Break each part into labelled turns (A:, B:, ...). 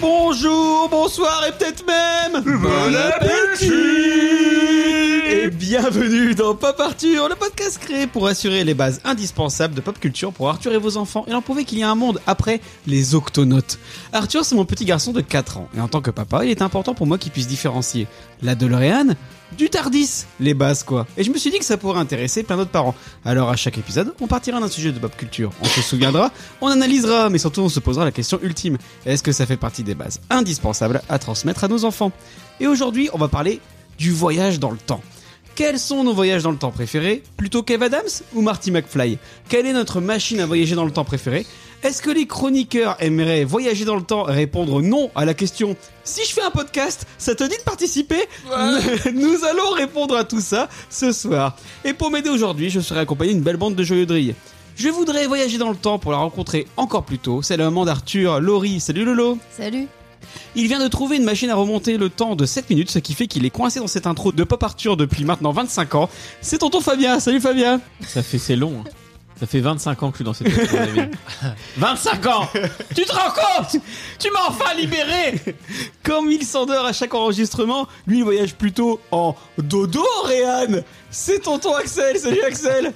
A: Bonjour, bonsoir et peut-être même bon appétit et bienvenue dans Pop Arthur, le podcast créé pour assurer les bases indispensables de pop culture pour Arthur et vos enfants et leur prouver qu'il y a un monde après les octonautes. Arthur, c'est mon petit garçon de 4 ans et en tant que papa, il est important pour moi qu'il puisse différencier la DeLorean du Tardis, les bases quoi. Et je me suis dit que ça pourrait intéresser plein d'autres parents. Alors à chaque épisode, on partira d'un sujet de pop culture. On se souviendra, on analysera, mais surtout on se posera la question ultime. Est-ce que ça fait partie des bases indispensables à transmettre à nos enfants Et aujourd'hui, on va parler du voyage dans le temps. Quels sont nos voyages dans le temps préférés Plutôt Kev Adams ou Marty McFly Quelle est notre machine à voyager dans le temps préférée Est-ce que les chroniqueurs aimeraient voyager dans le temps et répondre non à la question Si je fais un podcast, ça te dit de participer Nous allons répondre à tout ça ce soir. Et pour m'aider aujourd'hui, je serai accompagné d'une belle bande de joyeux drilles. Je voudrais voyager dans le temps pour la rencontrer encore plus tôt. C'est le moment d'Arthur, Laurie. Salut Lolo
B: Salut.
A: il vient de trouver une machine à remonter le temps de 7 minutes, ce qui fait qu'il est coincé dans cette intro de Pop Arthur depuis maintenant 25 ans. C'est tonton Fabien, salut Fabien
C: Ça fait, c'est long. hein. Ça fait 25 ans que je suis dans cette équipe, mon ami. 25 ans Tu te rends compte Tu m'as enfin libéré
A: Comme il s'endort à chaque enregistrement, lui il voyage plutôt en dodo Réan C'est tonton Axel, salut Axel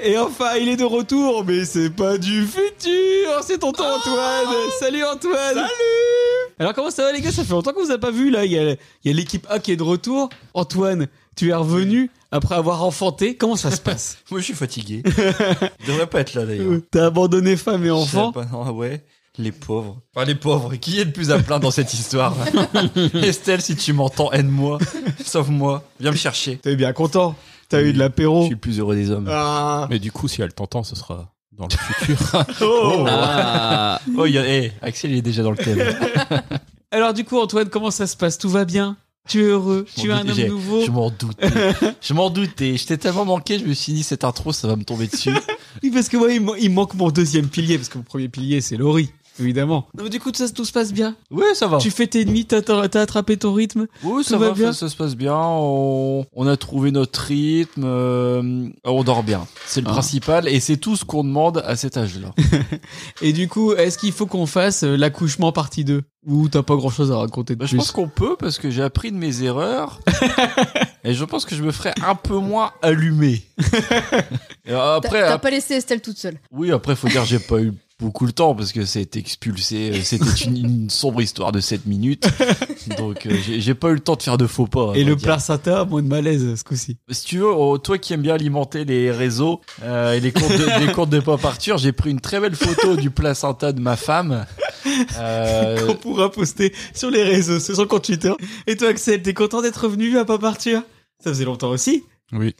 A: Et enfin, il est de retour, mais c'est pas du futur, c'est tonton Antoine Salut Antoine Oh Salut Alors comment ça va les gars Ça fait longtemps qu'on vous a pas vu là, il y a, il y a l'équipe A qui est de retour. Antoine, tu es revenu après avoir enfanté, comment ça se passe
D: Moi, je suis fatigué. Je devrais pas être là, d'ailleurs.
A: Euh, T'as abandonné femme et
D: Je
A: enfant
D: sais pas, non, ouais. Les pauvres. Enfin, les pauvres. Qui est le plus à plaindre dans cette histoire Estelle, si tu m'entends, aide-moi. Sauve-moi. Viens me chercher.
A: T'es bien content T'as eu de
D: Je
A: l'apéro
D: suis le plus heureux des hommes.
A: Ah.
E: Mais du coup, si elle t'entend, ce sera dans le futur.
A: Oh.
C: Ah,
D: Oh, il y a- eh, Axel, il est déjà dans le thème.
A: Alors du coup, Antoine, comment ça se passe Tout va bien Tu es heureux Tu es un homme
D: J'ai-
A: nouveau
D: Je m'en doutais. Je m'en doutais. J'étais tellement manqué, je me suis dit, cette intro, ça va me tomber dessus.
A: Oui, parce que moi, il, me- il manque mon deuxième pilier, parce que mon premier pilier, c'est Laurie, évidemment. Non, mais du coup, ça, tout se passe bien.
D: Ouais, ça va.
A: Tu fais tes nuits, t'as t'as attrapé ton rythme.
D: Oui, ça
A: va
D: va,
A: bien
D: Ça, ça se passe bien. On, on a trouvé notre rythme. euh, on dort bien. C'est le
A: Ah.
D: principal et c'est tout ce qu'on demande à cet âge-là.
A: Et du coup, est-ce qu'il faut qu'on fasse euh, l'accouchement partie 2 Ou t'as pas grand-chose à raconter de
D: Bah, je
A: plus
D: pense qu'on peut parce que j'ai appris de mes erreurs et je pense que je me ferai un peu moins allumer. Et
B: T'as-
D: après,
B: T'as
D: ap-
B: pas laissé Estelle toute seule.
D: oui, après faut dire que j'ai pas eu beaucoup le temps parce que c'est expulsé, euh, c'était une, une sombre histoire de 7 minutes. Donc euh, j'ai j'ai pas eu le temps de faire de faux pas. à
A: Et
D: vrai
A: le
D: dire.
A: placenta, moins de malaise, ce coup-ci.
D: Si tu veux, oh, toi qui aimes bien alimenter les réseaux euh, et les comptes de, les comptes de Pop Arthur, j'ai pris une très belle photo du placenta de ma femme. Euh,
A: Qu'on pourra poster sur les réseaux, sur son compte Twitter. Et toi, Axel, t'es content d'être revenu à pas partir Ça faisait longtemps aussi.
E: Oui.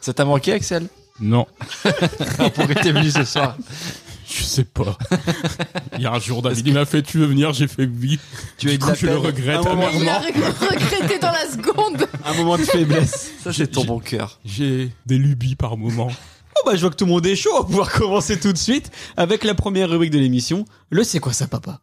D: ça t'a manqué, Axel
E: Non,
D: Pourquoi t'es venu ce soir
E: je sais pas. Il y a un jour, David, il m'a fait Tu veux venir J'ai fait oui.
D: Tu
E: du
D: es de
E: coup,
D: la
E: je le
D: peine.
E: regrette.
A: Un moment-
E: amèrement.
B: Il a reg- regretté dans la seconde.
A: Un moment de faiblesse.
D: Ça, c'est ton bon cœur.
E: J'ai des lubies par moment.
A: Bon bah je vois que tout le monde est chaud, on va pouvoir commencer tout de suite avec la première rubrique de l'émission, le C'est quoi ça papa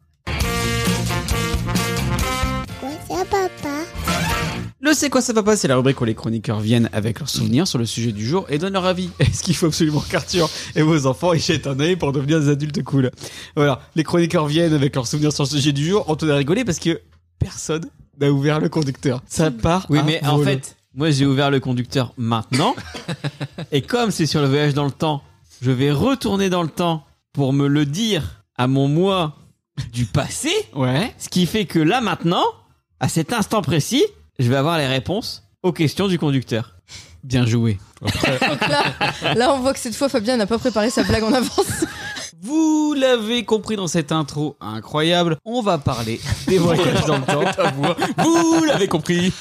A: Le C'est quoi ça papa, c'est la rubrique où les chroniqueurs viennent avec leurs souvenirs sur le sujet du jour et donnent leur avis. Est-ce qu'il faut absolument qu'Arthur et vos enfants y jettent un œil pour devenir des adultes cool Voilà, les chroniqueurs viennent avec leurs souvenirs sur le sujet du jour, on te a rigolé parce que personne n'a ouvert le conducteur. Ça part
C: Oui,
A: à
C: mais en
A: volo.
C: fait, moi j'ai ouvert le conducteur maintenant. Et comme c'est sur le voyage dans le temps, je vais retourner dans le temps pour me le dire à mon moi du passé.
A: Ouais,
C: Ce qui fait que là maintenant, à cet instant précis, je vais avoir les réponses aux questions du conducteur.
A: bien joué.
B: Là, là, on voit que cette fois, Fabien n'a pas préparé sa blague en avance.
A: Vous l'avez compris dans cette intro incroyable, on va parler des voyages dans le temps. Vous l'avez compris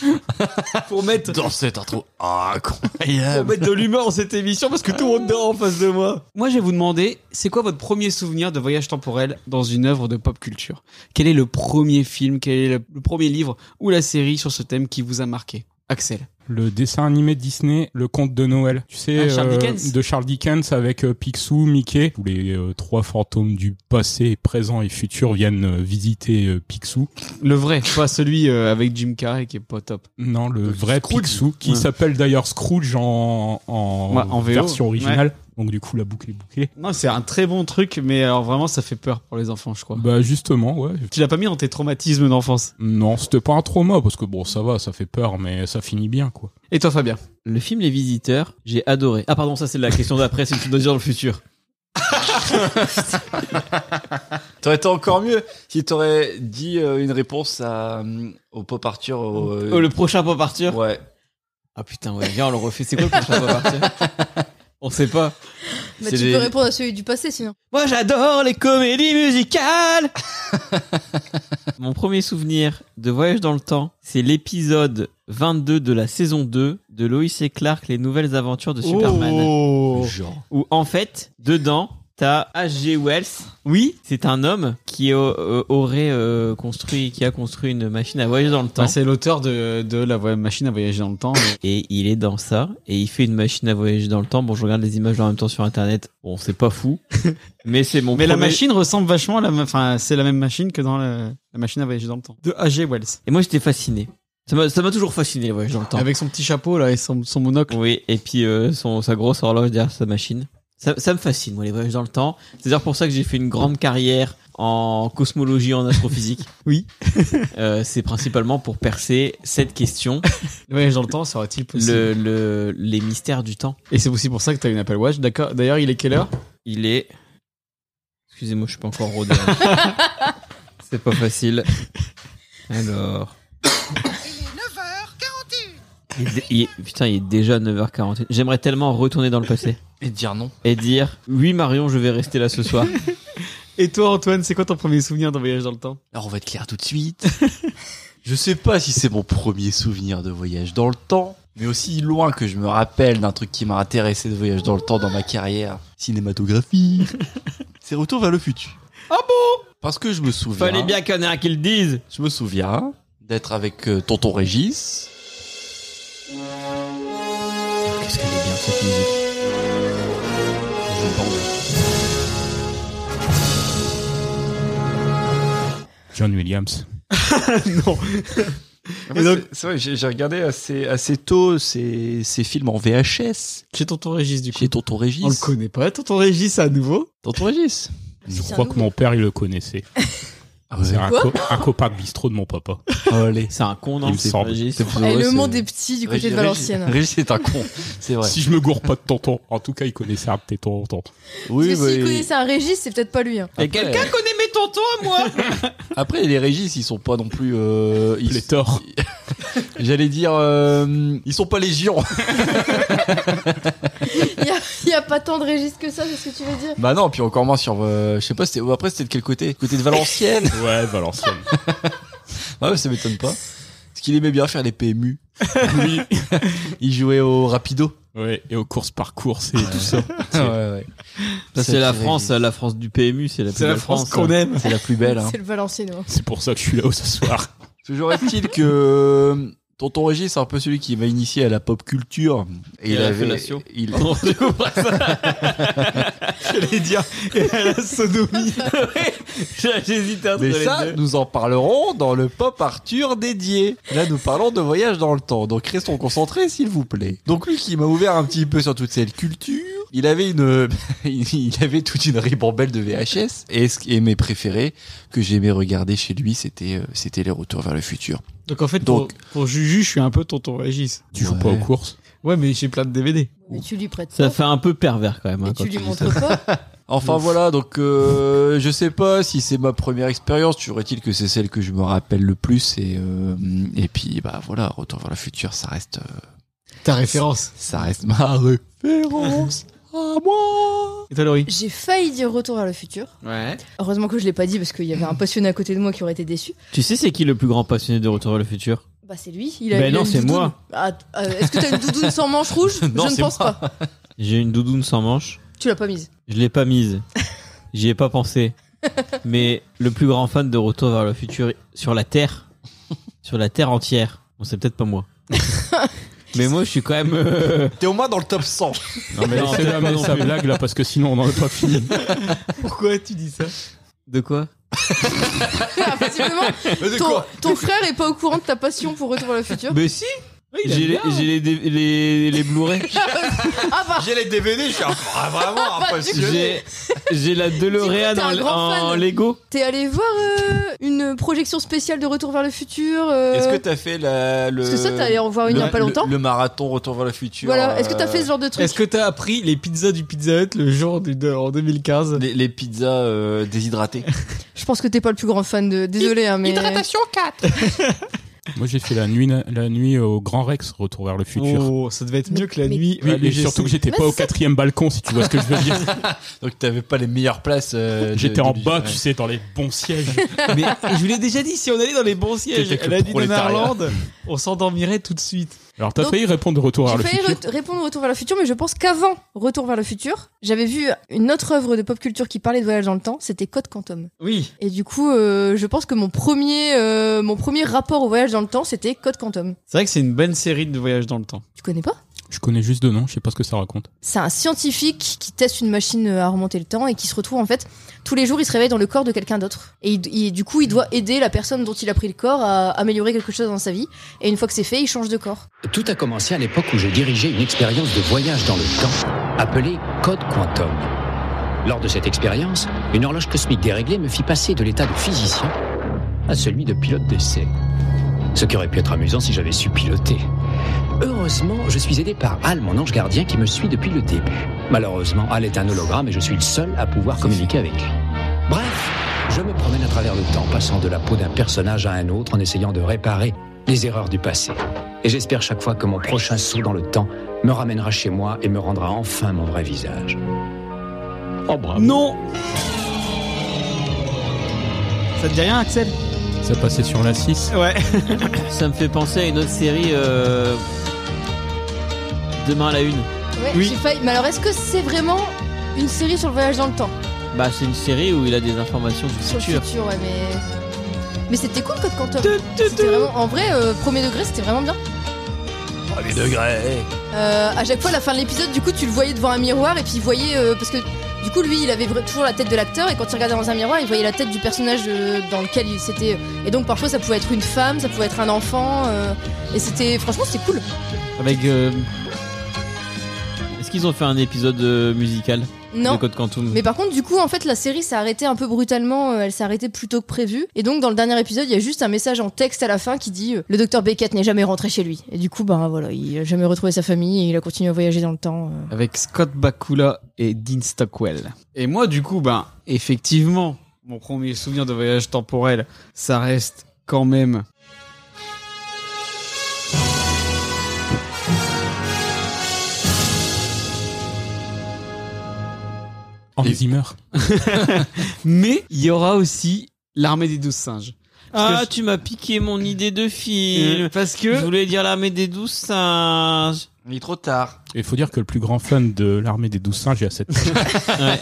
A: pour mettre,
D: Dans cette intro
A: pour
D: incroyable.
A: mettre de l'humeur dans cette émission parce que tout le monde dort en face de moi. Moi, je vais vous demander, c'est quoi votre premier souvenir de voyage temporel dans une œuvre de pop culture Quel est le premier film, quel est le, le premier livre ou la série sur ce thème qui vous a marqué Axel.
E: le dessin animé Disney, le conte de Noël. Tu sais, euh,
C: Ah, Charles Dickens
E: de Charles Dickens avec euh, Picsou, Mickey. Tous les euh, trois fantômes du passé, présent et futur viennent euh, visiter euh, Picsou.
A: Le vrai, pas celui euh, avec Jim Carrey qui est pas top.
E: Non, le
D: Donc,
E: vrai
D: Scrooge.
E: Picsou, qui
A: Ouais.
E: s'appelle d'ailleurs Scrooge en, en,
A: Ouais, en VO.
E: version originale. Donc du coup, la boucle est bouclée.
A: Non, c'est un très bon truc, mais alors vraiment, ça fait peur pour les enfants, je crois.
E: Bah justement, ouais.
A: Tu l'as pas mis dans tes traumatismes d'enfance.
E: Non, c'était pas un trauma, parce que bon, ça va, ça fait peur, mais ça finit bien, quoi.
A: Et toi, Fabien
C: Le film Les Visiteurs, j'ai adoré. Ah pardon, ça c'est la question d'après, c'est ce que tu dois dire dans le futur.
D: T'aurais été encore mieux si t'aurais dit euh, une réponse à, euh, au Pop Arthur. Au, euh,
C: Oh, le prochain pas partir
D: Ouais.
C: Ah putain, ouais, viens, on le refait. C'est quoi le prochain pas partir On sait pas.
B: Bah,
D: C'est
B: tu
D: des-
B: peux répondre à celui du passé sinon.
C: Moi j'adore les comédies musicales Mon premier souvenir de voyage dans le temps, c'est l'épisode 22 de la saison 2 de Lois et Clark, les nouvelles aventures de
D: Oh
C: Superman.
D: Genre.
C: Où en fait, dedans, t'as H.G. Wells. Oui, c'est un homme qui euh, euh, aurait euh, construit, qui a construit une machine à voyager dans le temps.
A: Bah, C'est l'auteur de, de la voy- machine à voyager dans le temps.
C: et il est dans ça et il fait une machine à voyager dans le temps. Bon, je regarde les images en même temps sur internet. Bon, c'est pas fou, mais c'est mon
A: Mais la
C: premier-
A: machine ressemble vachement à la, ma- enfin, c'est la même machine que dans la, la machine à voyager dans le temps. De A.G. Wells.
C: Et moi, j'étais fasciné. Ça m'a ça m'a toujours fasciné les voyages dans le temps.
A: Avec son petit chapeau, là, et son, son monocle.
C: Oui, et puis euh, son, sa grosse horloge derrière sa machine. Ça, ça me fascine, moi, les voyages dans le temps. C'est d'ailleurs pour ça que j'ai fait une grande carrière en cosmologie, en astrophysique.
A: Oui.
C: Euh, c'est principalement pour percer cette question,
A: Le voyage dans le temps sera-t-il possible
C: le, le- les mystères du temps.
A: Et c'est aussi pour ça que t'as une Apple Watch. D'accord. D'ailleurs, il est quelle heure
C: Il est... Excusez-moi, je suis pas encore rodé. hein. c'est pas facile. Alors... Il est 9h41 Putain, il est déjà 9h41. J'aimerais tellement retourner dans le passé.
D: Et dire non.
C: et dire oui Marion je vais rester là ce soir
A: Et toi, Antoine, c'est quoi ton premier souvenir d'un voyage dans le temps
D: Alors on va être clair tout de suite. je sais pas si c'est mon premier souvenir de voyage dans le temps, mais aussi loin que je me rappelle d'un truc qui m'a intéressé de voyage dans le temps dans ma carrière cinématographique. c'est Retour vers le futur.
C: Ah
D: bon Parce que je me souviens.
C: fallait bien qu'il y en ait un qui le dise
D: Je me souviens d'être avec euh, tonton Régis. Qu'est-ce qu'elle est bien cette musique Je vais bander.
E: John Williams.
A: Non.
D: Et donc- C'est vrai, j'ai j'ai regardé assez, assez tôt ces, ces films en VHS
A: Chez tonton Régis, du coup.
D: chez tonton Régis.
A: On le connaît pas, tonton Régis, à nouveau.
D: Tonton Régis
E: Je
B: C'est un
E: crois que
B: lourd.
E: mon père, il le connaissait.
D: Ah
E: C'est un,
B: Quoi
E: co- un copain de bistrot de mon papa.
D: Allez.
C: c'est un con
E: Il
C: non
E: me
C: c'est
E: semble.
C: Régis.
B: Eh, le monde est petit du côté de Valenciennes.
D: euh, Régis, Régis est un con, c'est vrai.
E: Si je me gourre pas de tonton. En tout cas, il connaissait un de tes tontons.
D: Oui,
B: Parce que s'il
D: mais-
B: connaissait un Régis, c'est peut-être pas lui. hein.
C: et
D: Après-
C: quelqu'un connaît mes tontons à moi
D: Après, les Régis, ils sont pas non plus. euh, ils-
E: Les torts.
D: J'allais dire, euh, ils sont pas légion.
B: Il y a, il y a pas tant de Régis que ça, c'est ce que tu veux dire
D: bah non, puis encore moins sur. euh, je sais pas, c'était. Après, c'était de quel côté Côté de Valenciennes.
E: Ouais, Valenciennes.
D: ah ouais, ça m'étonne pas. Parce qu'il aimait bien faire les PMU. Oui. il jouait au rapido.
E: Ouais, et aux courses par course et tout ça.
D: ouais, ouais.
C: ça c'est la France la France du PMU c'est la plus
A: C'est la
C: belle
A: France qu'on
C: hein.
A: aime.
D: C'est la plus belle. Hein.
B: C'est le Valenciennes.
E: C'est pour ça que je suis là ce soir.
D: Toujours est-il que euh, Tonton Régis, c'est un peu celui qui m'a initié à la pop culture.
C: Et à la
D: avait-
C: fellation.
D: il,
C: Pardon, je comprends ça.
A: J'allais dire, et à la sodomie.
C: J'ai- J'hésite entre
D: Mais
C: les
D: ça,
C: deux.
D: nous en parlerons dans le Pop Arthur dédié. Là, nous parlons de voyage dans le temps. Donc, restons concentrés, s'il vous plaît. Donc, lui qui m'a ouvert un petit peu sur toute cette culture, il avait une, il avait toute une ribambelle de VHS. Et, ce- et mes préférés que j'aimais regarder chez lui, c'était, euh, c'était les retours vers le futur.
A: Donc en fait,
D: Donc-
A: Pour, pour Juju, je suis un peu tonton Régis.
E: Tu joues pas aux
D: Ouais.
E: courses
A: Ouais, mais j'ai plein de DVD.
B: Mais tu lui prêtes
C: ça
B: pas.
C: fait un peu pervers quand même hein,
B: Et
C: quand
B: tu lui
C: dis
B: montres pas.
D: Enfin, voilà. Donc, euh, je sais pas si c'est ma première expérience. Toujours est-il que c'est celle que je me rappelle le plus. Et, euh, et puis, bah, voilà, retour vers le futur, ça reste, euh,
A: Ta référence.
D: ça reste ma référence à moi.
A: Et toi, Laurie
B: J'ai failli dire retour vers le futur.
C: ça. Ouais.
B: Heureusement que je l'ai pas dit parce qu'il y avait un passionné à côté de moi qui aurait été déçu.
C: tu sais c'est qui le plus grand passionné de Retour vers le futur
B: Bah c'est lui. Il a,
C: Ben
B: il a
C: non,
B: une
C: c'est
B: doudoune.
C: moi.
B: Ah, t- euh, Est-ce que t'as une doudoune sans manche rouge
D: Non,
B: Je ne
D: c'est
B: pense
D: moi.
B: pas.
C: j'ai une doudoune sans manche
B: Tu l'as pas mise.
C: je l'ai pas mise j'y ai pas pensé mais le plus grand fan de Retour vers le futur sur la terre sur la terre entière bon c'est peut-être pas moi Mais moi, je suis quand même. euh,
D: T'es au moins dans le top 100.
E: Non, mais
C: Non,
E: laissez
C: peut-être pas
E: amener
C: non
E: sa
C: plus.
E: blague là parce que sinon on n'en est pas fini.
A: Pourquoi tu dis ça
C: De quoi
B: Ah, Visiblement,
D: Mais de
B: bah, ton,
D: quoi
B: ton frère est pas au courant de ta passion pour Retour vers le futur.
C: Mais si J'ai les, j'ai les, dé- les, les Blu-ray.
B: ah bah,
D: J'ai les DVD, je suis un- ah, vraiment impressionné.
C: J'ai j'ai la DeLorean
B: t'es un
C: en,
B: grand fan.
C: en Lego.
B: t'es allé voir euh, une projection spéciale de Retour vers le futur euh,
D: Est-ce que t'as fait la, le.
B: parce que ça, t'es allé en voir une il y a pas longtemps.
D: Le, marathon Retour vers le futur.
B: Voilà, est-ce que t'as
D: euh,
B: fait ce genre de truc
A: Est-ce que t'as appris les pizzas du Pizza Hut le jour du, de- en 2015
D: les, les pizzas euh, déshydratées
B: Je pense que t'es pas le plus grand fan de. Désolé, hein, mais. Hydratation
E: Moi j'ai fait la nuit, la nuit au Grand Rex, retour vers le futur.
A: Oh, ça devait être mieux que la
B: Mais-
A: nuit.
E: Oui,
A: à
E: et
A: l'UGC.
E: surtout que j'étais
B: Mais
E: pas au
B: c'est-
E: quatrième balcon, si tu vois ce que je veux dire.
D: Donc t'avais pas les meilleures places. euh, de-
E: J'étais en
D: de-
E: bas,
D: ouais.
E: tu sais, dans les bons sièges.
A: Mais je vous l'ai déjà dit, si on allait dans les bons sièges,
D: T'étais que
A: à la nuit de
D: prolétariat.
A: Narlande, on s'endormirait tout de suite.
E: Alors t'as
B: Donc,
E: failli répondre de retour vers
B: J'ai
E: le
B: failli
E: futur.
B: re- répondre au Retour vers le futur, mais je pense qu'avant Retour vers le futur, j'avais vu une autre œuvre de pop culture qui parlait de voyage dans le temps, c'était Code Quantum.
A: Oui.
B: Et du coup, euh, je pense que mon premier, euh, mon premier rapport au voyage dans le temps, c'était Code Quantum.
A: C'est vrai que c'est une bonne série de voyages dans le temps.
B: Tu connais pas
E: Je connais juste deux noms, je sais pas ce que ça raconte.
B: C'est un scientifique qui teste une machine euh, à remonter le temps et qui se retrouve en fait tous les jours, il se réveille dans le corps de quelqu'un d'autre. Et il- il- du coup, il doit aider la personne dont il a pris le corps à améliorer quelque chose dans sa vie. Et une fois que c'est fait, il change de corps.
F: Tout a commencé à l'époque où je dirigeais une expérience de voyage dans le temps, appelée Code Quantum. Lors de cette expérience, une horloge cosmique déréglée me fit passer de l'état de physicien à celui de pilote d'essai. Ce qui aurait pu être amusant si j'avais su piloter. Heureusement, je suis aidé par Al, mon ange gardien, qui me suit depuis le début. Malheureusement, Al est un hologramme et je suis le seul à pouvoir communiquer avec lui. Bref, je me promène à travers le temps, passant de la peau d'un personnage à un autre en essayant de réparer les erreurs du passé et j'espère chaque fois que mon prochain saut dans le temps me ramènera chez moi et me rendra enfin mon vrai visage.
C: Oh, bravo.
A: Non Ça te dit rien, Axel
E: Ça passait sur la 6.
A: Ouais.
C: Ça me fait penser à une autre série. euh, Demain à la une.
B: Ouais,
A: Oui.
B: j'ai failli. Mais alors, est-ce que c'est vraiment une série sur le voyage dans le temps
C: Bah, c'est une série où il a des informations du
B: Sur le
C: futur.
B: futur, ouais, mais. Mais c'était cool, Code Quantum. C'était vraiment. En vrai, euh, premier degré, c'était vraiment bien.
D: Premier degré.
B: Euh, à chaque fois, à la fin de l'épisode, du coup, tu le voyais devant un miroir et puis il voyait. euh, parce que du coup, lui, il avait vra- toujours la tête de l'acteur et quand il regardait dans un miroir, il voyait la tête du personnage euh, dans lequel il s'était. euh, Et donc, parfois, ça pouvait être une femme, ça pouvait être un enfant. euh, et c'était. Franchement, c'était cool.
C: Avec. euh, Est-ce qu'ils ont fait un épisode euh, musical de
B: Non.
C: Code Quantum
B: Mais par contre, du coup, en fait, la série s'est arrêtée un peu brutalement. euh, Elle s'est arrêtée plus tôt que prévu. Et donc, dans le dernier épisode, il y a juste un message en texte à la fin qui dit euh, Le docteur Beckett n'est jamais rentré chez lui. Et du coup, ben voilà, il a jamais retrouvé sa famille et il a continué à voyager dans le temps. euh.
A: Avec Scott Bakula et Dean Stockwell. Et moi, du coup, ben, effectivement, mon premier souvenir de voyage temporel, ça reste quand même.
E: En
D: Et-
E: Zimmer.
A: Mais il y aura aussi l'armée des douze singes.
C: Ah,
A: Parce que
C: tu m'as piqué mon idée de
A: je-
C: film.
A: Parce
C: Je
A: que.
C: voulais dire l'armée des douze singes.
D: Il est trop tard.
E: Il faut dire que le plus grand fan de l'armée des douze singes est à cette table.
C: Ouais.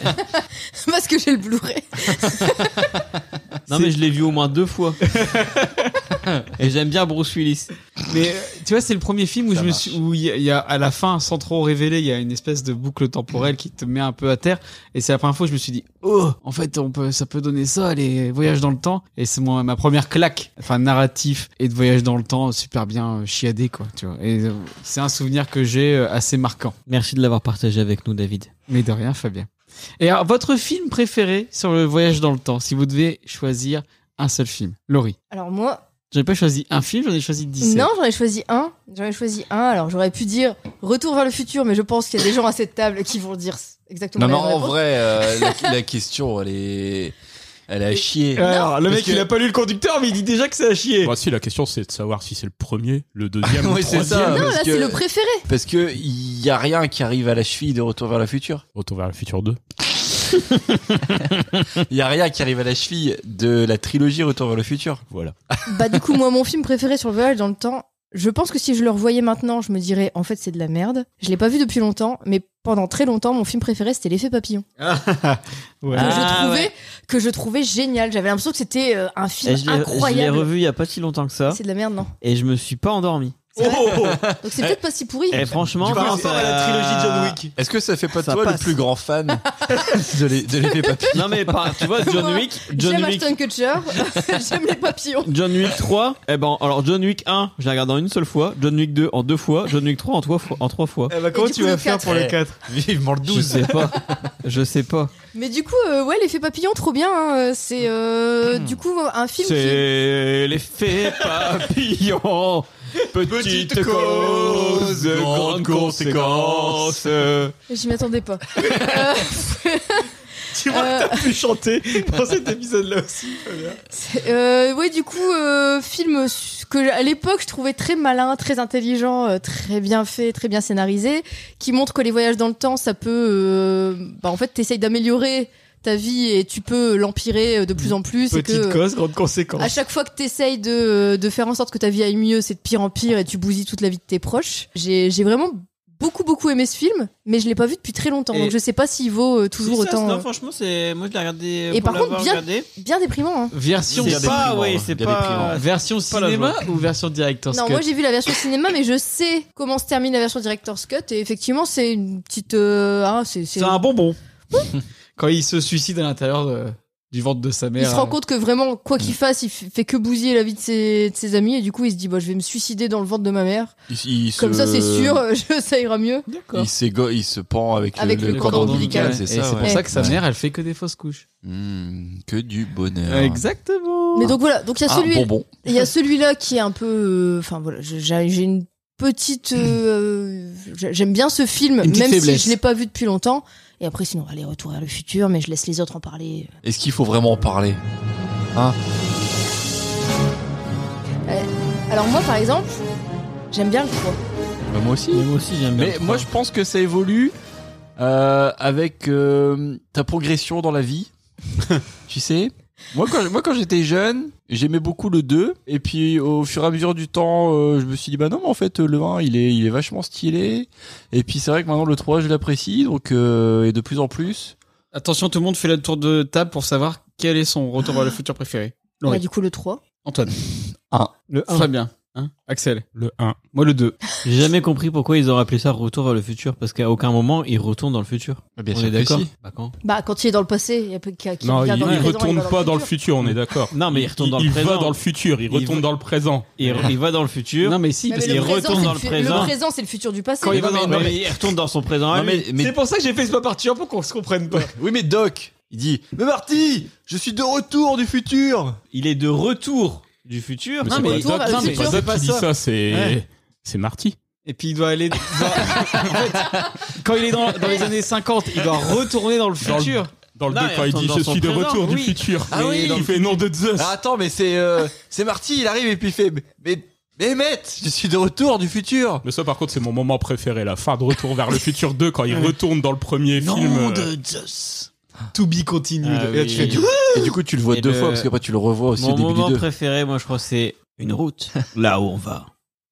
B: Parce que j'ai le Blu-ray.
C: Non
A: Ah, C'est-
C: mais je l'ai vu au moins deux fois. Et j'aime bien Bruce Willis.
A: Mais euh, tu vois, c'est le premier film où
D: Ça
A: je me
D: marche.
A: suis, où il y, a- il y a à la fin, sans trop révéler, il y a une espèce de boucle temporelle qui te met un peu à terre. Et c'est la première fois où je me suis dit, oh, en fait, on peut, ça peut donner ça, les voyages dans le temps. Et c'est mon- ma première claque, enfin narratif et de voyage dans le temps, super bien euh, chiadé, quoi. Tu vois. Et euh, c'est un souvenir que j'ai euh, assez marquant.
C: Merci de l'avoir partagé avec nous, David.
A: Mais de rien, Fabien. Et alors, votre film préféré sur le voyage dans le temps, si vous devez choisir un seul film, Laurie.
B: Alors, moi,
A: J'en ai pas choisi un film, j'en ai choisi 17.
B: non, j'en ai choisi un. J'en ai choisi un. Alors, j'aurais pu dire Retour vers le futur, mais je pense qu'il y a des gens à cette table qui vont dire exactement
D: Non, mais
B: la même
D: en
B: réponse.
D: vrai, euh, la, la question, elle est. Elle a chier.
A: Euh, Alors, le
D: Parce
A: mec,
D: que-
A: il a pas lu le conducteur, mais il dit déjà que c'est à chier.
E: Bah si, la question c'est de savoir si c'est le premier, le deuxième,
D: Oui,
E: le
D: c'est ça.
E: troisième.
B: Non,
D: euh, parce
B: là,
D: que-
B: c'est le préféré.
D: Parce que il y a rien qui arrive à la cheville de Retour vers le futur.
E: Retour vers le futur 2.
D: Il y a rien qui arrive à la cheville de la trilogie Retour vers le futur.
E: Voilà.
B: Bah du coup, moi, mon film préféré sur le voyage dans le temps, je pense que si je le revoyais maintenant, je me dirais en fait c'est de la merde. Je l'ai pas vu depuis longtemps, mais pendant très longtemps, mon film préféré c'était l'effet papillon que
C: Ah,
B: je trouvais
C: ouais.
B: que je trouvais génial. J'avais l'impression que c'était euh, un
C: Et
B: film
C: je l'ai- je l'ai
B: incroyable.
C: revu il y a pas si longtemps que ça
B: C'est de la merde, non
C: et je me suis pas endormi.
B: C'est vrai. Donc c'est peut-être pas si pourri.
C: Et franchement,
A: Par rapport à la
C: ça-
A: trilogie de John Wick.
D: Est-ce que ça fait pas de
C: Ça
D: toi le
C: passe.
D: plus grand fan de les- de l'effet papier
C: Non mais par- tu vois John Wick, John
B: J'aime
C: Wick,
B: Ashton Kutcher, j'aime les papillons.
C: John Wick 3. Eh ben alors John Wick 1, je l'ai regardé en une seule fois, John Wick 2 en deux fois, John Wick 3 en trois fois, en trois fois.
A: Eh bah, comment
B: du
A: tu
B: coup,
A: vas
B: le
A: faire
B: quatre,
A: pour le
D: eh.
A: 4
D: Vivement le
C: Je
D: 12
C: sais pas. Je sais pas.
B: Mais du coup, euh, ouais, l'effet papillon, trop bien. hein. C'est euh,
A: Mm.
B: du coup un film qui.
C: C'est l'effet papillon. Petite
D: Petite cause,
C: cause, grande
D: grande conséquence.
C: conséquence. Est-ce
B: J'y m'attendais pas. Euh,
A: Tu vois que t'as pu chanter dans cet épisode-là aussi.
B: Euh, ouais, du coup, euh, film que à l'époque je trouvais très malin, très intelligent, euh, très bien fait, très bien scénarisé, qui montre que les voyages dans le temps, ça peut, euh, bah, en fait, t'essayes d'améliorer ta vie et tu peux l'empirer euh, de plus en plus. et
A: Petite
B: que, euh,
A: cause, grande
B: à
A: conséquence.
B: chaque fois que t'essayes de, de faire en sorte que ta vie aille mieux, c'est de pire en pire et tu bousilles toute la vie de tes proches. J'ai j'ai vraiment beaucoup beaucoup aimé ce film, mais je l'ai pas vu depuis très longtemps,
C: Et-
B: donc je sais pas s'il vaut euh, toujours autant euh,
C: franchement, c'est moi je l'ai regardé
B: Et pour par contre, l'avoir bien- bien déprimant. hein.
A: Version
D: C'est
A: pas,
D: déprimant.
A: ouais.
C: oui, c'est
D: bien
C: pas
D: déprimant.
A: Version
C: pas la
A: cinéma ou version director's
B: Non,
A: cut
B: moi j'ai vu la version cinéma, mais je sais comment se termine la version director's cut. Et effectivement, c'est une petite. euh, hein, c'est, c'est-
A: C'est un bonbon. Quand il se suicide à l'intérieur de- du ventre de sa mère.
B: Il se rend compte que vraiment, quoi
D: Mm.
B: qu'il fasse, il f- fait que bousiller la vie de ses, de ses amis. Et du coup, il se dit bah, je vais me suicider dans le ventre de ma mère.
D: Il- il
B: Comme
D: se-
B: ça, c'est sûr, euh, je- ça ira mieux.
A: D'accord.
D: Il, s'égo- il se pend avec,
B: Avec
D: le,
B: le
D: cordon
B: cordon
D: ombilical,
A: Et
D: c'est
A: c'est
D: ça.
A: pour
D: ouais.
A: ça que sa mère, elle fait que des fausses couches.
D: Hmm, que du bonheur.
A: Exactement.
B: Mais donc voilà, donc il y a
D: Ah,
B: celui,
D: bonbon.
B: il y a celui-là qui est un peu. euh, Enfin voilà, je- j'ai, j'ai une petite. euh, j'ai- j'aime bien ce film,
A: Une petite
B: même
A: faiblesse.
B: si je l'ai pas vu depuis longtemps. Et après, sinon, allez, retour vers le futur, mais je laisse les autres en parler.
D: Est-ce qu'il faut vraiment en parler
B: Alors moi, par exemple, j'aime bien le 3.
D: Bah, Moi aussi.
C: Moi aussi j'aime bien.
D: Mais moi, je pense que ça évolue euh, avec euh, ta progression dans la vie. tu sais moi quand, moi, quand j'étais jeune, j'aimais beaucoup le 2. Et puis, au fur et à mesure du temps, euh, je me suis dit, bah non, mais en fait, le 1, il est, il est vachement stylé. Et puis, c'est vrai que maintenant, le 3, je l'apprécie. Donc, euh, et de plus en plus.
A: Attention, tout le monde fait le tour de table pour savoir quel est son retour vers le futur préféré. Laurie.
B: Bah, du coup, le 3.
A: Antoine.
D: Un.
A: Le Très bien. Hein Axel.
E: Le 1.
A: Moi, le 2.
C: J'ai jamais compris pourquoi ils ont appelé ça retour vers le futur parce qu'à aucun moment ils retournent dans le futur.
D: Ah, Bien
C: On est d'accord Bah quand
B: Bah, quand il est dans le passé, il y a peu qu'à qui
E: Non, il,
B: regarde dans
E: il
B: le présent,
E: retourne
B: va
E: pas dans le futur, on est d'accord.
C: Non, mais il retourne dans le
E: Il va
C: présent.
E: dans le futur, il
C: Il
E: retourne
C: va-
E: dans le présent.
C: il, il va dans le futur.
A: Non, mais si,
B: Mais
A: parce
B: le
A: qu'il
B: présent,
A: retourne.
C: retourne
B: c'est
C: dans
B: le
C: le
B: fu-
C: présent.
B: Le présent, c'est le futur du passé.
A: Quand il
C: Non,
A: va
C: mais-
A: dans-
C: non,
A: mais-
C: mais il retourne dans son présent.
D: Non,
C: à lui.
D: mais, mais-
A: C'est pour ça que j'ai fait ce pas
C: hein,
A: partir pour qu'on se comprenne pas.
D: oui, mais Doc, il dit, mais Marty, je suis de retour du futur.
C: Il est de retour du futur.
E: Mais
B: Non, mais retour vers le
A: non, mais-
E: C'est pas
B: futur.
E: ça
A: pas
E: qui dit
A: ça.
E: ça, c'est
A: Ouais.
E: c'est Marty.
A: Et puis il doit aller. il doit- en fait, quand il est dans, dans les années 50, il doit retourner dans le
E: Dans le-
A: futur.
E: Dans le
C: Non,
E: 2,
C: il
E: quand il
C: retourne
E: dit
C: dans
E: je
C: son
E: suis de
C: présent,
E: retour du
C: oui.
E: futur,
D: Ah oui,
E: il fait nom de Zeus.
D: Ah, attends, mais c'est euh, c'est Marty, il arrive et puis il fait mais mais Emmett, je suis de retour du futur.
E: Mais ça, par contre, c'est mon moment préféré, la fin de Retour vers le futur 2, quand il retourne dans le premier film. euh,
A: Zeus. To be continued.
C: Ah
A: et là,
C: oui.
A: tu fais du.
D: Et du coup, tu le vois
C: Et
D: deux
C: le-
D: fois parce qu'après tu le revois aussi au
C: Mon
D: début du
C: moment
D: 2.
C: préféré, moi je crois, c'est une route. Là où on va.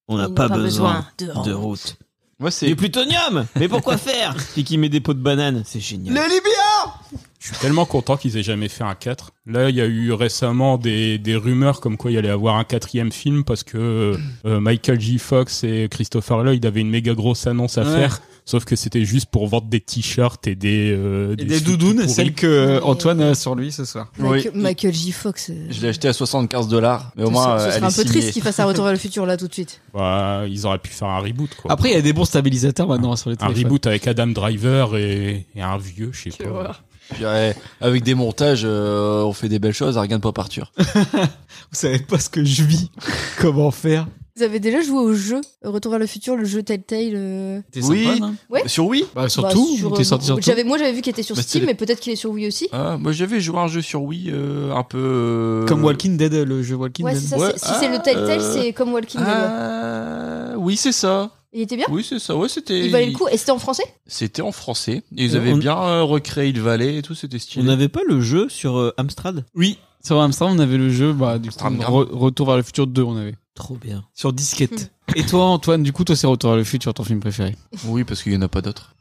C: On n'a pas, besoin, de route.
D: Moi,
C: Du
D: c'est
C: plutonium Mais pourquoi faire Puis qui met des pots de banane, c'est génial.
D: les Libyens.
E: Je suis tellement content qu'ils aient jamais fait un 4. Là, il y a eu récemment des, des rumeurs comme quoi il y allait avoir un quatrième film parce que euh, Michael J. Fox et Christopher Lloyd avaient une méga grosse annonce à
A: Ouais.
E: faire. Sauf que c'était juste pour vendre des t-shirts et des, euh,
A: Et
E: suites
A: des
E: tout
A: doudounes,
E: pourries.
A: celles que euh, Antoine a sur lui ce soir.
B: Michael,
D: Oui.
B: Michael J. Fox. euh,
D: Je l'ai acheté à 75 dollars, mais au
B: ce-
D: moins
B: ce
D: euh,
B: serait
D: elle
B: un
D: est
B: peu triste
D: signée.
B: qu'il fasse un retour vers le futur là tout de suite.
E: Bah, ils auraient pu faire un reboot, quoi.
A: Après, il y a des bons stabilisateurs maintenant sur les
E: un
A: téléphones.
E: reboot avec Adam Driver et, et un vieux, je sais pas.
D: Puis, ouais, avec des montages, euh, on fait des belles choses. Regarde pas partir.
A: Vous savez pas ce que je vis. Comment faire
B: Vous avez déjà joué au jeu euh, Retour vers le futur, le jeu Telltale euh,
A: T'es
D: Oui.
A: sympa, non
C: Euh,
B: Ouais.
D: Sur Wii.
A: Bah,
B: bah,
A: surtout,
B: sur,
A: t'es
B: euh,
A: sorti sur tout.
B: j'avais- Moi j'avais vu qu'il était sur
D: Bah,
B: Steam,
D: c'est-
B: mais peut-être qu'il est sur Wii aussi.
D: Ah, moi, j'avais joué à un jeu sur Wii euh, un peu euh,
A: Comme Walking Dead, le jeu Walking
B: Ouais,
A: Dead.
B: c'est ça.
D: Ouais.
B: c'est- Si c'est le
D: Ah,
B: Telltale,
D: euh,
B: c'est comme Walking Dead. ouais.
D: Ah, oui, c'est ça.
B: Il était bien
D: Oui, c'est ça. Ouais, c'était.
B: Il valait le coup. Et c'était en français
D: C'était en français. Ils
C: Et
D: avaient
C: on-
D: bien euh, recréé le valet et tout. C'était
C: On
D: stylé.
C: n'avait pas le jeu sur euh, Amstrad
A: Oui, sur Amsterdam, on avait le jeu, bah, du coup,
D: Amsterdam.
A: Re- Retour vers le futur 2, on avait.
C: Trop bien.
A: Sur disquette.
C: Hmm.
A: Et toi, Antoine, du coup, toi, c'est Retour vers le futur, ton film préféré.
D: Oui, parce qu'il y en a pas d'autres.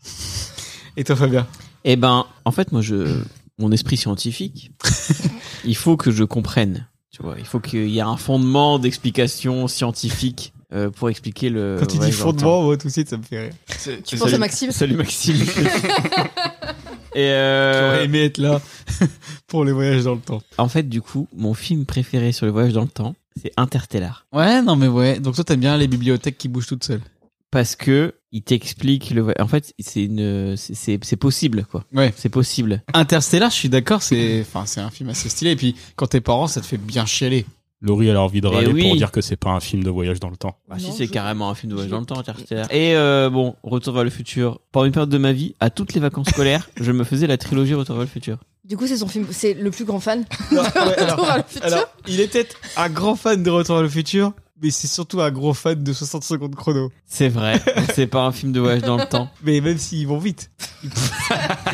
A: Et toi, Fabien
C: Eh ben, en fait, moi, je, mon esprit scientifique, il faut que je comprenne. Tu vois, il faut qu'il y ait un fondement d'explication scientifique euh, pour expliquer le.
A: Quand il dit
C: voyage dans le temps.
A: fondement, moi, tout de suite, ça me fait rire.
B: Tu penses à Maxime
C: Salut Maxime. Et euh,
A: J'aurais aimé être là pour les voyages dans le temps.
C: en fait, du coup, mon film préféré sur le voyage dans le temps, c'est Interstellar.
A: Ouais, non, mais ouais. Donc, toi, t'aimes bien les bibliothèques qui bougent toutes seules.
C: Parce que il t'explique le. voy- En fait, c'est une, c'est- c'est c'est possible quoi.
A: Ouais.
C: C'est possible.
A: Ah, Interstellar, je suis d'accord, c'est enfin, c'est un film assez stylé. Et puis, quand t'es parent, ça te fait bien chialer.
E: Laurie, elle a envie de
C: Eh
E: râler pour
C: oui.
E: dire que c'est pas un film de voyage dans le temps.
C: Bah, si
B: Non,
C: c'est
B: je-
C: carrément un film de voyage dans le temps, Interstellar.
B: je-
C: Et euh, bon, Retour vers le futur. Pendant une période de ma vie, à toutes les vacances scolaires, je me faisais la trilogie Retour vers le futur.
B: Du coup, c'est son film, c'est le plus grand fan. Retour
A: alors,
B: vers le futur.
A: alors, il était un grand fan de Retour Oh, vers le futur, mais c'est surtout un gros fan de 60 secondes chrono.
C: C'est vrai. c'est pas un film de voyage dans le temps.
A: Mais même s'ils vont vite,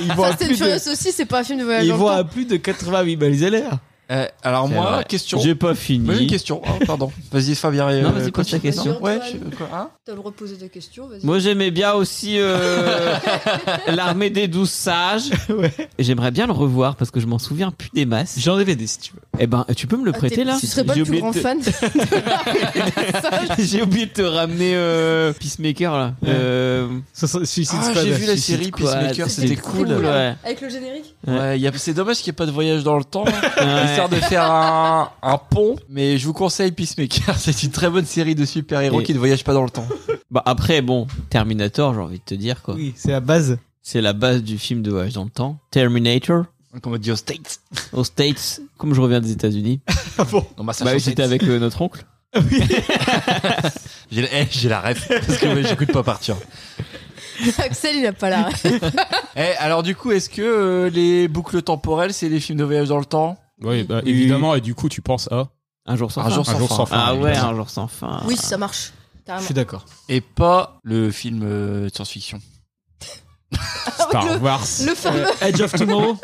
A: ils vont, à
B: Fast and
A: plus, de,
B: Furious aussi, c'est pas un film de voyage
A: ils
B: dans le
A: vont à
B: temps.
A: plus de 88 miles à l'heure.
D: Euh, alors
C: C'est
D: moi,
C: vrai.
D: question.
C: J'ai pas fini.
D: Moi, j'ai une question. Ah, pardon. Vas-y, Fabien.
C: Non,
D: euh,
C: vas-y, pose ta
D: continue.
C: question.
D: Ouais, je- quoi, hein
B: T'as le reposer des questions, vas-y.
C: Moi, j'aimais bien aussi euh, l'armée des douze sages.
A: Ouais.
C: J'aimerais bien le revoir parce que je m'en souviens plus des masses.
A: J'en ai des si tu veux.
C: Eh ben, tu peux me le
B: Ah,
C: prêter
B: t'es-
C: là
B: Tu serais pas
C: J'ai
B: le plus
C: oublié
B: grand
C: de te-
B: fan
C: J'ai oublié de te ramener euh, Peacemaker là. Euh,
A: Ça, ça- Suicide
D: Ah,
A: Squad.
D: j'ai vu la
C: Suicide
D: série
C: Squad,
D: Peacemaker, c'était cool.
B: cool,
D: Ouais.
C: Ouais.
B: Avec le générique
D: Ouais, il y a- c'est dommage qu'il n'y ait pas de voyage dans le temps, hein.
C: Ouais.
D: histoire de faire un, un pont. Mais je vous conseille Peacemaker, c'est une très bonne série de super-héros
C: Et-
D: qui ne voyagent pas dans le temps.
C: Bah après, bon, Terminator, j'ai envie de te dire quoi.
A: Oui, c'est la base.
C: C'est la base du film de voyage dans le temps. Terminator
D: Comme on dit aux States.
C: aux States, comme je reviens des États-Unis.
A: Ah bon
D: Non, bah, ça
C: Bah oui,
D: change.
C: c'était avec euh, notre oncle.
D: J'ai la- eh, j'ai la ref, parce que ouais, j'écoute pas partir.
B: Axel, il a pas la
D: Eh, alors du coup, est-ce que euh, les boucles temporelles, c'est les films de voyage dans le temps
E: Oui, bah,
A: Oui.
E: évidemment, et du coup, tu penses à
C: Un jour sans
D: Un
C: fin.
D: jour sans
E: Un jour
D: fin.
E: sans fin.
C: ah ouais,
E: évidemment.
C: un jour sans fin.
B: Oui, ça marche.
A: Je
C: Ah,
B: Carrément.
A: suis d'accord.
D: Et pas le film euh, de science-fiction.
B: Bah
E: Star Wars.
B: Le fameux.
A: Edge of Tomorrow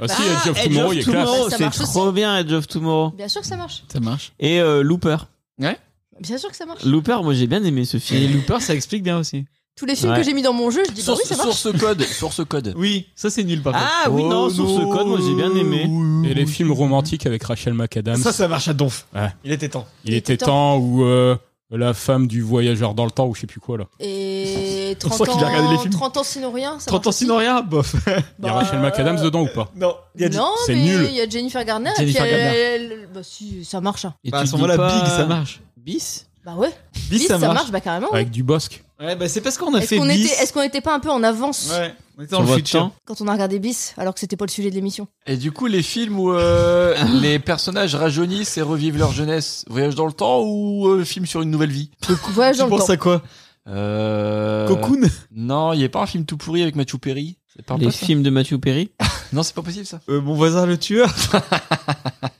E: Ah si,
C: Ah,
E: Edge of Tomorrow, il est classe.
B: Ouais, ça
C: c'est
B: marche aussi.
C: trop bien Edge of Tomorrow.
B: Bien sûr que ça marche.
A: Ça marche.
C: Et euh, Looper.
B: Bien sûr que ça marche.
C: Looper, moi j'ai bien aimé ce
A: Et
C: film.
A: Looper, ça explique bien aussi.
B: Tous les films
C: Ouais.
B: que j'ai mis dans mon jeu, je dis bah
D: Source,
B: oui, ça marche.
D: source code, source code.
A: Oui, ça c'est nul par
C: Ah oui, non,
A: Oh,
C: sur ce code, moi j'ai bien aimé.
E: Et les films romantiques avec Rachel McAdams.
A: Ça, ça marche à donf.
E: Ouais.
A: Il était temps.
E: il était temps où euh, la femme du voyageur dans le temps ou je sais plus quoi là.
B: Et
A: On
B: 30
A: sent qu'il a regardé les
B: ans,
A: films.
B: 30 ans sinon rien. ça
A: 30 ans
B: marche
A: sinon
B: aussi.
A: rien, bof.
E: Il y a
B: Bah,
E: Rachel McAdams dedans ou pas
A: non, il y a du-
B: Non,
E: c'est
B: mais
E: nul.
B: il y a Jennifer Garner.
A: Jennifer
B: et puis elle-
A: Garner.
B: elle- elle- bah si, ça marche. hein.
C: Et
A: Bah, à
C: tu
A: ce
C: dis
A: moment-là,
C: pas-
A: Big, ça marche.
C: Bis
B: Bah ouais.
A: Bis,
B: Bis,
A: ça marche.
B: bah carrément. ouais.
E: Avec du bosque.
A: Ouais, bah c'est parce qu'on a
B: Est-ce
A: fait
B: qu'on
A: bis.
B: était, est-ce qu'on était pas un peu en avance
A: Ouais, on était
C: Sur
A: dans le
C: votre
A: futur.
C: temps.
B: quand on a regardé Bis alors que c'était pas le sujet de l'émission
D: Et du coup, les films où euh, les personnages rajeunissent et revivent leur jeunesse, voyage dans le temps ou euh, film sur une nouvelle vie
B: Voyage
A: Tu
B: dans Ah, le
A: penses
B: temps.
A: à quoi
D: euh...
A: Cocoon
D: Non, il n'y a pas un film tout pourri avec Mathieu Perry. C'est pas un
C: Les
D: peu ça
C: films de Matthew Perry.
D: Non, c'est pas possible ça.
A: Euh, Mon voisin le tueur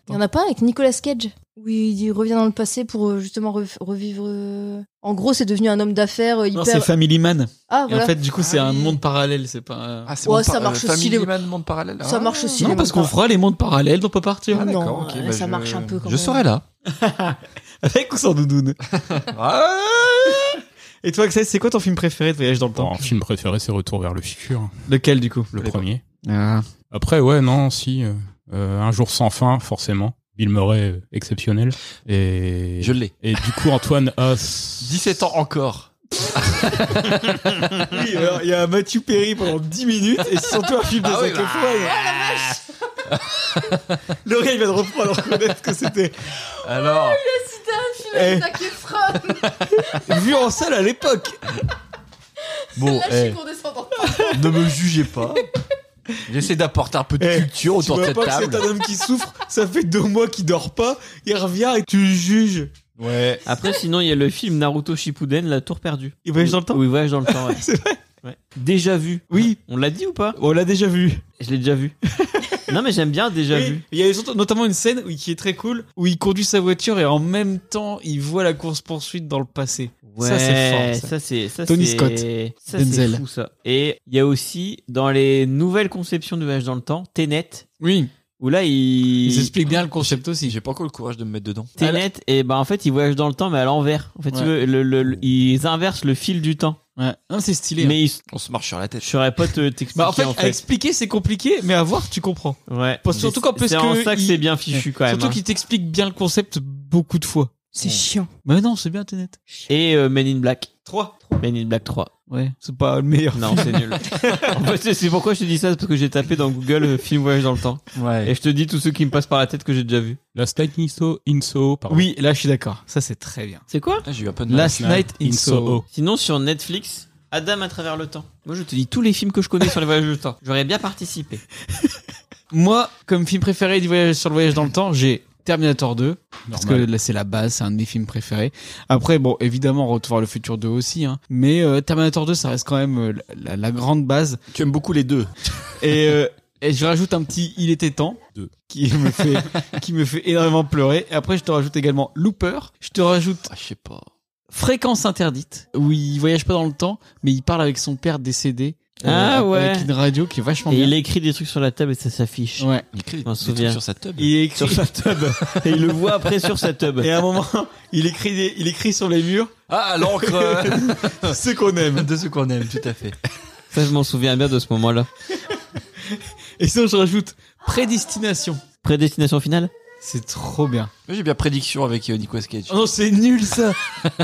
B: Il y en a pas un avec Nicolas Cage où il il revient dans le passé pour euh, justement rev- revivre. euh, En gros, c'est devenu un homme d'affaires euh,
A: Non, c'est
B: hyper.
A: Family Man.
B: Ah
A: Et en
B: voilà.
A: fait, du coup, c'est
D: Ah
A: un
D: oui.
A: monde parallèle, c'est euh, pas.
D: Ah, c'est
B: Ouais,
D: monde
B: ça
D: par-
B: marche aussi,
D: Family
B: les-
D: Man, monde parallèle.
B: Ça
A: hein.
D: Ah.
B: marche aussi.
A: Non,
B: les
A: parce
B: mondes
A: qu'on fera les mondes parallèles dans Pas Partir.
D: Ah, d'accord,
B: non,
D: ok,
B: euh,
D: bah,
B: ça
D: je-
B: marche un peu quand
D: Je
B: même.
D: serai là.
A: Avec ou sans doudoune
D: Ah,
A: Et toi, Axel, c'est quoi ton film préféré de voyage dans le
E: Bon,
A: temps
E: mon film préféré, c'est Retour vers le futur, hein,
A: Lequel, du coup
E: le
D: Les-
E: premier.
A: Ah.
E: Après, ouais, non, si. euh, euh, un jour sans fin, forcément. Bill Murray, euh, exceptionnel. Et,
D: Je l'ai.
E: et du coup, Antoine a. 17
D: 17 ans encore.
A: Oui, alors, il y a Mathieu Perry pendant 10 minutes et c'est surtout un film de
D: Ah oui,
A: Zac
D: bah. Oh,
A: Efron. Laurie, il vient de reprendre à reconnaître que c'était
B: Oh,
D: Alors,
A: Eh.
B: Zac
A: vu en salle à l'époque.
D: bon, eh, ne me jugez pas. J'essaie d'apporter un peu de
A: Eh,
D: culture
A: Tu
D: autour de
A: vois
D: cette
A: pas que c'est
D: table.
A: un homme qui souffre, ça fait deux mois qu'il dort pas, il revient et tu le juges.
D: Ouais.
C: Après, sinon, il y a le film Naruto Shippuden, La Tour Perdue.
A: Il voyage dans le temps
C: Oui, voyage dans le temps, ouais.
A: C'est vrai
C: Ouais. Déjà vu.
A: Oui.
C: On l'a dit ou pas
A: On l'a déjà vu.
C: Je l'ai déjà vu. non, mais j'aime bien déjà
A: Oui,
C: vu.
A: Il y a surtout- notamment une scène où- qui est très cool où il conduit sa voiture et en même temps il voit la course poursuite dans le passé. Ça, c'est fort, ça.
C: Ça, c'est. ça,
A: Tony
C: c'est-
A: Scott,
C: Ça,
A: Denzel.
C: C'est fou, ça. Et il y a aussi, dans les nouvelles conceptions de voyage dans le temps, Tenet,
A: Oui.
C: où là, il.
A: Ils expliquent bien le concept aussi.
D: J'ai pas encore le courage de me mettre dedans.
C: Tenet, et ben en fait, ils voyagent dans le temps, mais à l'envers. En fait, tu
A: Ouais.
C: veux, le- le- le- ils inversent le fil du temps.
A: Ouais. Non, c'est stylé. hein.
C: Mais ils-
D: On se marche sur la tête.
C: je saurais pas te t'expliquer.
A: Bah, en fait,
C: en
A: à
C: fait.
A: expliquer c'est compliqué, mais à voir tu comprends.
C: Ouais.
A: Parce- surtout quand- parce
C: c'est en
A: que
C: ça que
A: il- Bah,
C: c'est bien fichu quand même.
A: Surtout
C: hein.
A: qu'il t'explique bien le concept beaucoup de fois.
B: C'est chiant.
C: Mais non, c'est bien Tenet. Et euh, Men in Black.
A: 3.
C: Men in Black 3. Ouais.
A: C'est pas le meilleur.
C: Non, c'est nul. en fait, c'est- c'est pourquoi je te dis ça, c'est parce que j'ai tapé dans Google euh, film voyage dans le temps.
D: Ouais.
C: Et je te dis tous ceux qui me passent par la tête que j'ai déjà vu.
E: Last Night in So- in Soho, pardon.
A: Oui, là, je suis d'accord. Ça, c'est très bien.
C: C'est quoi
D: Ah, J'ai eu un peu de mal.
A: Last Night in Soho.
C: Sinon, sur Netflix, Adam à travers le temps. Moi, je te dis tous les films que je connais sur les voyages de temps. J'aurais bien participé.
A: Moi, comme film préféré du voyage sur le voyage dans le temps, j'ai Terminator 2. Parce que
E: Normal.
A: là, c'est la base, c'est un de mes films préférés. Après, bon, évidemment, Retour vers le futur 2 aussi, hein. Mais euh, Terminator 2, ça reste quand même euh, la, la grande base.
D: Ah,
G: Tu aimes beaucoup les deux.
A: Et, euh, et je rajoute un petit Il était temps.
E: Deux.
A: Qui me fait, qui me fait énormément pleurer. Et après, je te rajoute également Looper. Je te rajoute
D: Ah, je sais pas.
A: Fréquence interdite, où il voyage pas dans le temps, mais il parle avec son père décédé. euh,
C: Ah ouais.
A: Avec une radio qui est vachement
C: Et
A: bien.
C: il écrit des trucs sur la table et ça s'affiche.
A: Ouais.
D: Il écrit des,
C: m'en
D: des trucs
C: souviens.
D: sur sa tub.
A: Il écrit.
C: Sur sa tub. et il le voit après sur sa tub.
A: Et à un moment, il écrit, des- il écrit sur les murs
D: Ah, l'encre euh,
A: ce qu'on aime.
D: de ce qu'on aime, tout à fait.
C: Ça, je m'en souviens bien de ce moment-là.
A: Et sinon, je rajoute prédestination.
C: Prédestination finale
A: C'est trop bien.
D: Moi, J'ai bien prédiction avec euh, Nicolas Cage.
A: Oh non, c'est nul ça.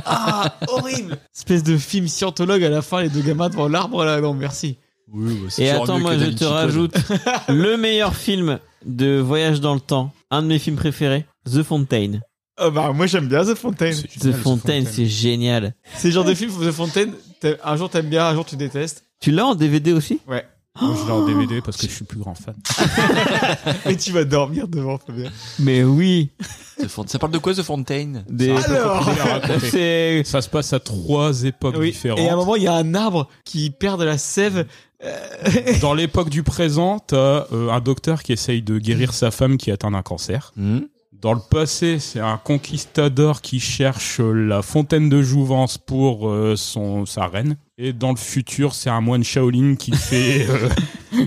A: Ah, horrible. Espèce de film scientologue à la fin, les deux gamins devant l'arbre là. Non, merci.
D: Oui, bah, c'est
C: Et
D: toujours
C: attends,
D: mieux
C: moi
D: que
C: je
D: Da
C: te
D: Vinci Code.
C: rajoute le meilleur film de voyage dans le temps, un de mes films préférés, The Fontaine.
A: Ah bah moi j'aime bien The Fontaine.
E: C'est
C: The
E: génial,
C: Fontaine, c'est génial.
A: C'est le genre de film The Fontaine. t'aimes- Un jour t'aimes bien, un jour tu détestes.
C: Tu l'as en DVD aussi
A: Ouais.
E: Moi, je l'ai en DVD parce que je suis plus grand fan.
A: Et tu vas dormir devant Fabien.
C: Mais oui.
D: The Font- Ça parle de quoi, The Fontaine
C: Des...
A: Alors.
C: C'est
E: Ça se passe à trois époques
A: Oui.
E: différentes.
A: Et à un moment il y a un arbre qui perd de la sève.
E: Dans l'époque du présent, t'as euh, un docteur qui essaye de guérir sa femme qui est atteinte d'un cancer. Dans le passé, c'est un conquistador qui cherche euh, la fontaine de jouvence pour euh, son, sa reine. Et dans le futur, c'est un moine Shaolin qui fait euh,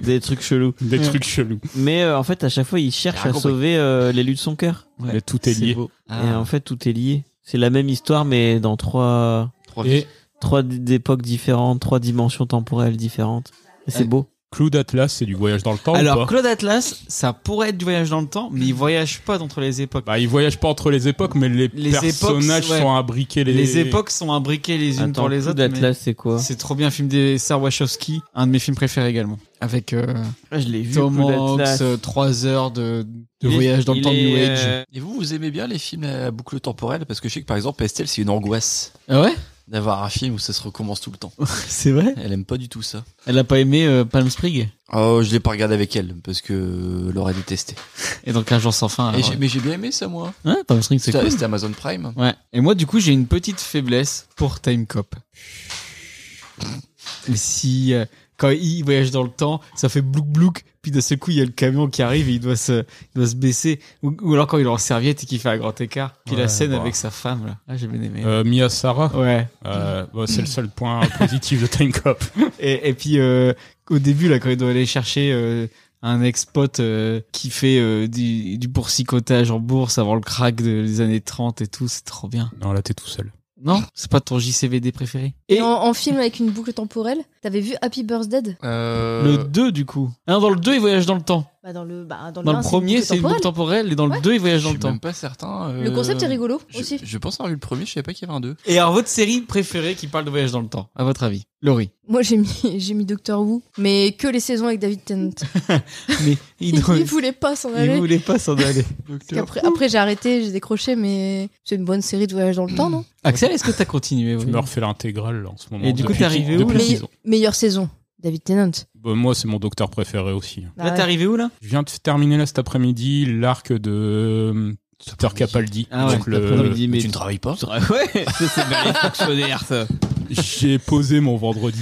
C: des trucs chelous.
E: des trucs chelous.
C: Mais euh, en fait, à chaque fois, il cherche à
D: compris.
C: sauver euh, l'élu de son cœur.
E: Mais tout est lié.
D: Ah.
C: Et en fait, tout est lié. C'est la même histoire, mais dans trois,
E: Et
C: trois d- époques différentes, trois dimensions temporelles différentes. Et C'est
D: Ouais.
C: beau.
E: Clou d'Atlas, c'est du voyage dans le temps Oh, ou
A: Alors
E: pas
A: Claude Atlas, ça pourrait être du voyage dans le temps, mais il voyage pas entre les époques.
E: bah, ils voyagent pas entre les époques, mais les,
A: Les époques,
E: personnages
A: ouais.
E: sont imbriqués. Les,
A: les... époques sont imbriquées les unes
C: Attends,
A: dans les
C: Clou
A: autres. mais-
C: d'Atlas, c'est quoi
A: Hein. C'est trop bien, un film des Sarah Wachowski, un de mes films préférés également. Avec euh,
C: Ah, Je l'ai vu.
A: Tom
C: Clou
A: Hanks,
C: d'Atlas.
A: euh, trois heures de, de
C: Il est-
A: voyage dans le
C: il
A: temps New
C: est,
A: Age.
C: euh,
D: Et vous, vous aimez bien les films à boucle temporelle Parce que je sais que par exemple, Estelle, c'est une angoisse
A: Ah ouais
D: d'avoir un film où ça se recommence tout le temps.
A: C'est vrai
D: Elle aime pas du tout ça.
A: Elle a pas aimé euh, Palm Spring
D: Oh, je l'ai pas regardé avec elle parce que euh, elle aurait détesté.
A: Et donc Un jour sans fin.
D: Et
A: alors,
D: j'ai- mais j'ai bien aimé ça, moi.
A: ouais. Hein, Palm Spring, c'est
D: C'était
A: cool.
D: c'était Amazon Prime.
A: Ouais. Et moi, du coup, j'ai une petite faiblesse pour Time Cop. Mais si, euh, quand il voyage dans le temps, ça fait blouc blouc, puis d'un seul coup, il y a le camion qui arrive et il doit se, il doit se baisser. Ou, ou alors quand il est en serviette et qu'il fait un grand écart. Puis la
E: Ouais,
A: scène
E: bah.
A: avec sa femme, là. Ah, j'ai bien aimé.
E: Euh, Mia Sara,
A: Ouais.
E: euh, bah, c'est le seul point positif de Time Cop.
A: Et, et puis euh, au début là quand il doit aller chercher euh, un ex-pote euh, qui fait euh, du, du boursicotage en bourse avant le crack de- des années 30 et tout, c'est trop bien.
E: Non, là, t'es tout seul.
A: Non, c'est pas ton JCVD préféré.
B: Et,
A: Et
B: en, en film avec une boucle temporelle, t'avais vu Happy Birthday
D: Euh,
A: le 2 du coup. Ah non, dans le 2 il voyage dans le temps.
B: bah Dans le, bah, dans
A: Dans le
B: un,
A: premier c'est une boucle
B: temporelle.
A: temporelle et dans le
B: Ouais.
A: 2 il
D: je
A: voyage dans
D: suis
A: le temps.
D: même pas certain. euh,
B: Le concept est rigolo
D: je-
B: aussi.
D: Je pense avoir vu le premier, je savais pas qu'il y avait un 2.
A: Et alors votre série préférée qui parle de voyage dans le temps, à votre avis Laurie.
B: Moi j'ai mis, j'ai mis Doctor Who, mais que les saisons avec David Tennant.
A: Mais
B: Il,
A: il, ne-
B: voulait pas s'en
A: il
B: aller.
A: voulait pas s'en aller.
B: Parce qu'après- après, j'ai arrêté, j'ai décroché, mais c'est une bonne série de voyage dans le temps, non
A: Axel, est-ce que t'as continué
E: Je
A: oui
E: me refais l'intégrale là, en ce moment.
A: Et du coup,
E: Depuis
A: t'es arrivé
E: qu'ils-
A: où, là
E: depuis
B: Mais-
E: qu'ils ont-
B: Meilleure saison, David Tennant.
E: Bah, Moi, c'est mon docteur préféré aussi.
B: Bah
A: Là
B: ouais.
A: t'es arrivé où là
E: Je viens de terminer là cet après-midi l'arc de euh, Peter Capaldi.
A: Ah ouais,
E: Donc,
A: cet
E: le-
A: après-midi.
D: Tu ne travailles pas
C: Ouais, ça, c'est bien les fonctionnaires, ça.
E: J'ai posé mon vendredi.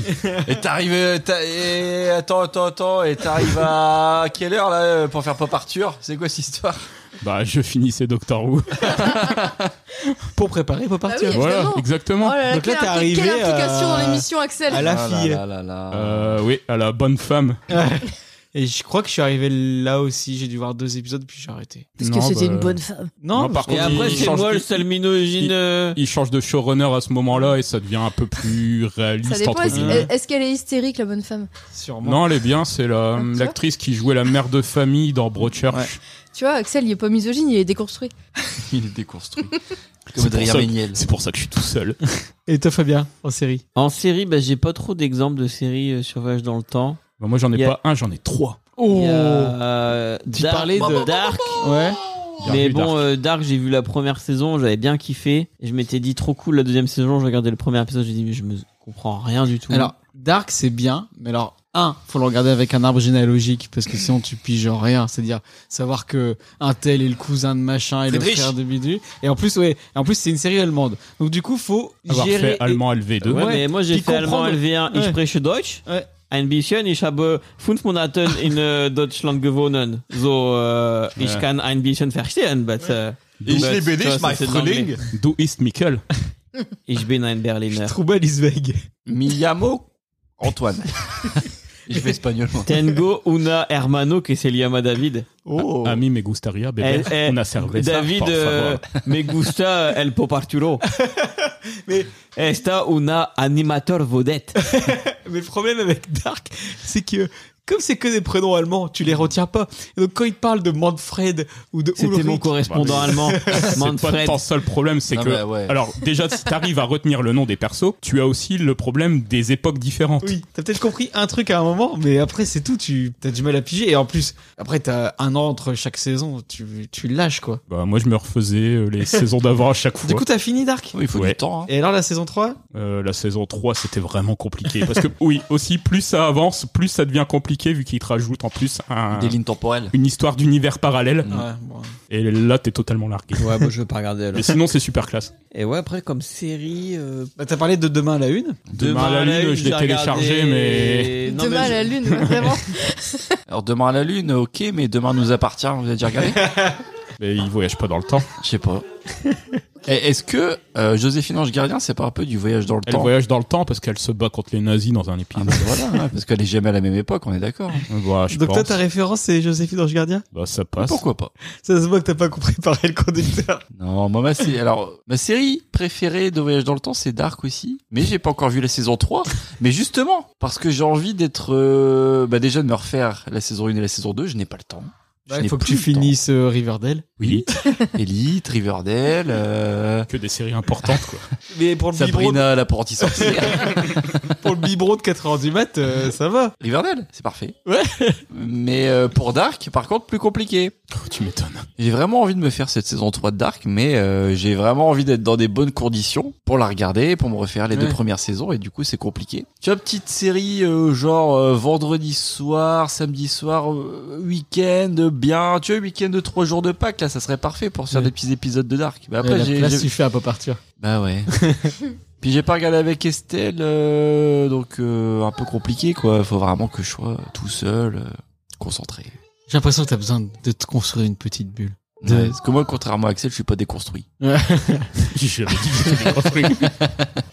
D: Et t'arrives. euh, t'as- et Attends, attends, attends. Et t'arrives à quelle heure là euh, pour faire Pop Arthur C'est quoi cette histoire
E: Bah, je finissais Doctor Who.
A: Pour préparer, pour partir.
B: oui,
E: voilà,
B: évidemment.
E: exactement.
B: Oh là là,
A: Donc là,
B: quelle
A: t'es
B: impli-
A: arrivé
B: Quelle implication dans
A: à-
B: l'émission, Axel
A: à la
D: Ah là
A: fille.
D: là là là.
E: Euh, oui, à la bonne femme.
A: Et je crois que je suis arrivé là aussi. J'ai dû voir deux épisodes puis j'ai arrêté.
B: Parce
E: Non,
B: que c'était
E: bah,
B: une bonne femme.
A: Non,
E: Non, par
A: parce
C: Et
A: que-
C: après,
E: Il
C: c'est
E: change
C: moi le
E: plus.
C: seul misogyne.
E: Il-
C: euh,
E: Il change de showrunner à ce moment-là et ça devient un peu plus réaliste.
B: Ça dépend,
E: entre
B: est-ce
E: guillemets.
B: est-ce qu'elle est hystérique, la bonne femme
A: sûrement.
E: Non, elle est bien, c'est la-
B: tu vois
E: l'actrice qui jouait la mère de famille dans Broadchurch.
A: Ouais.
B: Tu vois, Axel, il est pas misogyne, il est déconstruit.
D: il est déconstruit.
E: C'est
D: Comme
E: pour
D: Adrien
E: ça que-
D: Méniel.
E: C'est pour ça que je suis tout seul.
A: Et toi, Fabien, en série
C: En série, bah, j'ai pas trop d'exemples de séries euh, sur Voyage dans le temps.
E: Bah, moi, j'en ai
C: Il y a-
E: pas un, j'en ai trois.
C: Il
A: Oh
C: y a, euh,
A: Tu
C: Dark-
A: parlais de-
C: Dark.
A: Ouais.
C: Mais
E: Bienvenue, Dark.
C: bon, euh, Dark, j'ai vu la première saison, j'avais bien kiffé. Et je m'étais dit trop cool la deuxième saison. Je regardais le premier épisode, j'ai dit mais je me comprends rien du tout.
A: Alors, Dark, c'est bien, mais alors, un, faut le regarder avec un arbre généalogique, parce que sinon tu piges en rien. C'est-à-dire savoir que un tel est le cousin de machin et
D: Friedrich.
A: le frère de bidule. Et en plus, ouais, et en plus, c'est une série allemande. Donc, du coup, faut
E: Avoir
A: gérer.
E: fait allemand LV2.
C: euh, ouais,
A: ouais,
C: mais moi j'ai
A: puis
C: fait allemand
A: comprendre-
C: LV1, ich
A: Ouais.
C: spreche Deutsch.
A: Ouais.
C: Ein bisschen, ich habe fünf Monate in äh, Deutschland gewohnt. So, äh, ich
E: Ouais.
C: kann ein bisschen verstehen, but, äh,
D: Ich
C: but,
D: liebe dich,
C: tu vois, ça,
D: my
C: c'est de
D: Frühling.
C: l'anglais.
E: Do East Mikkel.
C: Ich bin ein Berliner.
A: Trouble Isweg.
D: Miyamo Antoine. Je fais espagnol, moi.
C: Tengo una hermano que se llama David.
D: Oh.
E: Ami me gustaría, bébé.
C: Eh, eh,
E: On a servi ça,
C: David
E: por
C: euh,
E: favor.
C: me gusta el pop Arturo. Mais esta una animateur vedette.
A: Mais le problème avec Dark, c'est que comme c'est que des prénoms allemands, tu les retiens pas. Et donc quand ils parlent de Manfred ou de
C: C'était
A: Ulrich,
C: mon correspondant allemand,
E: Bah, C'est pas
C: Manfred.
E: ton seul problème, c'est
D: Non,
E: que.
D: mais ouais.
E: Alors, déjà, si t'arrives à retenir le nom des persos, tu as aussi le problème des époques différentes.
A: Oui, t'as peut-être compris un truc à un moment, mais après c'est tout, tu t'as du mal à piger. Et en plus, après t'as un an entre chaque saison, tu, tu lâches quoi.
E: Bah, moi, je me refaisais euh, les saisons d'avant à chaque fois.
A: Du coup, t'as fini Dark
D: Oui, il faut
E: Ouais.
D: du temps. hein.
A: Et alors la saison 3
E: Euh, la saison 3, c'était vraiment compliqué. Parce que, oui, aussi, plus ça avance, plus ça devient compliqué, vu qu'ils te rajoutent en plus un-
D: Des lignes temporelles.
E: une histoire d'univers parallèle.
D: Mm.
A: Ouais, bon.
E: Et là, t'es totalement largué.
C: Ouais, moi je veux pas regarder
E: Mais sinon, c'est super classe.
C: Et ouais, après comme série. euh,
A: Bah, t'as parlé de Demain à la Une
E: Demain à Bah, la Lune, je l'ai
C: j'ai
E: téléchargé,
C: regardé- Non,
B: Demain
C: mais
B: à
C: je-
B: la lune, vraiment.
D: Alors, demain à la lune, ok, mais demain nous appartient. Vous avez déjà regardé
E: Mais ils voyagent pas dans le temps.
D: Je sais pas. Et Est-ce que euh, Joséphine Ange Gardien, c'est pas un peu du voyage dans le
E: Elle
D: temps
E: voyage dans le temps parce qu'elle se bat contre les nazis dans un
D: Ah,
E: épisode.
D: bah, voilà, ouais, parce qu'elle est jamais à la même époque, on est d'accord.
E: Voilà, je
A: Donc toi
E: pense.
A: ta référence c'est Joséphine Ange Gardien
E: Bah, ça
A: Ah,
E: passe.
D: Pourquoi pas
A: Ça se voit que t'as pas compris pareil le conducteur.
D: Non, moi, ma, sé- alors, ma série préférée de Voyage dans le Temps, c'est Dark aussi. Mais j'ai pas encore vu la saison 3. Mais justement, parce que j'ai envie d'être. euh, bah, déjà, de me refaire la saison 1 et la saison 2, je n'ai pas le temps. Je
A: Il
D: n'ai
A: faut que
D: plus
A: tu
D: le temps.
A: finisses euh, Riverdale.
D: Oui. Elite, Riverdale, euh,
E: Que des séries importantes, quoi.
A: Mais pour le biberon,
D: Sabrina, l'apprenti sorcière.
A: pour le biberon de 4h du mat, euh, ça va.
D: Riverdale, c'est parfait.
A: Ouais.
D: Mais euh, pour Dark, par contre, plus compliqué.
E: Oh, tu m'étonnes.
D: J'ai vraiment envie de me faire cette saison 3 de Dark, mais euh, j'ai vraiment envie d'être dans des bonnes conditions pour la regarder, pour me refaire les deux
A: Ouais.
D: premières saisons, et du coup c'est compliqué. Tu vois, petite série euh, genre euh, vendredi soir, samedi soir, euh, week-end, euh, bien, tu vois, week-end de 3 jours de Pâques, là ça serait parfait pour se faire
A: Ouais.
D: des petits épisodes de Dark. Mais
A: Après,
D: après,
A: la
D: j'ai...
A: place
D: j'ai-
A: suffit à pas partir.
D: Bah ouais. Puis j'ai pas regardé avec Estelle, euh, donc euh, un peu compliqué quoi, faut vraiment que je sois tout seul, euh, concentré.
A: J'ai l'impression que t'as besoin de te construire une petite bulle. De-
D: Ouais, parce que moi, contrairement à Axel, je suis pas déconstruit.
E: J'ai jamais dit que j'étais dans un truc.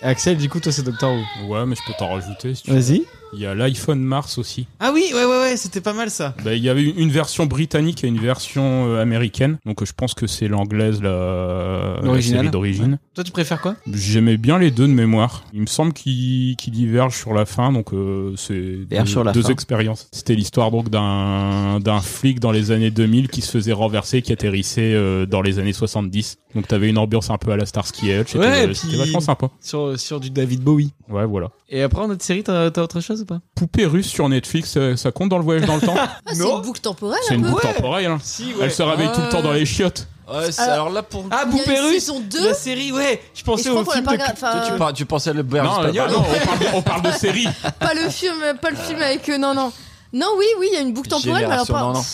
A: Axel, du coup, toi, c'est Doctor Who.
E: Ouais, mais je peux t'en rajouter si tu veux.
A: Vas-y.
E: Il y a l'iPhone Mars aussi.
A: Ah oui, ouais, ouais, ouais, c'était pas mal ça.
E: Bah, il y avait une version britannique et une version euh, américaine. Donc euh, je pense que c'est l'anglaise, la, la
A: L'original.
E: série d'origine.
A: Toi, tu préfères quoi
E: J'aimais bien les deux de mémoire. Il me semble qu'ils qu'ils divergent sur la fin, donc euh, c'est
C: Divergent
E: deux,
C: sur la
E: deux
C: fin.
E: expériences. C'était l'histoire donc d'un d'un flic dans les années 2000 qui se faisait renverser, qui atterrissait euh, dans les années 70. Donc t'avais une ambiance un peu à la Starsky Hutch. C'était- euh,
A: Ouais,
E: c'était
A: puis-
E: vachement sympa.
A: sur, sur du David Bowie.
E: Ouais, voilà.
A: Et après, en autre série, t'as t'as autre chose ou pas
E: Poupée russe sur Netflix, euh, ça compte dans le voyage dans le temps.
B: Ah, c'est une boucle temporelle
E: C'est
B: un
E: une
B: peu.
E: boucle temporelle. hein.
A: Si,
E: Elle se réveille tout le temps dans les chiottes.
D: Ouais, c'est-
B: Ah.
D: alors là, pour
A: Ah,
B: Il y
A: Poupée
B: a une
A: Russe
B: saison 2
A: La série, ouais Je
B: et je
A: pensais
B: crois
A: au
B: qu'on l'a
A: film
B: pas
A: de...
B: regardé.
D: Toi, tu,
B: Enfin, euh,
D: parles, tu pensais à le berge
E: Non,
A: Ah
D: espagnol
E: bah
C: Ah
E: non, on parle, de- on parle de série.
B: pas le film, pas le film avec eux, non, non. Non, oui, oui, il y a une boucle temporelle, mais alors
D: Euh. Génération,
B: pas.
D: non, non.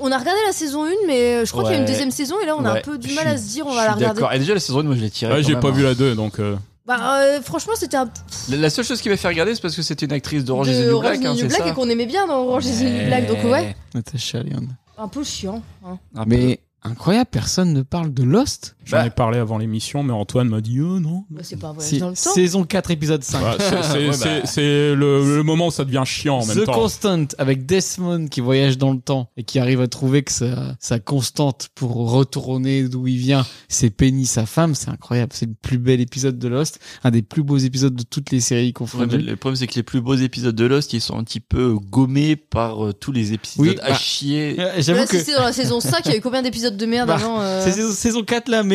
B: On a regardé la saison 1, mais euh, je crois qu'il y a une
D: Ouais.
B: deuxième saison, et là on a
D: Ouais,
B: un peu du
D: je
B: mal
D: suis-
B: à se dire on
D: je
B: va
D: suis
B: la regarder.
D: d'accord. Et déjà, la saison 1, moi, je l'ai tirée.
E: Ouais,
D: quand
E: j'ai
D: même,
E: pas
D: hein.
E: vu la 2, donc. euh,
B: Bah, euh, franchement, c'était un.
D: la... La seule chose qui m'a fait regarder, c'est parce que c'était une actrice d'Orange is the
B: de
D: New
B: Orange
D: Black.
B: is the
D: hein,
B: New
D: c'est
B: Black
D: ça.
B: et qu'on aimait bien dans Orange is the New Black, donc ouais,
A: Natasha Lyon.
B: un peu chiant. hein.
D: Un peu.
A: Ah, Mais incroyable, personne ne parle de Lost
E: J'en
D: Bah.
E: ai parlé avant l'émission, mais Antoine m'a dit Oh non.
B: Bah, c'est pas vrai,
A: Si.
B: dans le temps.
A: Saison 4, épisode 5.
E: Bah, c'est- c'est
D: Ouais, bah.
E: c'est- c'est le, le moment où ça devient chiant en même
A: The
E: temps.
A: Constant avec Desmond qui voyage dans le temps et qui arrive à trouver que sa, sa constante pour retourner d'où il vient, c'est Penny, sa femme, c'est incroyable. C'est le plus bel épisode de Lost, un des plus beaux épisodes de toutes les séries
D: Ouais, mais
A: confondues.
D: le problème, c'est que les plus beaux épisodes de Lost, ils sont un petit peu gommés par euh, tous les épisodes
A: Oui,
D: à
A: bah.
D: chier.
A: Euh,
B: Mais
A: J'avoue
B: Là,
A: que
B: si c'est dans la saison 5, il y a eu combien d'épisodes épisode de merde
A: Bah,
B: avant. euh,
A: C'est saison, 4 là, mais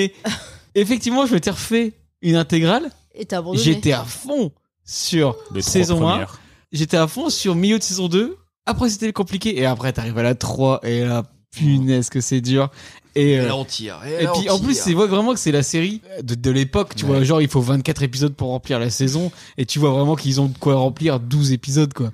A: effectivement, je m'étais refait une intégrale.
B: Et t'as abandonné.
A: J'étais à fond sur
E: Les trois
A: saison 1.
E: premières.
A: J'étais à fond sur milieu de saison 2. Après, c'était compliqué. Et après, t'arrives à la 3. Et là, punaise que c'est dur. Et, euh,
D: là, on tire.
A: et
D: là,
A: puis,
D: on
A: en plus,
D: tire.
A: c'est vrai- vraiment que c'est la série de, de l'époque. Tu
D: Ouais.
A: vois, genre, il faut 24 épisodes pour remplir la saison. Et tu vois vraiment qu'ils ont de quoi remplir 12 épisodes, quoi.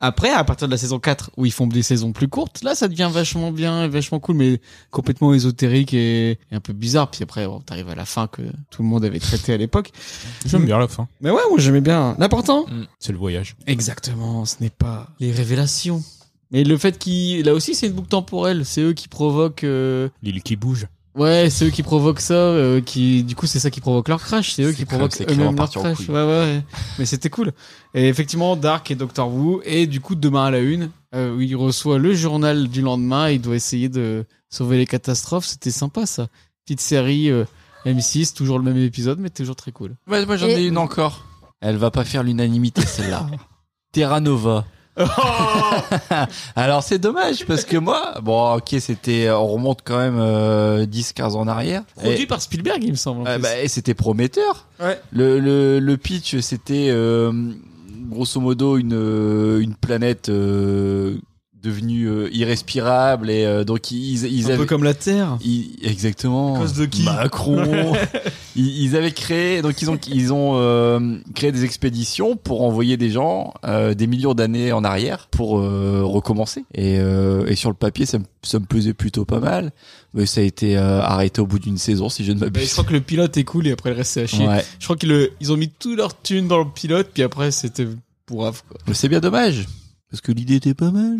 A: Après, à partir de la saison 4, où ils font des saisons plus courtes, là, ça devient vachement bien et vachement cool, mais complètement ésotérique et, et un peu bizarre. Puis après, bon, t'arrives à la fin que tout le monde avait traité à l'époque.
E: J'aime bien la fin.
A: Mais ouais, moi, j'aimais bien. L'important,
E: C'est le voyage.
A: Exactement, ce n'est pas les révélations. Mais le fait qu'il, là aussi, c'est une boucle temporelle. C'est eux qui provoquent, euh,
E: L'île qui bouge.
A: ouais, c'est eux qui provoquent ça, euh, qui, du coup, c'est ça qui provoque leur crash. C'est eux
D: C'est
A: qui
D: quand même-
A: provoquent
D: c'est clairement
A: eux-mêmes leur
D: parti en
A: crash.
D: couille.
A: Ouais, ouais, ouais. Mais c'était cool. Et effectivement, Dark et Doctor Who, et du coup, demain à la une, euh, où il reçoit le journal du lendemain, et il doit essayer de sauver les catastrophes. C'était sympa, ça. Petite série euh, M6, toujours le même épisode, mais toujours très cool.
D: Ouais, moi, j'en
B: Et-
D: ai une encore. Elle va pas faire l'unanimité, celle-là. Terra Nova.
A: Oh
D: Alors c'est dommage parce que moi, bon ok c'était, on remonte quand même 10-15 ans en arrière.
A: Produit
D: Et-
A: par Spielberg, il me semble. en
D: Ouais,
A: plus.
D: bah, et c'était prometteur.
A: Ouais.
D: Le, le, le pitch, c'était euh, grosso modo une, euh, une planète euh, devenue euh, irrespirable et euh, donc ils, ils
A: un
D: avaient.
A: peu comme la Terre.
D: ils- exactement.
A: À cause de qui
D: Macron. ils, ils avaient créé, donc ils ont, ils ont euh, créé des expéditions pour envoyer des gens euh, des millions d'années en arrière pour euh, recommencer. Et, euh, et sur le papier, ça me, ça me plaisait plutôt pas mal. Mais ça a été euh, arrêté au bout d'une saison, si je ne
A: Bah, je
D: m'abuse.
A: crois que le pilote est cool et après le reste c'est à chier.
D: Euh, Ouais.
A: Je crois qu'ils ils ont mis tout leur thune dans le pilote puis après c'était pourrave quoi.
D: Mais C'est bien dommage. Parce que l'idée était pas mal.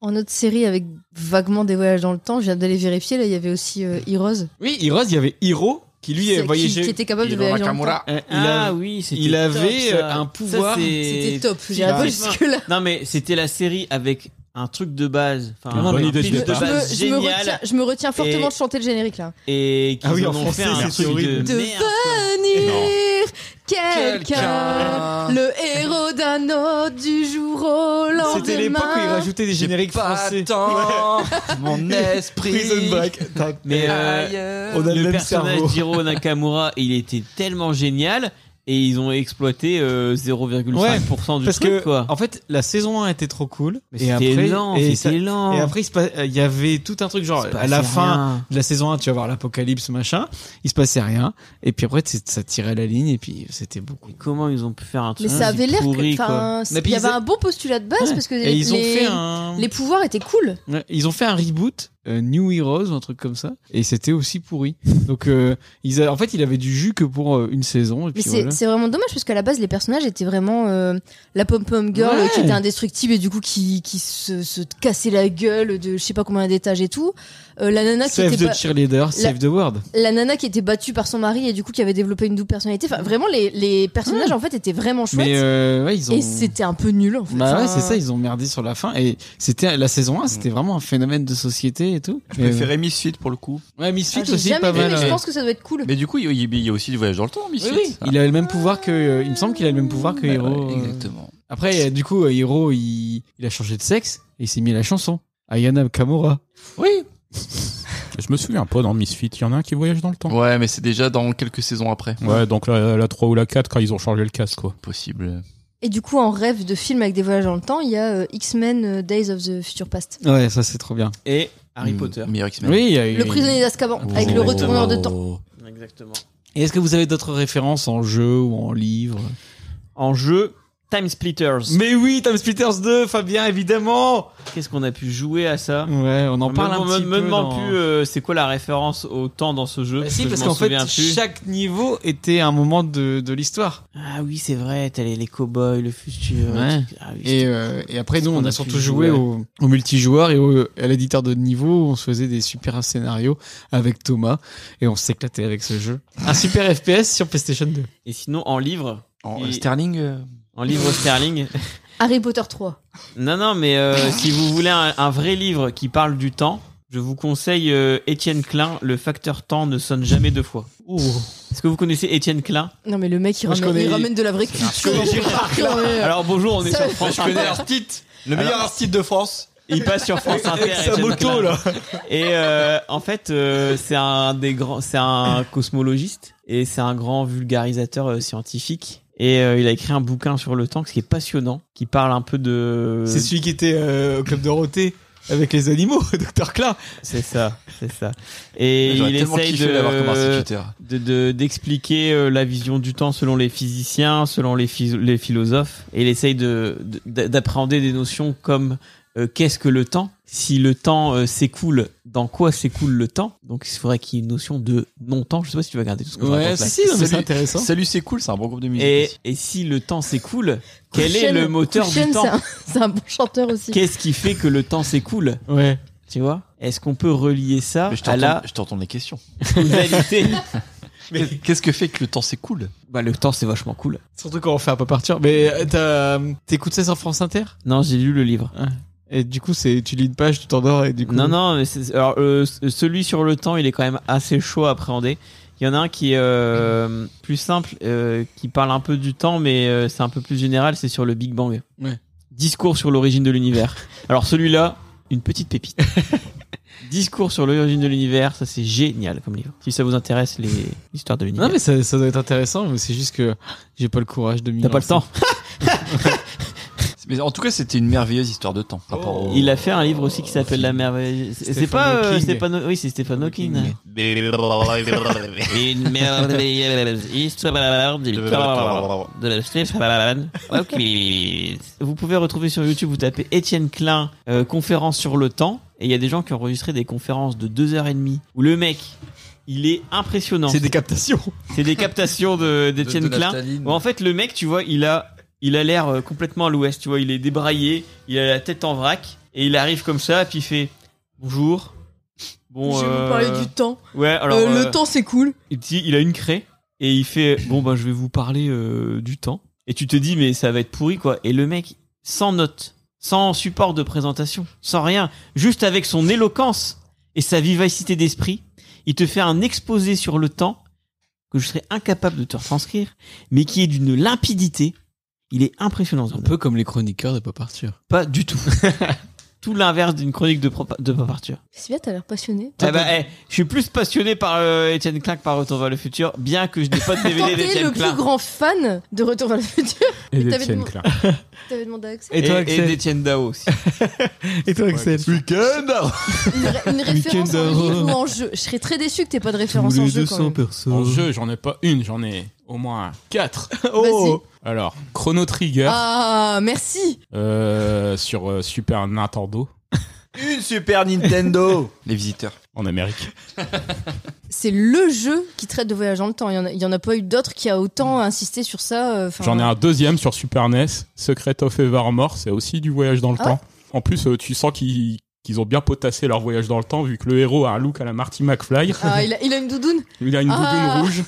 B: En autre série avec vaguement des voyages dans le temps, je viens d'aller vérifier, là il y avait aussi euh, Heroes.
A: Oui, Heroes, il y avait Hiro qui lui
B: C'est-
A: est
B: qui-
A: voyagé.
B: qui était capable de voyager dans le temps.
A: Euh, il
C: Ah
A: a-
C: oui, c'était
A: il
C: top,
A: avait,
C: ça.
A: euh, un
C: Ça,
A: pouvoir.
C: c'est-
B: C'était top, j'ai
C: Bah,
B: adoré
C: franchement.
B: jusque-là.
C: Non mais c'était la série avec un truc de base, enfin
E: Une
C: un
E: bonne idée de
C: pitch de
E: départ.
B: Je me,
C: base
B: je me retiens,
C: génial
B: je me retiens fortement
C: Et-
B: de chanter le générique là.
C: et qu'ils
A: Ah oui,
C: en,
A: en
C: ont
A: français,
C: fait un
A: c'est
C: truc
A: horrible.
C: de merde.
B: Devenir quelqu'un, le héros d'un autre du jour au lendemain.
A: C'était l'époque où ils rajoutaient des génériques français.
D: Attends, mon esprit.
A: Prison Break. Tac.
C: Mais euh,
A: On a le
C: le
A: même
C: personnage
A: cerveau.
C: d'Hiro Nakamura, il était tellement génial et ils ont exploité euh, 0,5% du
A: Parce
C: truc
A: que
C: quoi.
A: en fait la saison 1 était trop cool
C: Mais
A: et après
C: c'était lent,
A: et, ça-
C: c'était lent.
A: et après il se passe- il y avait tout un truc genre
C: Il se
A: à la
C: passait
A: fin
C: rien.
A: de la saison 1 tu vas voir l'apocalypse machin, il se passait rien et puis après c'est- ça tirait la ligne et puis c'était beaucoup.
C: Mais comment ils ont pu faire un truc
B: Mais ça
C: aussi
B: avait l'air
C: pourri,
B: que.
C: quoi.
B: enfin,
A: Mais
B: Il
A: puis
B: y
A: ils
B: avait
A: a-
B: un bon postulat de base
A: Ouais.
B: parce que
A: Et
B: les,
A: ils ont
B: les-
A: fait un
B: les pouvoirs étaient cool.
A: Ouais, Ils ont fait un reboot, euh, New Heroes ou un truc comme ça, et c'était aussi pourri. Donc, euh, ils a- en fait, il avait du jus que pour euh, une saison. Et
B: Mais
A: puis
B: c'est
A: voilà.
B: c'est vraiment dommage parce qu'à la base les personnages étaient vraiment euh, la pom pom girl
A: Ouais.
B: qui était indestructible et du coup qui, qui se, se cassait la gueule de je sais pas combien d'étages et tout. Euh, la nana qui
A: Save
B: était
A: the
B: pas-
A: cheerleader, save the world.
B: la nana qui était battue par son mari et du coup qui avait développé une double personnalité. Enfin vraiment les, les personnages en fait étaient vraiment chouettes
A: Mais euh, ouais, ils ont.
B: et c'était un peu nul en fait.
A: Bah ouais,
B: Enfin,
A: c'est ça, ils ont merdé sur la fin. Et c'était la saison 1, c'était vraiment un phénomène de société et tout.
D: Je
A: Mais,
D: préférais Misfit pour le coup.
A: euh, Ouais, Misfit
B: ah, j'ai
A: aussi,
B: jamais
A: pas
B: vu,
A: mal. euh,
B: mais je
A: ouais.
B: pense que ça doit être cool.
D: Mais du coup, il y, il y a aussi du voyage dans le temps, Misfit.
A: Il avait le même pouvoir que. euh, il me semble qu'il a le même pouvoir que
D: Bah Ouais,
A: Hiro.
D: ouais,
A: euh.
D: exactement.
A: Après, euh, du coup, euh, Hiro, il... il a changé de sexe et il s'est mis à la chanson. Ayana Kamura. Oui.
E: Je me souviens pas dans Misfit, il y en a un qui voyage dans le temps.
D: Ouais, mais c'est déjà dans quelques saisons après.
E: Ouais, donc la, la 3 ou la 4 quand ils ont changé le casque quoi.
D: Possible.
B: Et du coup en rêve de film avec des voyages dans le temps, il y a euh, X-Men euh, Days of the Future Past.
A: Ouais, ça c'est trop bien.
C: Et Hmm. Harry
D: Mm,
C: Potter.
D: meilleur X-Men.
A: Oui, il y a eu-
B: Le prisonnier d'Azkaban
A: Oh.
B: avec le retourneur de temps.
C: Exactement.
A: Et est-ce que vous avez d'autres références en jeu ou en livre
C: En jeu Time Splitters.
A: Mais oui, Time Splitters 2, Fabien, évidemment
C: Qu'est-ce qu'on a pu jouer à ça
A: Ouais, on en
C: Me-
A: parle
C: me,
A: un petit
C: me
A: peu.
C: demande
A: dans-
C: plus euh, c'est quoi la référence au temps dans ce jeu
A: Bah si,
C: que
A: parce
C: je m'en
A: qu'en fait,
C: souviens plus.
A: chaque niveau était un moment de, de l'histoire.
C: Ah oui, c'est vrai, t'as les, les cow-boys, le futur.
A: Ouais.
C: Ah oui,
A: Et, euh, et après, nous, on,
C: On
A: a
C: a
A: surtout
C: pu
A: joué
C: jouer.
A: au, au multijoueur et au- à l'éditeur de niveau. où On se faisait des super scénarios avec Thomas et on s'éclatait avec ce jeu. Un super FPS sur PlayStation 2.
C: Et sinon, en livre,
D: En,
C: Et-
D: euh, Sterling euh,
C: en livre sterling.
B: Harry Potter 3.
C: Non, non, mais euh, si vous voulez un, un vrai livre qui parle du temps, je vous conseille euh, Étienne Klein, Le facteur temps ne sonne jamais deux fois. Est-ce que vous connaissez Étienne Klein
B: Non mais le mec il
A: Moi, je
B: ramène,
A: connais-
B: il ramène de la vraie culture.
A: connais Gérard
B: Non, mais, euh,
C: Alors bonjour, on est
B: Ça-
C: sur France
D: Je connais
C: Inter.
D: Artit, le meilleur Artit de France.
C: Il passe sur France Inter.
A: Avec sa
C: et
A: moto,
C: Jean-Claude.
A: là.
C: Et euh, en fait, euh, c'est un des grands, c'est un cosmologiste et c'est un grand vulgarisateur euh, scientifique. Et euh, il a écrit un bouquin sur le temps, ce qui est passionnant, qui parle un peu de.
A: C'est celui qui était euh, au club Dorothée avec les animaux, docteur Kla.
C: C'est ça, c'est ça. Et
D: J'aurais
C: il
D: tellement
C: essaye
D: kiffé d'avoir comme
C: de
D: instituteur.
C: de- de- d'expliquer euh, la vision du temps selon les physiciens, selon les, phys- les philosophes, et il essaye de de- d'appréhender des notions comme euh, qu'est-ce que le temps, si le temps euh, s'écoule, dans quoi s'écoule le temps. Donc il faudrait qu'il y ait une notion de non-temps. Je sais pas si tu vas garder tout ce que je
A: Ouais,
C: raconte là.
A: si, si, non, mais c'est
D: Salut.
A: intéressant.
D: Salut, c'est cool, c'est un bon groupe de musique.
C: Et,
D: aussi.
C: et si le temps s'écoule, quel est
B: Kouchen-
C: le moteur
B: Kouchen,
C: du temps
B: c'est un- C'est un bon chanteur aussi.
C: Qu'est-ce qui fait que le temps s'écoule
A: Ouais.
C: Tu vois Est-ce qu'on peut relier ça
D: Mais je
C: à
D: t'entends
C: la
D: je t'entends les questions.
C: causalité
D: Qu'est-ce que fait que le temps s'écoule
C: Bah le temps c'est vachement cool.
A: Surtout quand on fait un peu partir. Mais euh, t'as- t'écoutes ça sur France Inter
C: Non, j'ai lu le livre.
A: Et du coup, c'est tu lis une page, tu t'endors et du coup.
C: Non, non, mais c'est- alors, euh, c- celui sur le temps, il est quand même assez chaud à appréhender. Il y en a un qui est euh, plus simple, euh, qui parle un peu du temps, mais euh, c'est un peu plus général, c'est sur le Big Bang.
A: Ouais.
C: Discours sur l'origine de l'univers. Alors celui-là, une petite pépite. Discours sur l'origine de l'univers, ça c'est génial comme livre. Si ça vous intéresse, les histoires de l'univers.
A: Non, mais ça, ça doit être intéressant, mais c'est juste que j'ai pas le courage de m'y
C: T'as pas le
A: lancer.
C: temps.
D: Mais en tout cas, c'était une merveilleuse histoire de temps. par rapport au-
C: Il a fait un livre aussi qui s'appelle La merveilleuse. C'est- C'est
A: Stephen
C: pas euh,
A: Hawking.
C: Stephen Oui, c'est Stephen Hawking.
A: Hawking.
C: Une merveilleuse histoire du temps de Stéphane Hawking. Vous pouvez retrouver sur YouTube, vous tapez Étienne Klein, euh, conférence sur le temps. Et il y a des gens qui ont enregistré des conférences de 2h30 où le mec, il est impressionnant.
A: C'est des captations.
C: C'est des captations de- d'Étienne
D: de- de la
C: Klein.
D: Staline.
C: Bon, en fait, le mec, tu vois, il a, il a l'air euh, complètement à l'ouest. Tu vois, il est débraillé, il a la tête en vrac, et il arrive comme ça, puis il fait bonjour. Bon,
B: Je vais
C: euh,
B: vous parler du temps.
C: Ouais, alors
B: Euh,
C: euh,
B: Le temps, c'est cool.
C: il, dit- il a une craie et il fait bon bah je vais vous parler euh, du temps. Et tu te dis mais ça va être pourri quoi. Et le mec sans notes, sans support de présentation, sans rien, juste avec son éloquence et sa vivacité d'esprit, il te fait un exposé sur le temps que je serais incapable de te retranscrire, mais qui est d'une limpidité. Il est impressionnant. ce
A: Un
C: bonhomme.
A: peu comme les chroniqueurs de Pop Arthur.
C: Pas du tout. tout l'inverse d'une chronique de, Pro- de Pop Arthur.
B: Sylvia, t'as l'air passionnée.
C: Eh ben, eh, je suis plus passionné par euh, Etienne Klein que par Retour vers le futur, bien que je n'ai pas de
B: Quand
C: DVD
B: t'es le
C: d'Etienne
B: plus
C: Klein.
B: grand fan de Retour vers le futur,
E: Et
B: t'avais
E: d'Étienne
B: demandé-
E: Klein.
B: t'avais demandé à Axel.
A: Et toi,
C: et
A: Axel
C: d'Etienne Dao aussi.
A: Et toi, Axel
D: Week-end
B: Une, ré- une référence en
A: Weekend
B: livre
A: Hour.
B: ou en jeu. Je serais très déçu que t'aies pas de référence en jeu quand même.
E: En
A: personnes.
E: jeu, j'en ai pas une, j'en ai au moins quatre.
A: Oh
E: Alors, Chrono Trigger
B: Ah, merci.
E: euh, sur euh, Super Nintendo
D: Une Super Nintendo Les visiteurs.
E: en Amérique.
B: C'est le jeu qui traite de voyage dans le temps. Il y en a, il y en a pas eu d'autres qui a autant insisté sur ça. euh, enfin,
E: J'en ai un deuxième sur Super NES, Secret of Evermore, c'est aussi du voyage dans le
B: Ah
E: temps. En plus, euh, tu sens qu'ils qu'ils ont bien potassé leur voyage dans le temps, vu que le héros a un look à la Marty McFly.
B: Ah, il a, il a une doudoune.
E: Il a une
B: Ah.
E: doudoune rouge.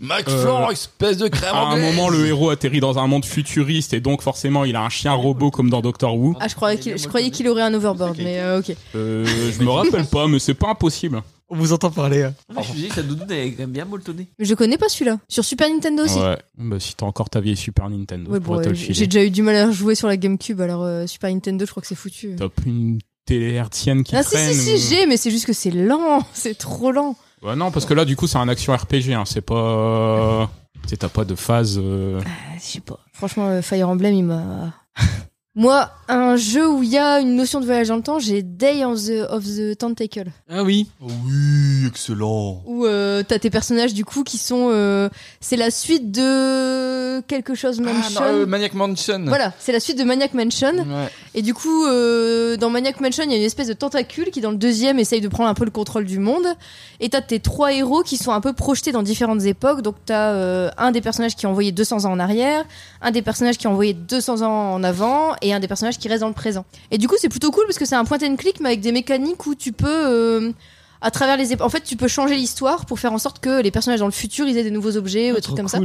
D: Max
E: Euh,
D: Flore, espèce de crème
E: À un
D: anglaise.
E: moment, le héros atterrit dans un monde futuriste, et donc forcément, il a un chien robot comme dans Doctor Who.
B: Ah, je croyais qu'il, je croyais qu'il aurait un overboard, mais euh, ok.
E: Euh, je me rappelle pas, mais c'est pas impossible.
A: On vous entend parler. hein.
C: Je me suis dit que sa doudoune elle est quand même bien molletonnée.
B: Mais je connais pas celui-là. Sur Super Nintendo aussi.
E: Ouais. Bah, si t'as encore ta vieille Super Nintendo,
B: Ouais,
E: je pourrais
B: bon,
E: te
B: euh,
E: le
B: j'ai
E: filer.
B: déjà eu du mal à jouer sur la GameCube, alors euh, Super Nintendo, je crois que c'est foutu.
E: T'as plus une télé hertzienne qui
B: Ah si
E: traîne
B: si
E: ou-
B: si j'ai mais c'est juste que c'est lent, c'est trop lent.
E: Ouais, non, parce que là, du coup, c'est un action RPG. Hein. C'est pas. Tu sais, T'as pas de phase. euh,
B: Ah, Je sais pas. Franchement euh, Fire Emblem il m'a Moi, un jeu où il y a une notion de voyage dans le temps, j'ai Day of the, of the Tentacle.
A: Ah oui.
D: Oui, excellent.
B: Où euh, t'as tes personnages, du coup, qui sont. euh, c'est la suite de. Quelque chose
D: Ah,
B: Mansion.
D: non, euh, Maniac Mansion.
B: Voilà, c'est la suite de Maniac Mansion.
D: Ouais.
B: Et du coup, euh, dans Maniac Mansion, il y a une espèce de tentacule qui, dans le deuxième, essaye de prendre un peu le contrôle du monde. Et t'as tes trois héros qui sont un peu projetés dans différentes époques. Donc t'as euh, un des personnages qui est envoyé 200 ans en arrière, un des personnages qui est envoyé 200 ans en avant, et un des personnages qui reste dans le présent. Et du coup, c'est plutôt cool parce que c'est un point and click, mais avec des mécaniques où tu peux... euh, à travers les épo- en fait, tu peux changer l'histoire pour faire en sorte que les personnages dans le futur ils aient des nouveaux objets ou des trucs comme ça.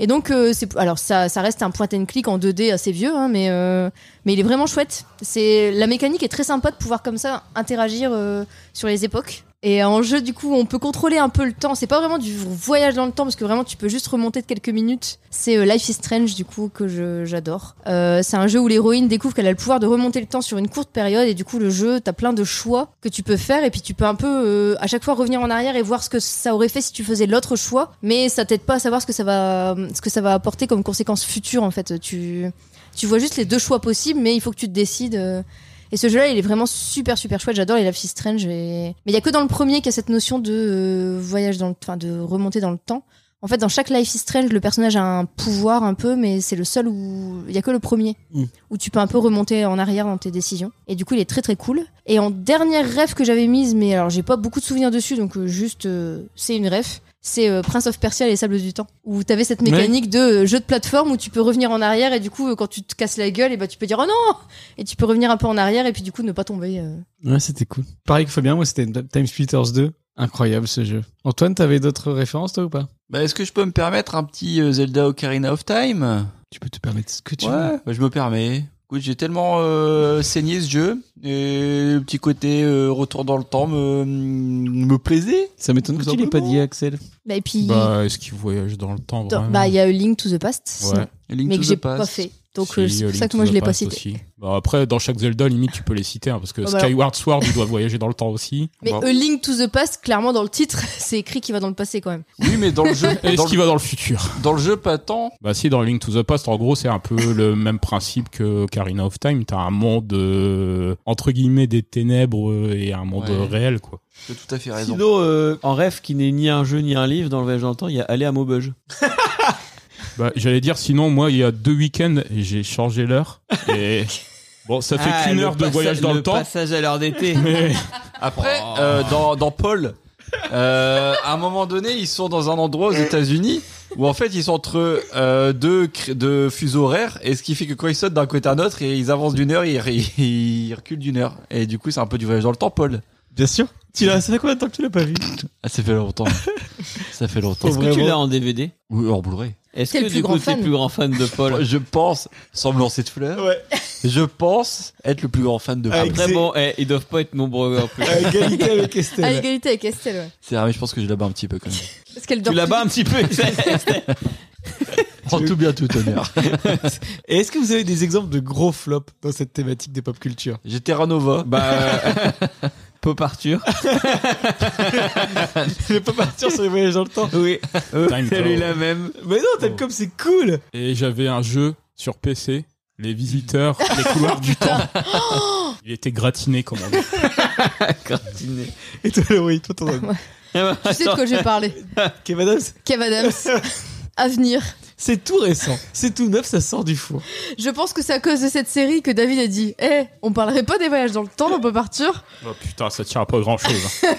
B: Et donc, euh, c'est alors ça, ça reste un point and click en 2D assez vieux, hein, mais euh, mais il est vraiment chouette. C'est la mécanique est très sympa de pouvoir comme ça interagir euh, sur les époques. Et en jeu, du coup, on peut contrôler un peu le temps. C'est pas vraiment du voyage dans le temps, parce que vraiment, tu peux juste remonter de quelques minutes. C'est euh, Life is Strange, du coup, que je- j'adore. Euh, c'est un jeu où l'héroïne découvre qu'elle a le pouvoir de remonter le temps sur une courte période. Et du coup, le jeu, t'as plein de choix que tu peux faire. Et puis, tu peux un peu, euh, à chaque fois, revenir en arrière et voir ce que ça aurait fait si tu faisais l'autre choix. Mais ça t'aide pas à savoir ce que ça va, ce que ça va apporter comme conséquence future, en fait. Tu, tu vois juste les deux choix possibles, mais il faut que tu te décides. euh, et ce jeu-là, il est vraiment super, super chouette. J'adore les Life is Strange. et- Mais il y a que dans le premier qu'il y a cette notion de euh, voyage dans le, enfin, de remonter dans le temps. En fait, dans chaque Life is Strange, le personnage a un pouvoir un peu, mais c'est le seul où il y a que le premier
A: Mm.
B: où tu peux un peu remonter en arrière dans tes décisions. Et du coup, il est très, très cool. Et en dernière rêve que j'avais mise, mais alors j'ai pas beaucoup de souvenirs dessus, donc euh, juste euh, c'est une rêve. C'est euh, Prince of Persia et les sables du temps où t'avais cette
E: Ouais.
B: mécanique de euh, jeu de plateforme où tu peux revenir en arrière et du coup euh, quand tu te casses la gueule et bah tu peux dire oh non et tu peux revenir un peu en arrière et puis du coup ne pas tomber. euh.
A: Ouais, c'était cool. Pareil que Fabien, moi, c'était Time Splitters 2. Incroyable ce jeu. Antoine, t'avais d'autres références, toi ou pas
D: Bah, est-ce que je peux me permettre un petit euh, Zelda Ocarina of Time
A: Tu peux te permettre ce que tu veux.
D: Ouais, bah, je me permets. Écoute, j'ai tellement euh, saigné ce jeu et le petit côté euh, retour dans le temps me, me plaisait.
A: Ça m'étonne que tu l'aies pas dit, Axel.
B: Bah, et puis
E: Bah, est-ce qu'il voyage dans le temps
B: dans-
E: vraiment
B: bah, il y a A Link to the Past,
E: Ouais.
B: sinon.
D: Link
B: mais
D: to
B: que
D: the
B: j'ai
D: Past.
B: pas fait. Donc
E: Si,
B: euh, c'est
E: A
B: pour
E: Link
B: ça que
E: to
B: moi
E: the
B: je l'ai pas
E: Past
B: cité.
E: aussi. Bah, après, dans chaque Zelda, limite, tu peux les citer hein, parce que
B: Oh, bah alors.
E: Skyward Sword, il doit voyager dans le temps aussi.
B: Mais
E: Bon.
B: A Link to the Past, clairement dans le titre, c'est écrit qu'il va dans le passé quand même.
D: Oui, mais dans le jeu,
E: Est-ce
D: dans,
E: qu'il
D: le,
E: va dans le futur
D: dans le jeu pas tant.
E: Bah si, dans Link to the Past, en gros, c'est un peu le même principe que Karina of Time. T'as un monde euh, entre guillemets des ténèbres euh, et un monde
D: Ouais.
E: euh, réel, quoi.
D: Tu as tout à fait raison.
C: Sinon, euh, en rêve qui n'est ni un jeu ni un livre, dans le voyage dans le temps, il y a Aller à Maubeuge.
E: Bah, j'allais dire, sinon, moi, il y a deux week-ends, j'ai changé l'heure. Et bon,
C: Ah,
E: ça fait qu'une heure de voyage dans Ah, le, temps.
C: passage à l'heure d'été.
E: Mais
D: Après,
E: Oh.
D: euh, dans, dans Paul, euh, à un moment donné, ils sont dans un endroit aux États-Unis où en fait ils sont entre euh, deux, cr- deux fuseaux horaires et ce qui fait que quand ils sautent d'un côté à un autre et ils avancent d'une heure, ils, re- ils reculent d'une heure. Et du coup, c'est un peu du voyage dans le temps, Paul.
A: Bien sûr. Tu l'as, ça fait combien de temps que tu l'as pas vu
D: Ah, ça fait longtemps. ça fait longtemps.
C: Est-ce que tu l'as en DVD
D: Ou en Blu-ray.
C: Est-ce
B: T'es
C: que
B: le plus
C: du
B: grand
C: coup, t'es
B: fan.
C: le plus grand fan de Paul
D: Je pense, sans me lancer de fleurs,
A: Ouais.
D: je pense être le plus grand fan de Paul.
A: Avec-
C: Après, bon, eh, ils doivent pas être nombreux. en plus.
A: À égalité avec
B: À
A: Estelle.
B: égalité avec Estelle, ouais.
D: C'est vrai, mais je pense que je la bats un petit peu quand même.
B: Parce qu'elle
C: Tu
B: dort.
C: la
B: plus
C: bats un petit peu.
D: En tout bien tout honneur.
A: Et est-ce que vous avez des exemples de gros flops dans cette thématique des pop culture
D: J'étais Ranova.
C: bah, euh, Pop Arthur.
A: Je vais pas partir sur les voyages dans le temps.
C: Oui.
E: Time
C: Celui-là même.
B: Ah
A: Mais non, Telcom, c'est cool
E: Et j'avais un jeu sur PC, Les Visiteurs, Les Couloirs du Temps. Il était gratiné, comme on dit.
C: Gratiné.
A: Et toi, Laurie, toi, ton homme.
B: Tu sais de quoi je vais parler
A: Kev Adams,
B: Kev Adams. Avenir.
A: c'est tout récent. C'est tout neuf, ça sort du four.
B: Je pense que c'est à cause de cette série que David a dit Eh, on parlerait pas des voyages dans le temps, on peut partir.
E: Oh putain, ça tient à pas grand-chose. hein.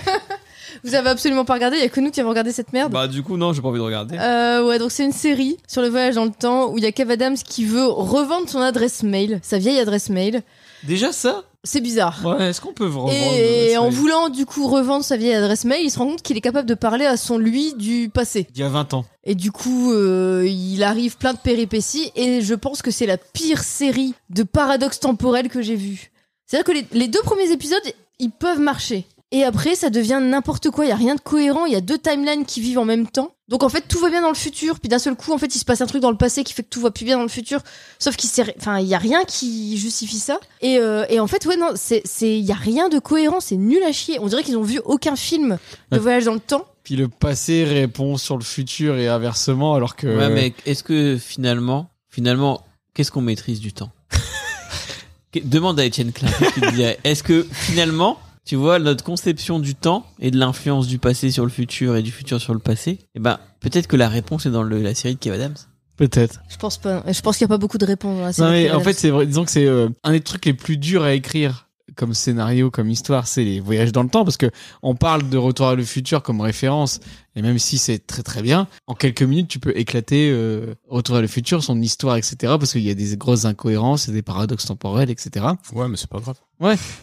B: Vous avez absolument pas regardé, il y a que nous qui avons regardé cette merde.
C: Bah, du coup, non, j'ai pas envie de regarder.
B: Euh, ouais, donc c'est une série sur le voyage dans le temps où il y a Kev Adams qui veut revendre son adresse mail, sa vieille adresse mail.
A: Déjà, ça
B: C'est bizarre.
A: Ouais, est-ce qu'on peut revendre
B: Et
A: notre
B: en
A: série
B: voulant du coup revendre sa vieille adresse mail, il se rend compte qu'il est capable de parler à son lui du passé.
A: Il y a 20 ans.
B: Et du coup, euh, il arrive plein de péripéties et je pense que c'est la pire série de paradoxes temporels que j'ai vue. C'est-à-dire que les, les deux premiers épisodes, ils peuvent marcher. Et après, ça devient n'importe quoi. Il y a rien de cohérent. Il y a deux timelines qui vivent en même temps. Donc en fait, tout va bien dans le futur. Puis d'un seul coup, en fait, il se passe un truc dans le passé qui fait que tout va plus bien dans le futur. Sauf qu'il s'est- enfin, il y a rien qui justifie ça. Et, euh, et en fait, ouais, non, c'est, c'est, il y a rien de cohérent. C'est nul à chier. On dirait qu'ils ont vu aucun film de
A: Ouais.
B: voyage dans le temps.
A: Puis le passé répond sur le futur et inversement, alors que.
C: Ouais, mais est-ce que finalement, finalement, qu'est-ce qu'on maîtrise du temps Que- Demande à Étienne Klein qui te dirait. Est-ce que finalement, tu vois, notre conception du temps et de l'influence du passé sur le futur et du futur sur le passé, eh ben, peut-être que la réponse est dans le- la série de Kev Adams.
A: Peut-être.
B: Je pense pas. Je pense qu'il n'y a pas beaucoup de réponses. dans la
A: Non,
B: série
A: mais en
B: Adams.
A: fait, c'est vrai. Disons que c'est euh, un des trucs les plus durs à écrire comme scénario, comme histoire, c'est les voyages dans le temps, parce que on parle de Retour à le futur comme référence, et même si c'est très très bien, en quelques minutes, tu peux éclater euh, Retour à le futur, son histoire, etc., parce qu'il y a des grosses incohérences et des paradoxes temporels, etc.
E: ouais, mais c'est pas grave.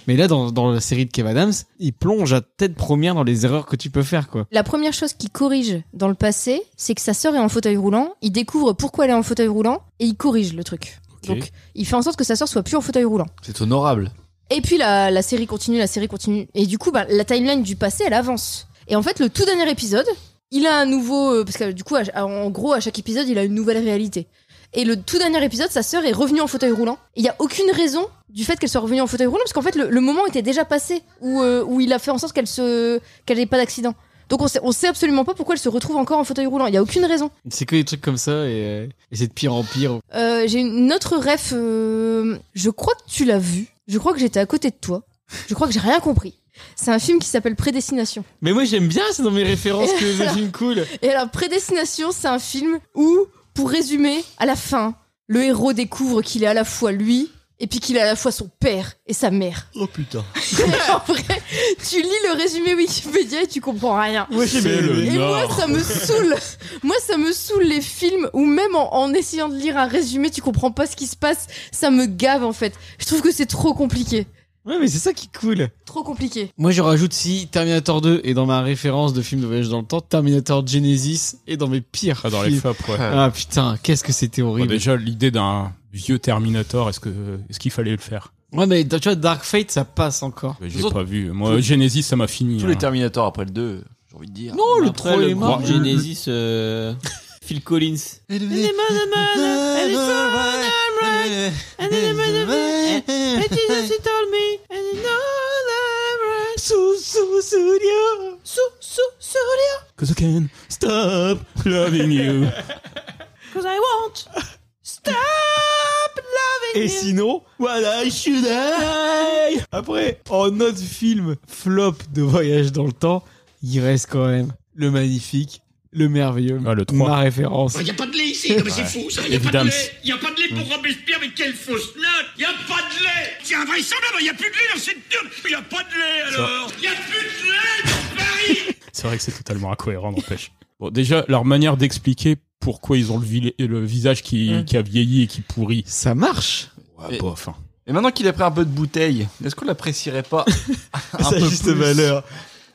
A: Mais là, dans, dans la série de Kev Adams, il plonge à tête première dans les erreurs que tu peux faire, quoi.
B: La première chose qu'il corrige dans le passé, c'est que sa sœur est en fauteuil roulant. Il découvre pourquoi elle est en fauteuil roulant et il corrige le truc.
E: Ok.
B: Donc, il fait en sorte que sa sœur soit plus en fauteuil roulant.
D: C'est honorable.
B: Et puis la, la série continue, la série continue. Et du coup, bah, la timeline du passé, elle avance. Et en fait, le tout dernier épisode, il a un nouveau. euh, Parce que du coup, à- à- en gros, à chaque épisode, il a une nouvelle réalité. Et le tout dernier épisode, sa sœur est revenue en fauteuil roulant. Et Il n'y a aucune raison du fait qu'elle soit revenue en fauteuil roulant, parce qu'en fait, le, le moment était déjà passé où, euh, où il a fait en sorte qu'elle se qu'elle n'ait pas d'accident. Donc on sait, on sait absolument pas pourquoi elle se retrouve encore en fauteuil roulant. Il n'y a aucune raison.
G: C'est que des trucs comme ça et, euh, et c'est de pire en pire.
B: Euh, j'ai une autre ref. euh, je crois que tu l'as vu. Je crois que j'étais à côté de toi. Je crois que j'ai rien compris. C'est un film qui s'appelle Prédestination.
G: Mais moi j'aime bien, c'est dans mes références que les films cool.
B: Et alors, Prédestination, c'est un film où, pour résumer, à la fin, le héros découvre qu'il est à la fois lui et puis qu'il est à la fois son père et sa mère.
G: Oh putain.
B: Et en vrai, tu lis le résumé Wikipédia et tu comprends rien.
E: C'est le
B: Et moi,
E: Nord.
B: ça me saoule. Moi, ça me saoule les films où même en, en essayant de lire un résumé, tu comprends pas ce qui se passe. Ça me gave en fait. Je trouve que c'est trop compliqué.
G: Ouais mais c'est ça qui est cool.
B: Trop compliqué.
G: Moi je rajoute si Terminator 2 est dans ma référence de film de voyage dans le temps, Terminator Genesis est dans mes pires.
E: Ah, dans les
G: films.
E: flops, ouais.
G: Ah putain, qu'est-ce que c'était
E: Bon,
G: horrible.
E: déjà, l'idée d'un vieux Terminator, est-ce que est-ce qu'il fallait le faire
G: Ouais mais tu vois Dark Fate ça passe encore.
E: Bah,
D: Tous
E: J'ai
D: autres-
E: pas vu. Moi, Genesis, ça m'a fini.
D: Tous les
E: hein.
D: Terminator après le 2, j'ai envie de dire.
G: Non, le
C: Après,
G: 3
C: Oh, le
G: est mort.
C: groupe Genesis, euh, Phil Collins.
E: Cause I can stop loving you.
A: Et sinon, voilà, je suis là. Après, en autre film flop de voyage dans le temps, il reste quand même le magnifique, le merveilleux,
E: Ah, le 3.
A: ma référence.
H: Il n'y a pas de lait ici, non mais c'est fou ça. Il n'y a pas de
E: Évidemment.
H: lait. Il n'y a pas de lait pour Robespierre, mais quelle fausse note. Il n'y a pas de lait. C'est invraisemblable, il n'y a plus de lait dans cette tube. Il n'y a pas de lait alors. Il n'y a plus de lait dans Paris.
E: C'est vrai que c'est totalement incohérent, n'empêche. Bon, déjà, leur manière d'expliquer pourquoi ils ont le, vil- le visage qui, qui a vieilli et qui pourrit.
A: Ça marche
E: Ouais, bof. hein.
D: Et maintenant qu'il a pris un peu de bouteille, est-ce qu'on l'apprécierait pas un
A: Ça a
D: peu
A: juste
D: plus
A: valeur.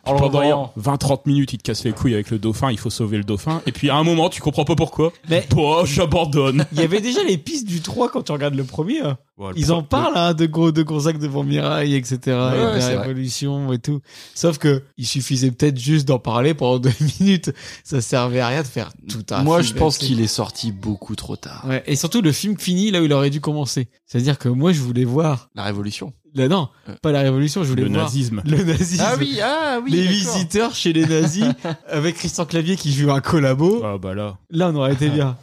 D: en le
E: Pendant
D: revoyant
E: 20-30 minutes, ils te cassent les couilles avec le dauphin, il faut sauver le dauphin. Et puis à un moment, tu comprends pas pourquoi.
A: Mais-
E: Bon, j'abandonne.
A: Il y avait déjà les pistes du 3 quand tu regardes le premier. hein.
E: Ouais, le
A: Ils en
E: pro-
A: parlent hein, de gros de Gonzague devant Mirail, etc.
D: Ouais,
A: et de la
D: c'est vrai.
A: révolution et tout. Sauf que il suffisait peut-être juste d'en parler pendant deux minutes. Ça servait à rien de faire tout un.
D: Moi,
A: film
D: je pense
A: là-dessus.
D: qu'il est sorti beaucoup trop tard.
A: Ouais, et surtout le film finit là où il aurait dû commencer. C'est-à-dire que moi je voulais voir
D: La révolution.
A: là non,
D: Euh.
A: pas la révolution, je voulais
E: Le
A: voir
E: nazisme.
A: le nazisme.
D: ah
A: les visiteurs chez les nazis avec Christian Clavier qui joue un collabo.
E: Ah bah là.
A: Là on aurait été bien.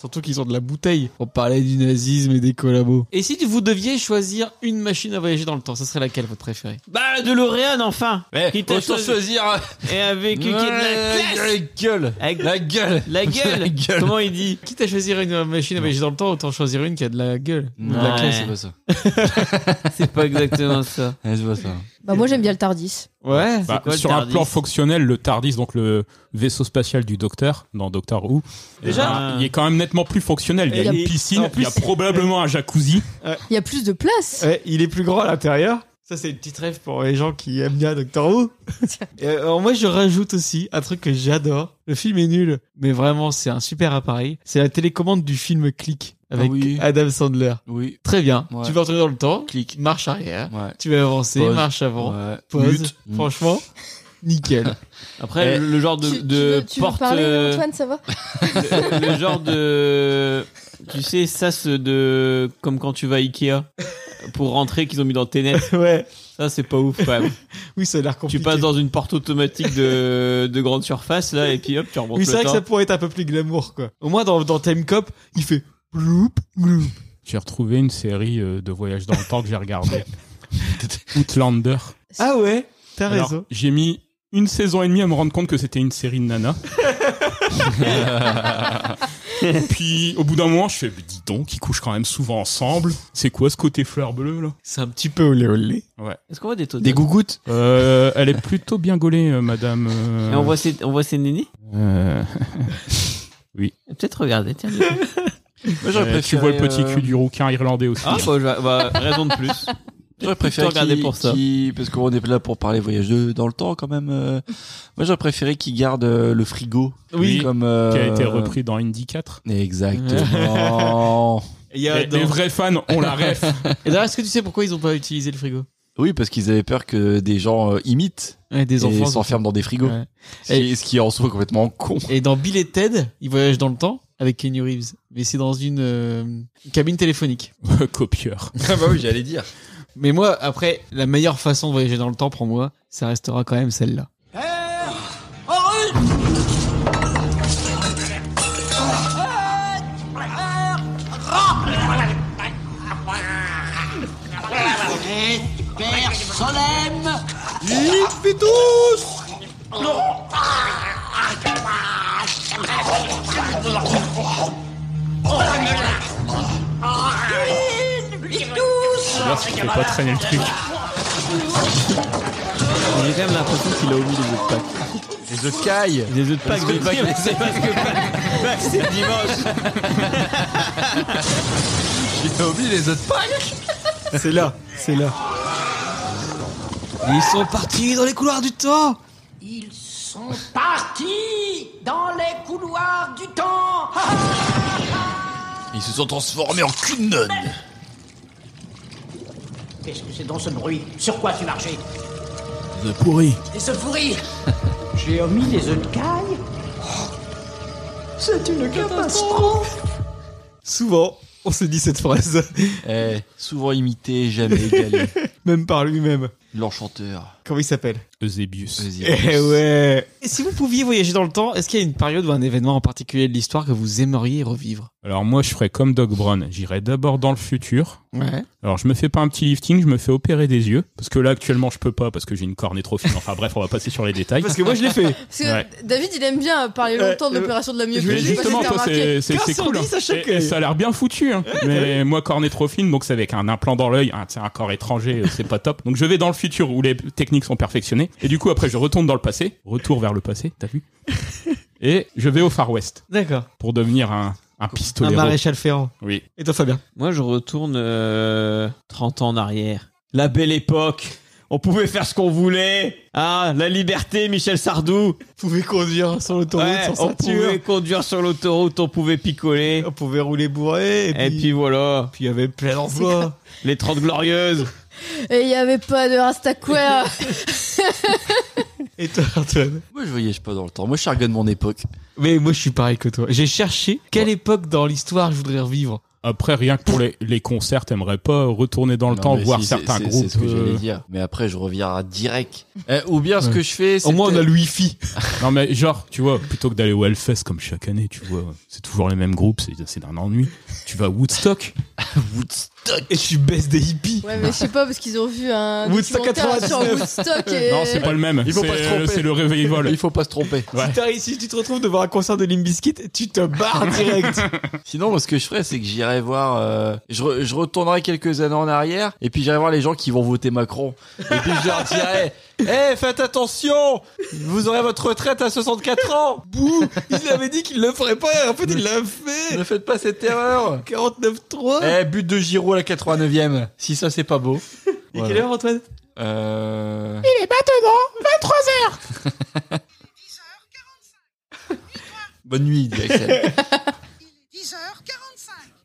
A: surtout qu'ils ont de la bouteille. On parlait du nazisme et des collabos.
G: Et si vous deviez choisir une machine à voyager dans le temps, ça serait laquelle votre préférée
C: Bah, de l'Oréal, enfin Qui t'a
D: autant
C: choisi-
D: choisir
C: Et avec qui est de la
D: la
C: classe
D: gueule.
C: Avec
D: La gueule.
C: la
D: La
C: gueule
D: gueule.
C: Comment il dit
G: Quitte à choisir une machine à voyager dans le temps, autant choisir une qui a de la gueule. Ou de
C: Ouais.
G: la classe.
D: C'est pas ça.
C: C'est pas exactement ça.
D: Ouais, C'est pas ça.
B: Bah moi, j'aime bien le Tardis.
G: Ouais.
E: Bah,
C: quoi le
E: sur un
C: TARDIS
E: plan fonctionnel, le TARDIS, donc le vaisseau spatial du Docteur, dans Doctor Who,
C: Déjà
E: euh, il est quand même nettement plus fonctionnel. Il y a
B: Et-
E: une piscine,
A: en plus-
E: il y a probablement un jacuzzi.
B: Il y a plus de
E: Euh,
B: place.
A: Ouais, il est plus grand à l'intérieur. Ça, c'est une petite rêve pour les gens qui aiment bien Doctor Who. Et, euh, alors, moi, je rajoute aussi un truc que j'adore. Le film est nul, mais vraiment, c'est un super appareil. C'est la télécommande du film Click avec
D: Ah oui.
A: Adam Sandler.
D: Oui.
A: Très bien.
D: Ouais.
A: Tu vas retourner dans le temps,
D: Clic.
A: marche arrière.
D: Ouais.
A: Tu vas avancer,
D: Pause.
A: marche avant,
D: Ouais.
A: pause.
D: Mute.
C: Mm.
A: Franchement, nickel.
C: Après,
D: Eh,
C: le genre de,
B: Tu- tu,
C: de
B: veux, tu veux
C: porte...
B: parler,
C: euh,
B: Antoine, ça va
C: le, le genre de... Tu sais, ça, c'est de... Comme quand tu vas à Ikea pour rentrer qu'ils ont mis dans tes nets.
A: ouais.
C: Ça, c'est pas ouf, quand même.
A: Oui, ça a l'air compliqué.
C: Tu passes dans une porte automatique de, de grande surface, là, et puis hop, tu remontes
A: Oui,
C: le
A: c'est vrai que
C: temps.
A: ça pourrait être un peu plus glamour, quoi. Au moins, dans, dans Time Cop, il fait gloup, gloup.
E: J'ai retrouvé une série euh, de voyages dans le temps que j'ai regardée. Outlander.
A: Ah ouais, t'as
E: Alors,
A: raison.
E: J'ai mis une saison et demie à me rendre compte que c'était une série de nana. Puis au bout d'un moment, je fais Mais dis donc, ils couchent quand même souvent ensemble. C'est quoi ce côté fleur bleue là
A: C'est un petit peu olé olé.
C: Est-ce qu'on voit des taux
D: Des gougouttes.
E: Euh, Elle est plutôt bien gaulée, euh, madame. euh,
C: Et on voit ses, on voit ses nénés
E: euh,
C: Peut-être regarder, tiens.
D: Moi, j'aurais
E: euh, tu vois le petit
D: euh,
E: cul du rouquin irlandais aussi.
C: Ah, bah, je- bah, raison de plus.
D: J'aurais préféré
C: Tout regarder
D: qu'il-
C: pour ça.
D: qu'il- parce qu'on est là pour parler voyage de, dans le temps quand même. euh, Moi j'aurais préféré qu'il garde euh, le frigo.
E: Oui.
D: Comme, euh,
E: Qui a été repris dans Indy 4.
D: Exactement.
A: Il y
E: Les, les vrais fans ont Euh, la ref.
G: Et d'ailleurs, est-ce que tu sais pourquoi ils ont pas utilisé le frigo
D: Oui, parce qu'ils avaient peur que des gens euh, imitent
G: Ouais, des
D: et
G: enfants.
D: s'enferment dans des frigos.
G: Ouais.
D: Ce qui- Ce qui est en soi complètement con.
G: Et dans Bill et Ted, ils voyagent dans le temps avec Kenny Reeves, mais c'est dans une euh, cabine téléphonique.
E: Copieur.
D: Ah bah oui, j'allais dire.
G: Mais moi, après, la meilleure façon de voyager dans le temps pour moi, ça restera quand même celle-là.
E: D'ailleurs, si tu fais pas traîner le truc.
C: J'ai quand même l'impression qu'il a oublié les œufs de Pâques.
D: Les œufs de caille.
C: Les œufs de Pâques, de Pâques, c'est parce que Pâques, Pâques, c'est dimanche.
D: J'ai oublié les œufs de Pâques.
G: C'est là, c'est là. Ils sont partis dans les couloirs du temps
I: Ils sont partis dans les couloirs du temps. Ah,
D: Ils se sont transformés en cunonnes.
I: Qu'est-ce que c'est dans ce bruit Sur quoi tu marchais
D: De pourri.
I: Et ce pourri J'ai omis les œufs de caille C'est une catastrophe
A: Souvent, on se dit cette phrase,
D: Eh, souvent imité, jamais égalé.
A: même par lui-même.
D: L'enchanteur.
A: Comment il s'appelle
E: Eusebius.
D: Vas-y.
A: Eh ouais
G: Et si vous pouviez voyager dans le temps, est-ce qu'il y a une période ou un événement en particulier de l'histoire que vous aimeriez revivre
E: Alors moi, je ferais comme Doc Brown. J'irais d'abord dans le futur.
G: Ouais.
E: Alors je me fais pas un petit lifting, je me fais opérer des yeux. Parce que là, actuellement, je peux pas parce que j'ai une cornée trop fine. Enfin bref, on va passer sur les détails.
A: Parce que moi je l'ai fait
B: Parce que
E: Ouais.
B: David, il aime bien parler longtemps de
A: Euh,
B: l'opération de la myopie.
A: je
E: Mais
B: Je sais pas si
E: justement,
B: t'as
E: toi,
B: remarqué.
E: c'est c'est- c'est
A: 15 sur
E: cool. hein.
A: 10 à chaque
E: Et- et
A: œil.
E: ça a l'air bien foutu. hein. Mais moi, cornée trop fine, donc c'est avec un implant dans l'œil, un, tu sais, un corps étranger, euh, c'est pas top. Donc je vais dans le futur où les techniques sont perfectionnées. Et du coup, après, je retourne dans le passé. Retour vers le passé, t'as vu Et je vais au Far West
A: D'accord.
E: pour devenir un, un
A: Un
E: pistolero.
A: maréchal ferrant.
E: Oui.
A: Et toi Fabien
C: Moi, je retourne euh, 30 ans en arrière. La belle époque. On pouvait faire ce qu'on voulait. Ah, la liberté, Michel Sardou.
A: Vous pouvez conduire sur l'autoroute,
C: Ouais,
A: sans
C: on
A: ceinture.
C: pouvait conduire sur l'autoroute, on pouvait picoler.
A: On pouvait rouler bourré. Et,
C: Et puis voilà,
A: puis il y avait plein d'emplois.
C: les 30 glorieuses.
B: Et il y avait pas de Rastaquaire.
A: Et toi Antoine
D: Moi, je voyage pas dans le temps. Moi, je chargonne mon époque.
G: Mais moi, je suis pareil que toi. J'ai cherché quelle époque dans l'histoire je voudrais revivre.
E: Après, rien que pour les, les concerts, t'aimerais pas retourner dans le temps, voir certains groupes.
D: C'est ce que
E: euh,
D: j'allais dire. Mais après, je reviens à direct. Eh, ou bien, ce que je fais, c'est.
G: Au moins, on a
D: peut-être-
G: le wifi.
E: Non mais genre, tu vois, plutôt que d'aller au Hellfest comme chaque année, tu vois, c'est toujours les mêmes groupes, c'est c'est d'un ennui. Tu vas à Woodstock.
D: Woodstock.
A: Et tu baisses des hippies.
B: Ouais, mais je sais pas, parce qu'ils ont vu un
A: Woodstock
B: documentaire sur
A: 99.
B: Woodstock et...
E: Non, c'est pas le même.
D: Il faut pas se
E: C'est
D: tromper.
E: c'est le réveil vol.
D: Il faut pas se tromper.
E: Ouais.
A: Si, t'arrives- si tu te retrouves devant un concert de Limbiskit, tu te barres direct.
D: Sinon, moi, ce que je ferais, c'est que j'irai voir. euh, je, re- je retournerai quelques années en arrière, et puis j'irai voir les gens qui vont voter Macron. Et puis je leur dirai Hé, faites attention Vous aurez votre retraite à 64 ans
A: Bouh Il avait dit qu'il le ferait pas. et En fait, il l'a
D: Ne
A: fait.
D: faites pas cette erreur
A: 49.3.
D: Eh, but de Giroud à la 89ème. Si ça, c'est pas beau.
A: Et
D: Voilà.
A: quelle heure Antoine
D: Euh. Bonne nuit, dit Axel.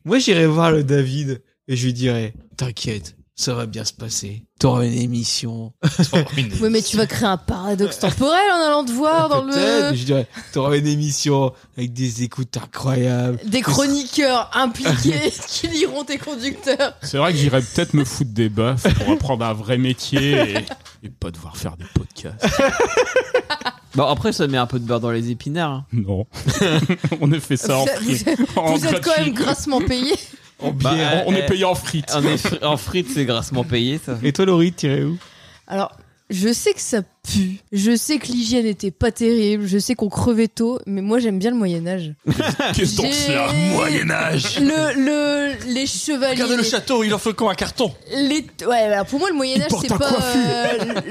A: Moi, j'irai voir le David et je lui dirai
G: T'inquiète, ça va bien se passer. T'auras une émission.
B: Ouais, mais tu vas créer un paradoxe temporel en allant te voir dans
G: Peut-être, mais
B: le...
G: je dirais, t'auras une émission avec des écoutes incroyables.
B: Des chroniqueurs impliqués qui liront tes conducteurs.
E: C'est vrai que j'irais peut-être me foutre des baffes pour apprendre un vrai métier et, et pas devoir faire des podcasts.
C: Bon, après, ça met un peu de beurre dans les épinards. hein.
E: Non. On a fait ça en
B: Vous-
E: free.
B: Vous
E: en
B: êtes quand
E: gratuit.
B: même grassement payés.
C: Bah, euh,
E: On, on
C: euh,
E: est payé en frites.
C: En, fri- en frites, c'est grassement payé, ça.
A: Et toi, Laurie, t'irais où
B: Alors, je sais que ça pue. Je sais que l'hygiène était pas terrible. Je sais qu'on crevait tôt. Mais moi, j'aime bien le Moyen-Âge.
E: Qu'est-ce donc
B: J'ai-
E: cela
D: Moyen-Âge
B: Le, le, les chevaliers.
D: Regardez le château, il en faut quand un carton
B: les- ouais, alors pour moi, le Moyen-Âge,
E: porte
B: c'est
E: un
B: pas.
E: coiffure.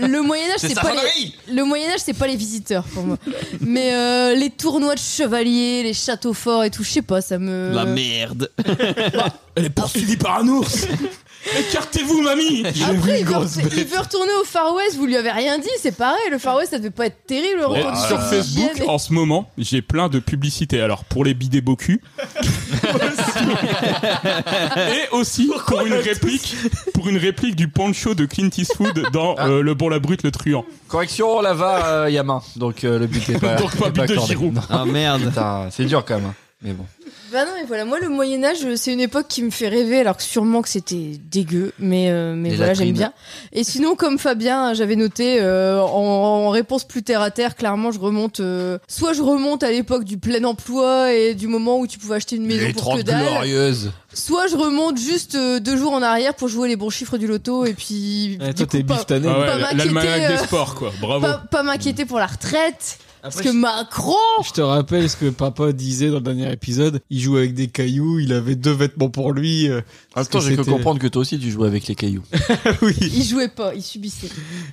B: euh, le Moyen-Âge,
D: C'est
B: c'est
D: sa
B: pas les.
D: favorie
B: Le Moyen-Âge, c'est pas les visiteurs pour moi. Mais euh, les tournois de chevaliers, les châteaux forts et tout, je sais pas, ça me.
C: La merde.
E: Elle est poursuivie par un ours. Écartez-vous, mamie
B: Après, il veut, il veut retourner au Far West, vous lui avez rien dit, c'est pareil, le Far West ça devait pas être terrible. le
E: Et
B: retour du
E: sur
B: Far West.
E: Facebook, en ce moment, j'ai plein de publicités. Alors, pour les bidets beaux culs. et aussi pour une, réplique, pour une réplique du poncho de Clint Eastwood dans euh, Le Bon, la Brute, le Truand.
D: Correction, là va euh, Yamin. Donc euh, le but est pas.
E: Donc, pas
D: est
E: but de
D: accordé.
E: Giroud.
D: Non,
C: Ah merde.
D: putain, c'est dur quand même. hein. Mais bon.
B: Bah non, mais voilà, moi le Moyen-Âge, euh, c'est une époque qui me fait rêver, alors que sûrement que c'était dégueu, mais, euh, mais
D: Les
B: voilà, j'aime
D: latrines.
B: bien. Et sinon, comme Fabien, j'avais noté, euh, en, en réponse plus terre à terre, clairement, je remonte, euh, soit je remonte à l'époque du plein emploi et du moment où tu pouvais acheter une maison
D: Les
B: pour que
D: 30
B: dalle.
D: glorieuses.
B: Soit je remonte juste euh, deux jours en arrière pour jouer les bons chiffres du loto et puis.
A: Ouais,
B: du
A: toi,
B: coup,
A: t'es
B: pas-
A: biftané.
E: Ah ouais,
B: Pas m'inquiéter,
E: L'almanach
B: euh.
E: des sports, quoi. Bravo.
B: pas, pas m'inquiéter pour la retraite, parce que
A: je-
B: Macron
A: Je te rappelle ce que papa disait dans le dernier épisode. Il jouait avec des cailloux, il avait deux vêtements pour lui. euh,
D: En
A: parce
D: même temps, j'ai que
A: c'était-
D: comprendre que toi aussi tu jouais avec les cailloux.
A: oui.
B: il jouait pas, il subissait.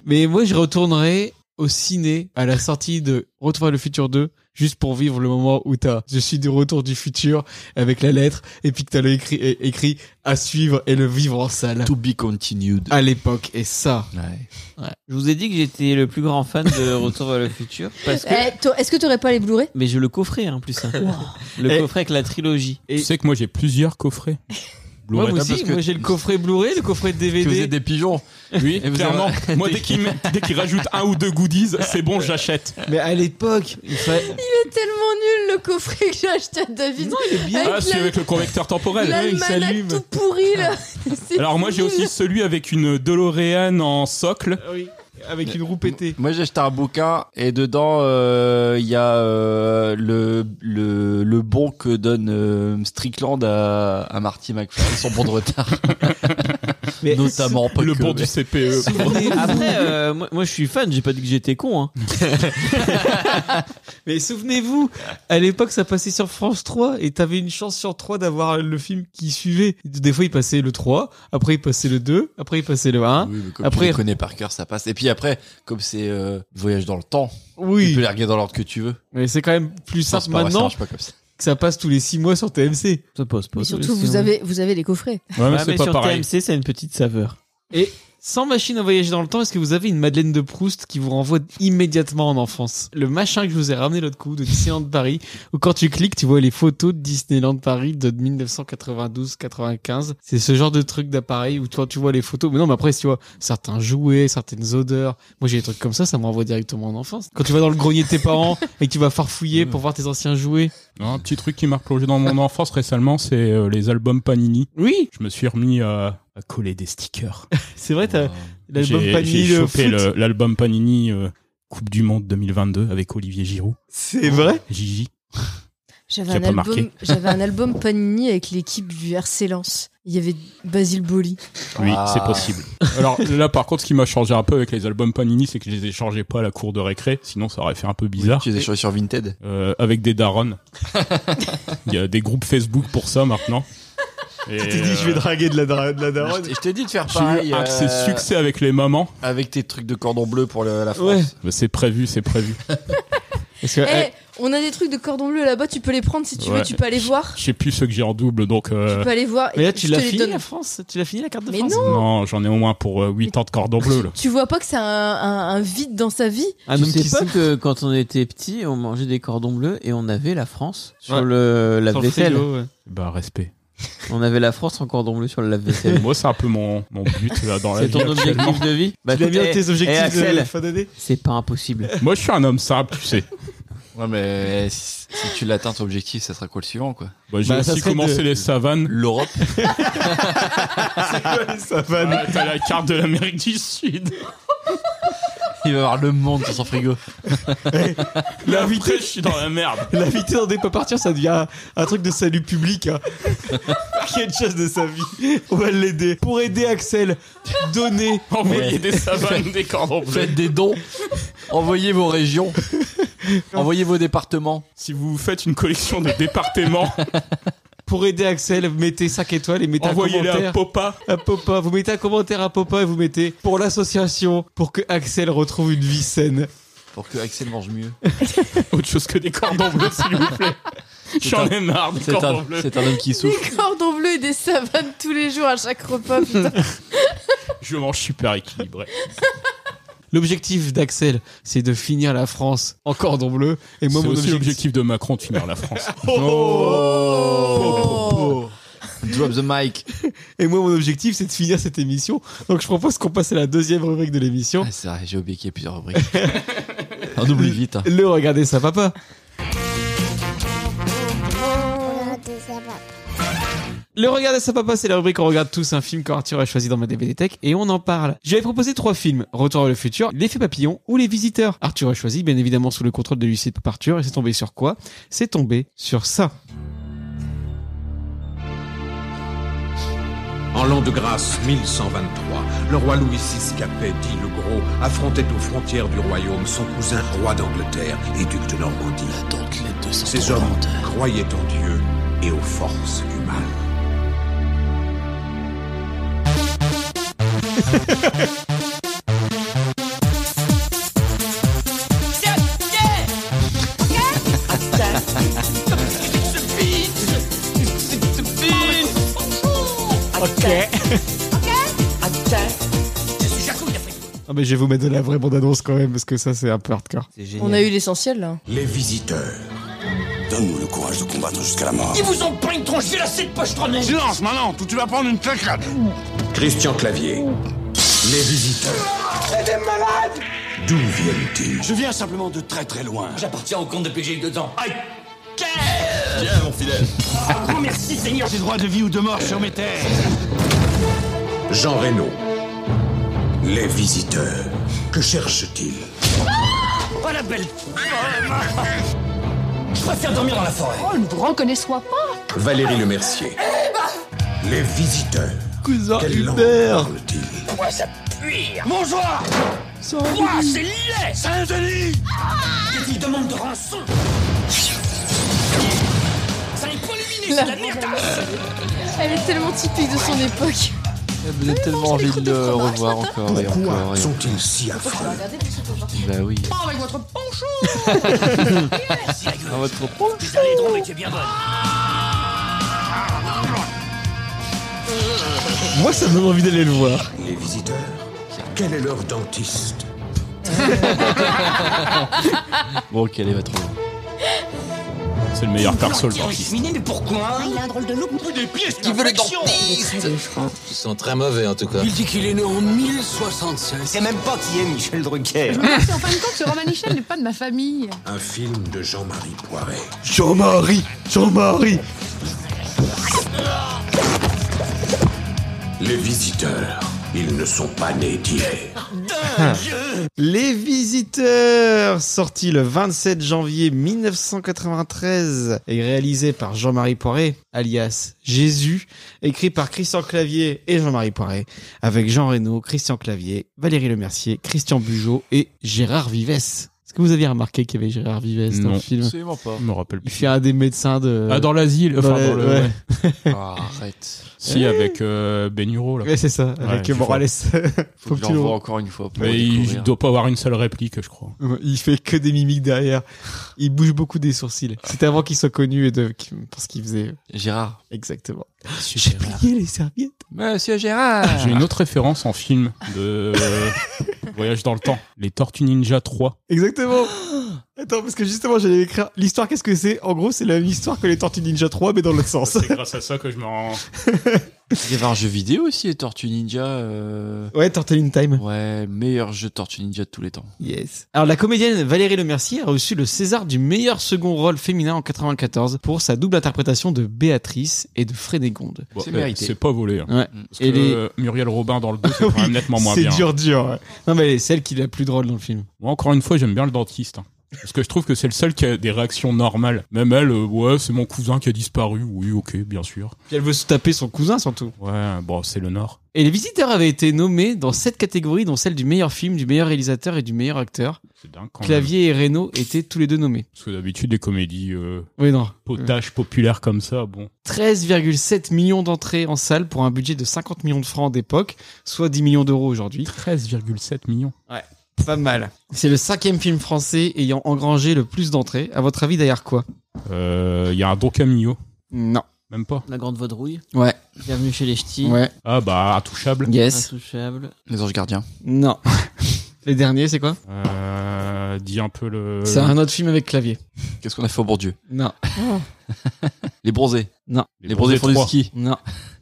A: Mais moi, je retournerai au ciné à la sortie de Retour vers le futur 2 juste pour vivre le moment où t'as je suis du retour du futur avec la lettre et puis que t'as le écrit, é- écrit à suivre et le vivre en salle
D: to be continued.
A: à l'époque et ça
D: Ouais.
C: Je vous ai dit que j'étais le plus grand fan de Retour vers le futur parce
A: Euh.
C: que.
B: Eh, t'aurais- Est-ce que t'aurais pas les Blu-ray
C: Mais je le coffret en plus. hein.
A: Et-
C: Le coffret avec la trilogie.
E: Tu sais que moi, j'ai plusieurs coffrets.
A: moi,
E: Blu-ray.
A: moi
D: parce
A: aussi
D: que-
A: moi j'ai le coffret Blu-ray le coffret
D: Que vous
A: DVD
D: êtes des pigeons.
E: Oui,
D: Et vous
E: clairement. Moi, dès qu'il me- dès qu'il rajoute un ou deux goodies, c'est bon, j'achète.
A: mais à l'époque il fallait
B: C'est tellement nul le coffret que j'ai acheté à David.
E: Ah,
B: Avec
E: c'est
B: la-
E: avec le convecteur temporel.
B: L'almanach tout pourri là. C'est
E: Alors moi j'ai
B: nul.
E: aussi celui avec une DeLorean en socle.
A: oui, avec une roue pétée
D: Moi j'ai acheté un bouquin et dedans euh, il y a euh, le, le, le bon que donne euh, Strickland à, à Marty McFly, son bon de retard.
A: Mais-
D: Notamment pas
E: le
D: que,
E: bon
D: mais-
E: du E. CPE.
C: Après, euh, moi, moi, je suis fan, j'ai pas dit que j'étais con. Hein.
A: mais souvenez-vous à l'époque ça passait sur France 3 et t'avais une chance sur 3 d'avoir le film qui suivait des fois il passait le 3 après il passait le 2 après il passait le 1
D: Oui, mais comme
A: Après-
D: tu les connais par cœur, ça passe. Et puis après, comme c'est euh, voyage dans le temps, tu
A: oui
D: peux les regarder dans l'ordre que tu veux.
A: Mais c'est quand même plus
D: Non,
A: simple
D: c'est pas vrai, ça
A: maintenant
D: marche pas comme ça.
A: que ça passe tous les 6 mois sur TMC.
C: Ça pose pas.
B: Mais surtout vous avez vous avez les coffrets.
E: Ouais, mais
C: Ah,
E: c'est
C: mais
E: pas
C: sur
E: pareil.
C: TMC, ça a une petite saveur.
A: Sans machine à voyager dans le temps, est-ce que vous avez une Madeleine de Proust qui vous renvoie immédiatement en enfance Le machin que je vous ai ramené l'autre coup de Disneyland Paris, où quand tu cliques, tu vois les photos de Disneyland Paris de 1992-95. C'est ce genre de truc d'appareil où toi, tu vois les photos. Mais non, mais après, si tu vois certains jouets, certaines odeurs. Moi, j'ai des trucs comme ça, ça me renvoie directement en enfance. Quand tu vas dans le grenier de tes parents et que tu vas farfouiller pour voir tes anciens jouets.
E: Un petit truc qui m'a replongé dans mon enfance récemment, c'est euh, les albums Panini.
A: Oui,
E: Je me suis remis euh, à coller des stickers.
A: c'est vrai, t'as l'album
E: J'ai
A: Panini,
E: j'ai
A: le
E: chopé
A: foot.
E: le- l'album Panini euh, Coupe du Monde 2022 avec Olivier Giroud.
A: C'est vrai
E: Gigi.
B: J'avais
E: Qui a
B: un
E: pas
B: album
E: marqué.
B: j'avais un album Panini avec l'équipe du RC Lens. Il y avait Basile Boli.
E: Oui,
D: Ah.
E: c'est possible. Alors là par contre, ce qui m'a changé un peu avec les albums Panini, c'est que je les échangeais pas à la cour de récré, sinon ça aurait fait un peu bizarre.
D: Tu les as sur- sur Vinted.
E: Euh, avec des darons. Il y a des groupes Facebook pour ça maintenant. Et, euh,
A: draguer de la, de la
D: Je t'ai- je t'ai dit de faire
E: J'ai
D: pareil
E: eu accès
D: euh,
E: succès avec les mamans.
D: avec tes trucs de cordon bleu pour le- la France.
A: Ouais.
E: Mais C'est prévu, c'est prévu.
A: Parce que,
B: Eh,
A: eh,
B: on a des trucs de cordon bleu là-bas, tu peux les prendre si tu veux,
E: Ouais. Euh.
B: tu peux aller voir.
E: Je sais plus ceux que j'ai en double, donc euh,
B: Tu peux aller voir.
A: mais là,
B: et
A: tu
B: je te
A: l'as
B: les
A: fini
B: donne.
A: la France Tu l'as fini la carte de
B: Mais
A: France
E: non, j'en ai au moins pour 8 ans de cordon bleu. Là.
B: Tu vois pas que c'est un, un- un vide dans sa vie
A: Un
C: tu
A: homme
C: sais
A: qui
C: pas
A: souffre.
C: que quand on était petit, on mangeait des cordons bleus et on avait la France sur
A: Ouais. Sur
C: le
A: le
C: lave-vaisselle.
A: frigo, ouais.
E: Bah respect.
C: On avait la France en cordon bleu sur le lave-vaisselle.
E: Moi, c'est un peu mon, mon but là dans la
C: C'est
E: vie.
C: ton
E: actuellement.
C: objectif de vie Bah,
A: Tu l'as mis dans
C: eh,
A: tes
C: eh,
A: objectifs de
C: Axel,
A: fin d'année
C: C'est pas impossible.
E: Moi, je suis un homme simple, tu sais.
D: Ouais, mais si, si tu l'atteins ton objectif, ça sera quoi le suivant, quoi
E: Bah, j'ai
A: Bah, ça
E: aussi
A: serait
E: commencé
A: de-
E: les savanes.
D: L'Europe.
E: Ah, T'as la carte de l'Amérique du Sud.
D: Il va y avoir le monde sur son frigo.
E: Là, après, je suis dans la merde.
A: L'invité dans Des pas partir, ça devient un, un truc de salut public. Hein. Qui a une chose de sa vie. On va l'aider. Pour aider Axel, donner.
E: Envoyer des savanes, des cordons bleus.
D: Faites des dons. Envoyez vos régions. Envoyez vos départements.
E: Si vous faites une collection de départements,
A: Pour aider Axel, mettez 5 étoiles et mettez
E: envoyez-les
A: un
E: à
A: commentaire.
E: Popa.
A: à Popa, vous mettez un commentaire à Popa et vous mettez pour l'association, pour que Axel retrouve une vie saine.
D: Pour que Axel mange mieux.
E: Autre chose que des cordons bleus, s'il vous plaît. J'en ai marre du
D: C'est
E: cordon
D: un,
E: bleu.
D: c'est un homme qui souffre.
B: Des cordons bleus et des savanes tous les jours à chaque repas, putain.
E: Je mange super équilibré.
A: L'objectif d'Axel, c'est de finir la France en cordon bleu. Et
E: C'est
A: moi, mon
E: aussi
A: objectif,
E: l'objectif de Macron de finir la France.
B: Oh.
D: Drop the mic.
A: et moi, mon objectif, c'est de finir cette émission. Donc, je propose qu'on passe à la deuxième rubrique de l'émission.
D: Ah, c'est vrai, j'ai oublié qu'il y a plusieurs rubriques. On oublie vite. hein.
A: Le regarder ça papa. Le regarder ça papa, c'est la rubrique on regarde tous un film qu'Arthur a choisi dans ma DVD Tech et on en parle. J'avais proposé trois films Retour à le futur, L'effet papillon ou Les visiteurs. Arthur a choisi, bien évidemment, sous le contrôle de Lucide Arthur et c'est tombé sur quoi C'est tombé sur ça.
J: En l'an de grâce 1123, le roi Louis VI Capet, dit le Gros, affrontait aux frontières du royaume son cousin roi d'Angleterre et duc de Normandie. Ces hommes croyaient en Dieu et aux forces du mal.
A: Ah mais je vais vous mettre de la vraie bande-annonce quand même parce que ça c'est un peu hardcore.
K: C'est génial.
B: On a eu l'essentiel là.
J: Les visiteurs. Donne-nous le courage de combattre jusqu'à la mort.
I: Ils vous ont pris une tronche, j'ai lassé de poche trôneuse
L: Silence maintenant, ou tu vas prendre une claquade.
J: Christian Clavier. Les visiteurs. C'est des malades D'où viennent-ils
L: Je viens simplement de très très loin.
I: J'appartiens au compte depuis que j'ai eu deux ans.
L: Tiens, mon fidèle.
I: Un grand merci Seigneur
L: J'ai droit de vie ou de mort sur mes terres.
J: Jean Reno. Les visiteurs. Que cherchent-ils
I: Oh la belle Je préfère dormir dans la forêt Eh
J: Valérie Lemercier.
I: ben
J: Les visiteurs.
A: Cousin
J: Quelle langue
A: Hubert
J: parlent-ils
I: Moi ça pue Bonjour Moi c'est laid Saint-Denis Qu'est-ce qu'il demande de rançon Ça n'est pas lumineux, c'est
B: La-
I: la merde
B: Elle est tellement typique de son époque.
D: Vous avez tellement envie de le revoir encore et encore.
J: Pourquoi
D: et encore.
J: sont-ils si affreux
D: Bah oui.
I: Avec votre poncho
D: Dans votre
I: Vous avez drôle, mais tu es bien bonne
A: Moi ça me donne envie d'aller le voir.
J: Les visiteurs. Quel est leur dentiste
D: Bon, ok, allez, va trop loin.
E: C'est le meilleur perso, le
I: Planqué dans la
E: dentiste.
I: cheminée, mais pourquoi
M: Il a un drôle de look.
I: Des pièces qui veut les
N: Ils sont très mauvais en tout cas.
L: Il dit qu'il est né en 1076. C'est même pas qui est Michel Drucker.
M: Je me demande si en fin de compte, ce Roman Michel n'est pas de ma famille.
J: Un film de Jean-Marie Poiret.
A: Jean-Marie Jean-Marie
J: Les visiteurs. Ils ne sont pas nés d'hier.
A: Les Visiteurs, sorti le 27 janvier 1993 et réalisé par Jean-Marie Poiret, alias Jésus, écrit par Christian Clavier et Jean-Marie Poiret, avec Jean Reno, Christian Clavier, Valérie Lemercier, Christian Bugeaud et Gérard Vives. Est-ce que vous aviez remarqué qu'il y avait Gérard Vives dans
E: Non.
A: le film
D: Absolument pas.
E: Je me rappelle
A: Il
E: plus.
A: fait un des médecins de...
E: Ah, dans l'asile. Enfin,
A: dans
E: dans
A: le-
E: le.
A: ouais.
E: ouais.
D: Ah, arrête.
E: Si, avec euh, Benuro, là.
A: Ouais, c'est ça,
E: Ouais,
A: avec
E: il faut-
A: Morales.
D: Faut, que je
A: tu le
D: l'envoie
A: vois.
D: encore une fois. Pour
E: Mais Ah il
D: découvrir.
E: il doit pas avoir une seule réplique, je crois.
A: Il fait que des mimiques derrière. Il bouge beaucoup des sourcils. C'était avant qu'il soit connu et de... parce qu'il faisait
D: Gérard.
A: Exactement. J'ai plié les serviettes.
D: Monsieur Gérard.
E: J'ai une autre référence en film de euh, Voyage dans le temps. Les Tortues Ninja 3.
A: Exactement. Attends, parce que justement, j'allais écrire l'histoire, qu'est-ce que c'est En gros, c'est la même histoire que les Tortues Ninja 3, mais dans l'autre sens.
E: C'est grâce à ça que je me rends.
D: Il y avait un jeu vidéo aussi, les Tortues Ninja. euh,
A: Ouais, Turtle in Time.
D: Ouais, meilleur jeu de Tortues Ninja de tous les temps.
A: Yes. Alors, la comédienne Valérie Lemercier a reçu le César du meilleur second rôle féminin en 94 pour sa double interprétation de Béatrice et de Frédégonde.
E: Bon,
D: C'est
E: euh,
D: mérité.
E: C'est pas volé. hein.
A: Ouais.
E: Parce
A: Et
E: que
A: les-
E: euh, Muriel Robin dans le 2, c'est quand même nettement moins
A: c'est
E: bien. hein.
A: dur, dur. ouais. Non, mais elle est celle qui est la plus drôle dans le film.
E: Moi, encore une fois, j'aime bien le dentiste. hein. Parce que je trouve que c'est le seul qui a des réactions normales. Même elle, euh, ouais, c'est mon cousin qui a disparu. Oui, ok, bien sûr.
A: Puis elle veut se taper son cousin, surtout.
E: Ouais, bon, c'est le Nord.
A: Et les visiteurs avaient été nommés dans sept catégories, dont celle du meilleur film, du meilleur réalisateur et du meilleur acteur.
E: C'est dingue quand même.
A: Clavier et Reno étaient tous les deux nommés.
E: Parce que d'habitude, des comédies euh,
A: Oui, non.
E: potaches populaires comme ça, bon.
A: 13,7 millions d'entrées en salle pour un budget de 50 millions de francs d'époque, soit 10 millions d'euros aujourd'hui.
E: 13,7 millions.
A: Pas mal. C'est le cinquième film français ayant engrangé le plus d'entrées. À votre avis, derrière quoi
E: Euh, Il y a un Don Camillo.
A: Non.
E: Même pas.
C: La grande vadrouille.
A: Ouais.
C: Bienvenue chez les ch'tis.
A: Ouais.
E: Ah bah, intouchable.
C: Intouchable.
D: Les anges gardiens.
A: Non. Les derniers, c'est quoi
E: Euh, dis un peu le.
A: C'est un autre film avec clavier.
D: Qu'est-ce qu'on a fait au Bourdieu
A: Non.
D: Les bronzés.
A: Non.
D: Les, bronzés, font du ski.
A: Non.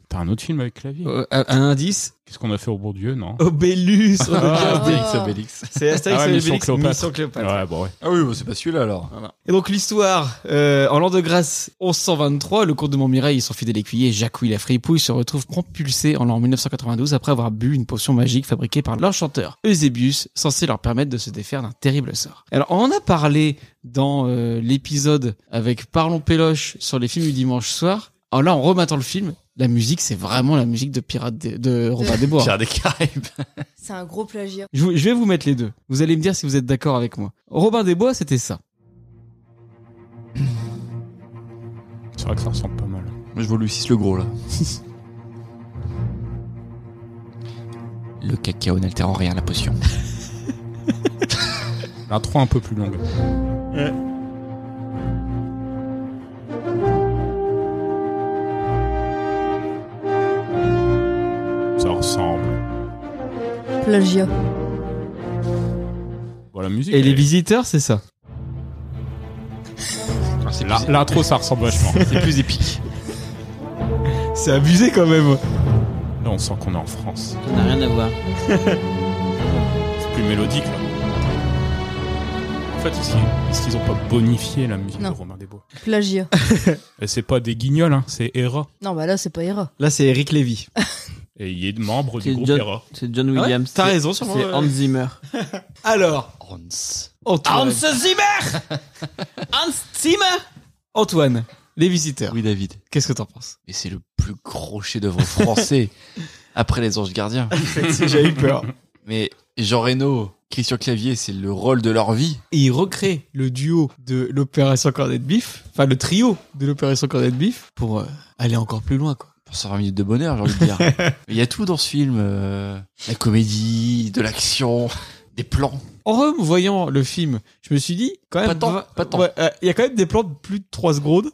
E: T'as un autre film avec clavier
A: Euh, un- un indice
E: Qu'est-ce qu'on a fait au Bourdieu, non
A: Obélus
E: Ah,
D: Astérix, Obélix.
A: C'est Astérix
E: Ah ouais,
A: et
E: Mission
A: Obélix,
E: Cléopâtre.
A: Mission Cléopâtre.
E: Ouais, bon, ouais.
D: Ah oui, bah, c'est pas celui-là alors.
A: Et donc l'histoire, euh, en l'an de grâce 1123, le comte de Montmirail et son fidèle écuyer Jacques-Louis la Fripouille se retrouvent propulsés en l'an 1992 après avoir bu une potion magique fabriquée par l'enchanteur Eusebius, censée leur permettre de se défaire d'un terrible sort. Alors on en a parlé dans euh, l'épisode avec Parlons Péloche sur les films du dimanche soir. Alors là, en rematant le film, la musique, c'est vraiment la musique de Pirates des- de Robin des Bois.
D: Pierre des Caraïbes.
B: C'est un gros plagiat.
A: Je, vous- je vais vous mettre les deux. Vous allez me dire si vous êtes d'accord avec moi. Robin des Bois, c'était ça.
E: C'est vrai que ça ressemble pas mal.
D: Moi, je vois Louis VI le gros là. le cacao n'altère en rien la potion.
E: L'intro un peu plus longue. Ça ressemble.
B: Plagiat.
E: Bon, la musique.
A: Et
E: elle
A: les
E: est-
A: visiteurs, c'est ça.
E: La- L'intro, ça ressemble vachement.
D: C'est plus épique.
A: C'est abusé quand même.
E: Là, on sent qu'on est en France.
C: Ça n'a rien à voir.
E: C'est plus mélodique, là. En fait, est-ce qu'ils- est-ce qu'ils ont pas bonifié la musique
B: Non.
E: de Romain Desbois
B: Plagiat.
E: Et c'est pas des guignols, hein, c'est Hera.
B: non, bah là, c'est pas Hera.
A: Là, c'est Eric Lévy.
E: Et il est membre du
C: C'est
E: groupe
C: John-
E: Hera.
C: C'est John
A: ouais
C: Williams.
A: T'as
C: C'est-
A: raison, sûrement,
C: C'est
A: ouais.
C: Hans Zimmer.
A: Alors, Antoine,
C: Zimmer Hans Zimmer
A: Antoine, les visiteurs,
D: Oui, David.
A: qu'est-ce que t'en penses
D: Mais c'est le plus gros chef-d'œuvre français après les anges gardiens.
A: J'ai eu peur.
D: Mais Jean Reno, Christian Clavier, c'est le rôle de leur vie.
A: Et il recrée le duo de l'opération Cornet de Bif, enfin le trio de l'opération Cornet de Bif, pour euh, aller encore plus loin, quoi.
D: Pour 120 minutes de bonheur, j'ai envie de dire. Mais Il y a tout dans ce film. euh, la comédie, de l'action, des plans.
A: En revoyant le film, je me suis dit, quand même,
D: Pas tant,
A: va-
D: pas tant.
A: ouais, euh, il y a quand même des plans de plus de 3 secondes,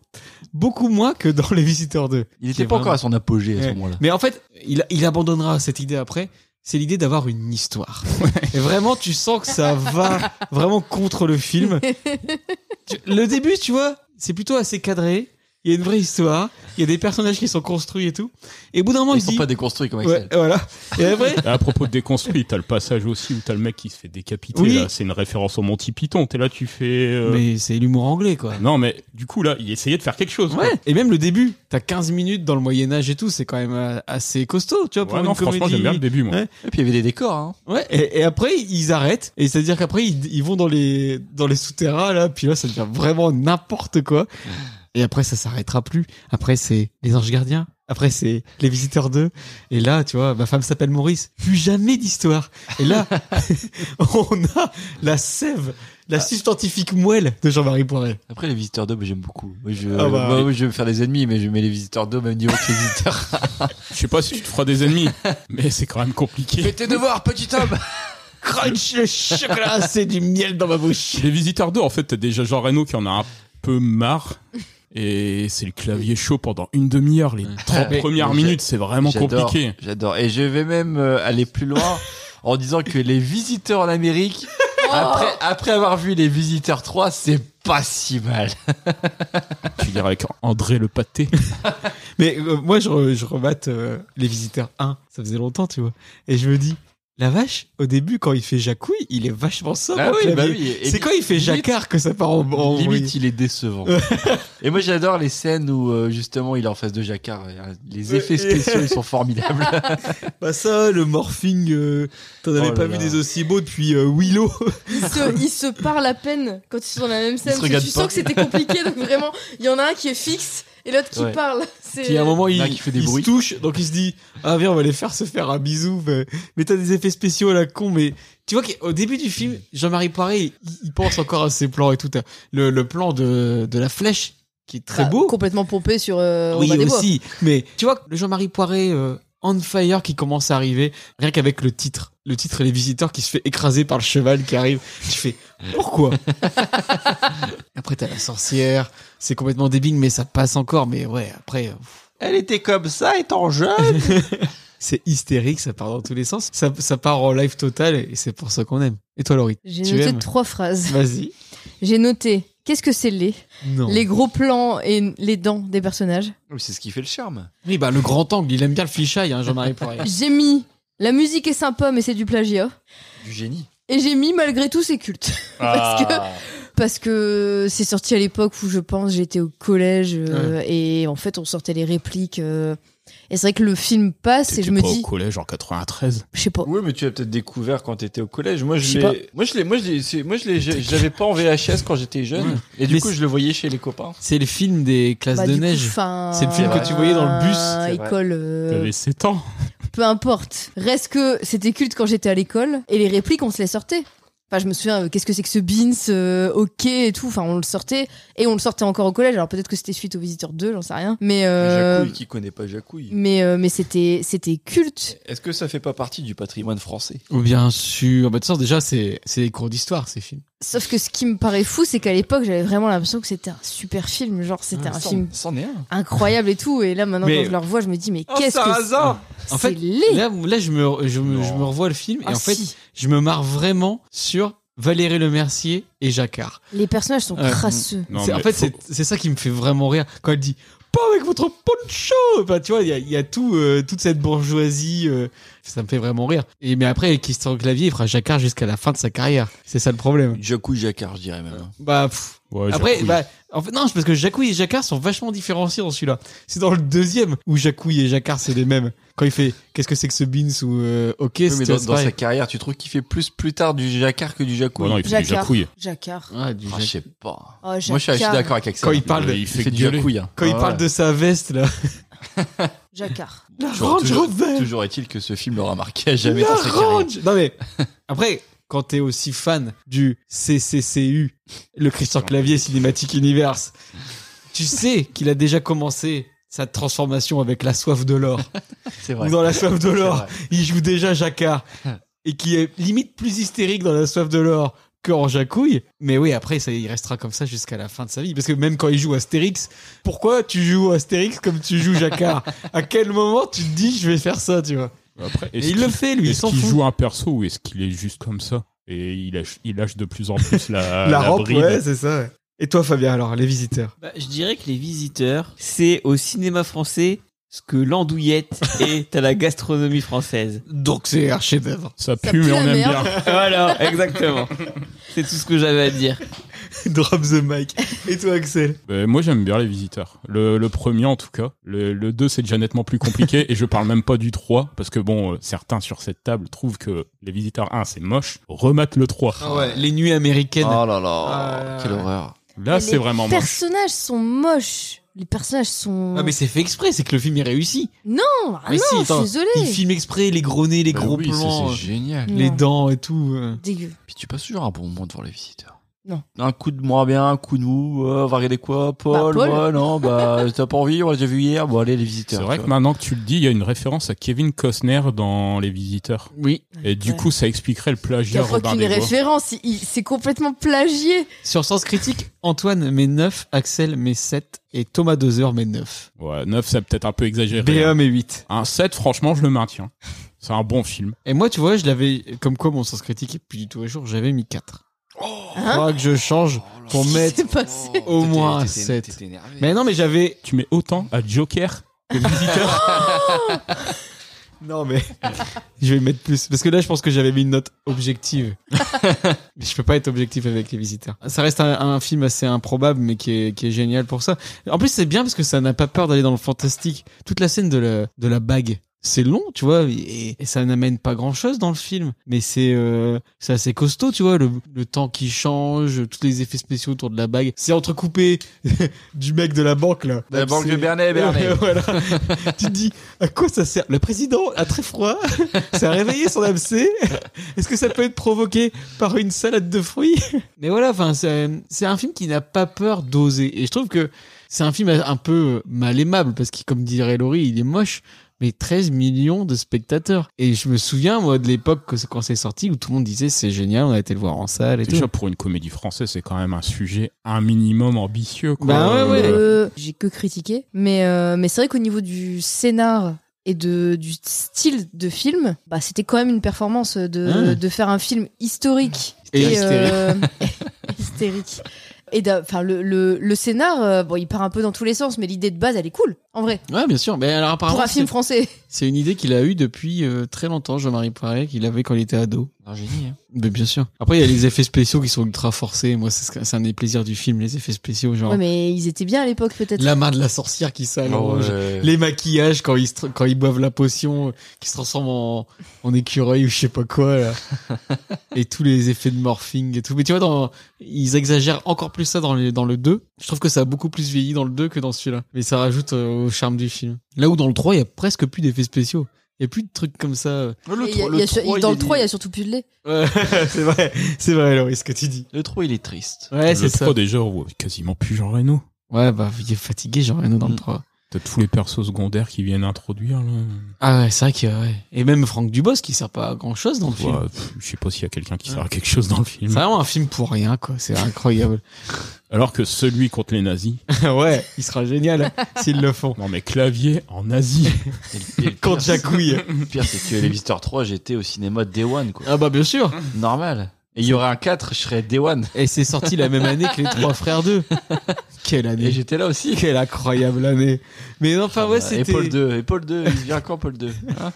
A: beaucoup moins que dans Les Visiteurs 2.
D: Il
A: C'est
D: n'était pas
A: vraiment-
D: encore à son apogée à
A: Ouais.
D: ce moment-là.
A: Mais en fait, il, il abandonnera cette idée après. C'est l'idée d'avoir une histoire. Et vraiment, tu sens que ça va vraiment contre le film. Tu- le début, tu vois, c'est plutôt assez cadré. Il y a une vraie histoire. Il y a des personnages qui sont construits et tout. Et au bout d'un moment,
D: Ils
A: il se
D: sont
A: dit.
D: pas déconstruits comme
A: Ouais,
D: Axel.
A: voilà. Et après,
E: Et à propos de déconstruit, t'as le passage aussi où t'as le mec qui se fait décapiter.
A: Oui.
E: là. C'est une référence au Monty Python. T'es là, tu fais. euh,
A: Mais c'est l'humour anglais, quoi.
E: Non, mais du coup, là, il essayait de faire quelque chose. quoi.
A: Ouais. Et même le début. T'as 15 minutes dans le Moyen-Âge et tout. C'est quand même euh, assez costaud, tu vois, pour
E: Ouais,
A: une
E: non,
A: comédie.
E: franchement, j'aime bien le début, moi.
A: Ouais.
D: Et puis il y avait des décors. Hein.
A: Ouais, et, et après ils arrêtent, et c'est-à-dire qu'après ils, ils vont dans les dans les souterrains là, puis là ça devient vraiment n'importe quoi. Et après ça s'arrêtera plus. Après c'est les anges gardiens, après c'est les visiteurs 2, et là tu vois ma femme s'appelle Maurice, plus jamais d'histoire. Et là on a la sève, la substantifique moelle de Jean-Marie Poiret.
D: Après, les visiteurs d'hommes, j'aime beaucoup. Moi, je,
A: Ah bah.
D: moi, je vais me faire des ennemis, mais je mets les visiteurs d'hommes au même niveau que les visiteurs.
E: Je sais pas si tu te feras des ennemis, mais c'est quand même compliqué.
D: Fais tes devoirs, petit homme
A: Crunch le chocolat, c'est du miel dans ma bouche.
E: Les visiteurs 2, en fait, t'as déjà Jean Reno qui en a un peu marre. Et c'est le clavier chaud pendant une demi-heure. Les 30
D: Mais-
E: premières
D: mais
E: minutes, c'est vraiment
D: J'adore,
E: compliqué.
D: J'adore. Et je vais même euh, aller plus loin en disant que les visiteurs en Amérique, après, après avoir vu les visiteurs 3, c'est pas si mal.
E: Tu dirais avec André le pâté.
A: Mais euh, moi, je, re- je remate euh, Les Visiteurs 1. Ça faisait longtemps, tu vois. Et je me dis, la vache, au début, quand il fait Jacouille, il est vachement sobre.
D: Ah
A: en
D: oui, bah
A: clavier.
D: oui. Et
A: C'est
D: li-
A: quand il fait
D: limite-
A: Jacquard que ça part en, en
D: Limite,
A: oui.
D: il est décevant. et moi, j'adore les scènes où, euh, justement, il est en face de Jacquard. Euh, Les effets spéciaux, ils sont formidables.
A: Bah ça, le morphing, euh, t'en avais
D: Oh
A: pas
D: là
A: vu
D: là.
A: des aussi beaux depuis euh, Willow.
B: Ils se, ils se parlent à peine quand ils sont dans la même scène.
D: se
B: Tu
D: regardent
B: sens
D: pas.
B: que c'était compliqué, donc vraiment, il y en a un qui est fixe et l'autre qui
D: Ouais.
B: parle. C'est...
A: Puis à un moment, il,
D: Là, qui fait des
A: il se
D: bruits.
A: touche, donc il se dit Ah, viens, on va les faire se faire un bisou. Mais, mais t'as des effets spéciaux à la con. Mais tu vois qu'au début du film, Jean-Marie Poiré, il, il pense encore à ses plans et tout. hein. Le, le plan de, de la flèche, qui est très
B: Bah,
A: beau.
B: Complètement pompé sur euh,
A: Oui,
B: Robin des Bois.
A: aussi. Mais tu vois, le Jean-Marie Poiré euh, on fire qui commence à arriver, rien qu'avec le titre. Le titre et les visiteurs qui se fait écraser par le cheval qui arrive. Tu fais pourquoi Après, t'as la sorcière. C'est complètement débile, mais ça passe encore. Mais ouais, après.
D: Elle était comme ça, étant jeune.
A: c'est hystérique, ça part dans tous les sens. Ça, ça part en live total et c'est pour ça qu'on aime. Et toi, Laurie
B: J'ai
A: tu
B: noté
A: aimes
B: trois phrases.
A: Vas-y.
B: J'ai noté qu'est-ce que c'est les
A: Non.
B: Les gros plans et les dents des personnages.
D: C'est ce qui fait le charme.
A: Oui, bah le grand angle, il aime bien le fisheye, hein, Jean-Marie Poirier.
B: J'ai mis la musique est sympa mais c'est du plagiat.
D: Du génie.
B: Et j'ai mis malgré tout c'est culte. Parce que parce que c'est sorti à l'époque où je pense j'étais au collège euh, et en fait on sortait les répliques. euh, et c'est vrai que le film passe et je me dis
E: collège en 93.
B: Je sais pas.
D: Oui, mais tu l'as peut-être découvert quand t'étais au collège. Moi,
B: Je
D: je
B: sais
D: l'ai. Moi, je l'ai. Moi, je l'ai. c'est- Moi, je l'ai. je- je l'avais pas en VHS quand j'étais jeune. Et du
A: Mais
D: coup,
A: c'est-
D: je le voyais chez les copains.
A: C'est le film des classes
B: bah,
A: de
B: du coup,
A: neige.
B: enfin,
A: C'est le film que tu voyais dans le bus.
B: École. euh,
E: T'avais 7 ans.
B: peu importe. Reste que c'était culte quand j'étais à l'école et les répliques, on se les sortait. Enfin, je me souviens, euh, qu'est-ce que c'est que ce Beans, euh, ok et tout. Enfin, on le sortait et on le sortait encore au collège. Alors peut-être que c'était suite aux visiteurs 2, j'en sais rien. Mais euh,
D: Jacouille, qui connaît pas Jacouille
B: mais euh, mais c'était c'était culte.
D: Est-ce que ça fait pas partie du patrimoine français
A: Ou bien sûr. Bah, de toute façon, déjà, c'est c'est des cours d'histoire, ces films.
B: Sauf que ce qui me paraît fou, c'est qu'à l'époque, j'avais vraiment l'impression que c'était un super film. Genre, c'était
A: Ah,
B: un film
D: C'en est un.
B: incroyable et tout. Et là, maintenant,
A: Mais-
B: quand je le revois, je me dis, mais
D: Oh,
B: qu'est-ce que c'est
D: Sarrazin
A: En fait,
B: C'est laid.
A: là, là, je me, je me, je me revois le film et
B: Ah,
A: en fait,
B: si.
A: je me marre vraiment sur Valérie Lemercier et Jacquard.
B: Les personnages sont
A: Ouais.
B: crasseux.
E: Non,
A: C'est- en
E: mais
A: fait,
E: faut-
A: c'est- c'est ça qui me fait vraiment rire quand elle dit pas avec votre poncho. Enfin, tu vois, il y a, il y a tout, euh, toute cette bourgeoisie. euh, ça me fait vraiment rire. Et mais après, Christian Clavier, il fera Jacquard jusqu'à la fin de sa carrière. C'est ça le problème.
D: Jacouille, Jacquard, je dirais même.
A: Bah. pff.
E: Ouais,
A: Après,
E: Jacouille.
A: bah, en fait, non, c'est parce que Jacouille et Jacquard sont vachement différenciés dans celui-là. C'est dans le deuxième où Jacouille et Jacquard, c'est les mêmes. Quand il fait Qu'est-ce que c'est que ce beans ou euh, Ok,
D: Oui,
A: c'est
D: mais dans,
A: c'est
D: dans
A: pareil.
D: sa carrière, tu trouves qu'il fait plus plus tard du Jacquard que du Jacouille
E: Ouais, non, il fait du
B: Jacquard.
E: jacouille.
B: Jacquard.
A: Ah, du
D: Ah,
A: Jacquard.
D: je sais pas.
B: Oh,
D: Moi, je suis assez
B: Jacquard.
D: d'accord avec Axel.
A: Quand il parle,
E: Il
D: Il
E: fait
D: fait du
E: gueuler.
D: Jacouille. hein.
A: quand il
D: Ah,
A: parle
D: ouais.
A: de sa veste là.
B: Jacquard.
A: La
D: Toujours-
A: Range
D: toujours-
A: Rover.
D: Toujours est-il que ce film l'aura marqué à jamais
A: La
D: dans sa carrière.
A: Range. Non mais après, quand t'es aussi fan du CCCU, le Christian Clavier Cinematic Universe, tu sais qu'il a déjà commencé sa transformation avec la soif de l'or.
D: C'est
A: Ou
D: vrai.
A: dans la soif de
D: C'est
A: l'or,
D: vrai.
A: il joue déjà Jacquard et qui est limite plus hystérique dans la soif de l'or qu'en Jacouille. Mais oui, après, ça, il restera comme ça jusqu'à la fin de sa vie. Parce que même quand il joue Astérix, pourquoi tu joues Astérix comme tu joues Jacquard À quel moment tu te dis je vais faire ça, tu vois
E: Après,
A: Et
E: est-ce
A: il le
E: qu'il-
A: fait, lui, il
E: Est-ce
A: s'en
E: qu'il
A: fout.
E: joue un perso ou est-ce qu'il est juste comme ça Et il lâche, il lâche de plus en plus
D: Euh,
E: la,
A: la, rampe,
E: bride.
A: ouais, c'est ça. ouais. Et toi, Fabien, alors, les visiteurs
C: Bah, je dirais que les visiteurs, c'est au cinéma français ce que l'andouillette est à la gastronomie française.
A: Donc, c'est un chef-d'œuvre.
E: Ça pue,
B: pue
E: mais
B: la
E: on aime
B: merde.
E: bien.
C: Voilà, exactement. C'est tout ce que j'avais à dire.
A: Drop the mic. Et toi, Axel
E: Euh, moi, j'aime bien les visiteurs. Le, le premier, en tout cas. Le, le 2, c'est déjà nettement plus compliqué. et je parle même pas du 3, parce que bon, euh, certains sur cette table trouvent que les visiteurs 1, c'est moche. Remate le 3.
A: Euh, Les nuits américaines.
D: Oh là
A: Ah,
D: là, quelle horreur.
E: Là, c'est vraiment
B: Les
E: moche.
B: personnages sont moches. Les personnages sont.
A: Ah, mais c'est fait exprès, c'est que le film est réussi.
B: non, ah
A: mais
B: non,
A: si,
B: je
A: attends,
B: suis désolée.
A: Il filme exprès les gros nez, les
D: Bah
A: gros
D: oui, ça,
A: plans,
D: C'est génial.
B: Non.
A: les dents et tout. euh.
B: Dégueu.
D: Puis tu passes toujours un bon moment devant les visiteurs.
B: Non.
D: Un coup de moins bien, un coup de mou, euh, on va regarder quoi Paul,
B: Paul.
D: ouais, non, bah t'as pas envie, on l'a déjà vu hier, bon allez les visiteurs.
E: C'est vrai
D: tu
E: que
D: vois.
E: maintenant que tu le dis, il y a une référence à Kevin Costner dans Les Visiteurs.
A: Oui.
E: Et du
B: Ouais.
E: coup, ça expliquerait le plagiat
B: Quelle fois
E: Robin
B: qu'il est
E: des Bois.
B: référence, il- il- c'est complètement plagié.
A: Sur Sens Critique, Antoine met 9, Axel met 7 et Thomas Dozer met 9.
E: Ouais, 9, c'est peut-être un peu exagéré.
A: BA met 8.
E: Un 7, franchement, je le maintiens. C'est un bon film.
A: Et moi, tu vois, je l'avais, comme quoi mon Sens Critique est plus du tout à jour, j'avais mis Oh, 4.
B: Hein
A: Faudra que je change pour mettre.
B: s'est passé
A: au moins un sept. Mais non, mais j'avais.
E: Tu mets autant à Joker que Visiteur.
A: Non, mais. je vais mettre plus. Parce que là, je pense que j'avais mis une note objective. mais je peux pas être objectif avec les visiteurs. Ça reste un, un film assez improbable, mais qui est, qui est génial pour ça. En plus, c'est bien parce que ça n'a pas peur d'aller dans le fantastique. Toute la scène de la, de la bague. C'est long, tu vois, et, et ça n'amène pas grand chose dans le film. Mais c'est euh, c'est assez costaud, tu vois, le, le temps qui change, tous les effets spéciaux autour de la bague. C'est entrecoupé du mec de la banque, là.
D: La
A: Donc,
D: banque
A: c'est-
D: de Bernet, Bernet.
A: Eh voilà. tu te dis, à quoi ça sert Le président a très froid, ça a réveillé son abcès. Est-ce que ça peut être provoqué par une salade de fruits Mais voilà, enfin, c'est c'est un film qui n'a pas peur d'oser. Et je trouve que c'est un film un peu mal aimable parce qu'il, comme dirait Laurie, il est moche. mais 13 millions de spectateurs. Et je me souviens, moi, de l'époque que- quand c'est sorti, où tout le monde disait c'est génial, on a été le voir en salle et tout.
E: Déjà, pour une comédie française, c'est quand même un sujet un minimum ambitieux. Quoi.
A: Bah ouais, ouais.
B: Euh, J'ai que critiqué. Mais, euh, mais c'est vrai qu'au niveau du scénar et de, du style de film, bah, c'était quand même une performance de,
A: Hein
B: de faire un film historique.
A: Et
B: euh, hystérique. Et d'a- enfin, le, le, le scénar, euh, bon, il part un peu dans tous les sens, mais l'idée de base, elle est cool, en vrai.
A: Ah Ouais, bien sûr. Mais alors, apparemment,
B: Pour un film
A: c'est-
B: français.
A: c'est une idée qu'il a eue depuis euh, très longtemps, Jean-Marie Poiret, qu'il avait quand il était ado.
C: Un génie, hein.
A: Mais bien sûr. Après, il y a les effets spéciaux qui sont ultra forcés. Moi, c'est ce que- c'est un des plaisirs du film, les effets spéciaux, genre
B: Ouais, mais ils étaient bien à l'époque, peut-être.
A: la main de la sorcière qui s'allonge,
C: Ah
D: euh,
C: ouais.
A: les maquillages quand ils, se tra- quand ils boivent la potion, euh, qui se transforment en, en écureuil ou je sais pas quoi, là. et tous les effets de morphing et tout. Mais tu vois, dans, ils exagèrent encore plus ça dans, les, dans le 2. Je trouve que ça a beaucoup plus vieilli dans le 2 que dans celui-là. Mais ça rajoute euh, au charme du film. Là où dans le 3, il y a presque plus d'effets spéciaux. Il y a plus de trucs comme ça. euh.
B: Et il y a- il y a sur- dans le 3, il y a surtout plus de lait.
A: Ouais, c'est vrai, c'est vrai, Laurie, ce que tu dis.
D: Le 3, il est triste.
A: Ouais, c'est
E: le
A: ça.
E: 3 déjà, ouais, quasiment plus Jean Reno.
A: Ouais, bah, il est fatigué, genre, Reno, dans le 3.
E: T'as tous les persos secondaires qui viennent introduire. Là.
A: Ah ouais, c'est vrai que, ouais. Et même Franck Dubos qui sert pas à grand chose dans le film.
E: Ouais, pff, je sais pas s'il y a quelqu'un qui sert à quelque chose dans le
A: C'est
E: film.
A: vraiment un film pour rien, quoi. C'est incroyable.
E: Alors que celui contre les nazis.
A: ouais, il sera génial s'ils le font.
E: Non mais clavier en nazi.
A: Contre Jacouille.
D: Le pire, c'est que les Visiteur 3, j'étais au cinéma Day One, quoi.
A: Ah bah bien sûr.
D: Normal. Et il y aurait un 4, je serais Day One.
A: Et c'est sorti la même année que les Trois Frères 2. Quelle
D: Et
A: année. bah,
D: j'étais là aussi.
A: Quelle incroyable année. Mais non, enfin, Ah ouais,
D: Et
A: c'était.
D: Paul 2, et Paul 2, il vient quand Paul 2 hein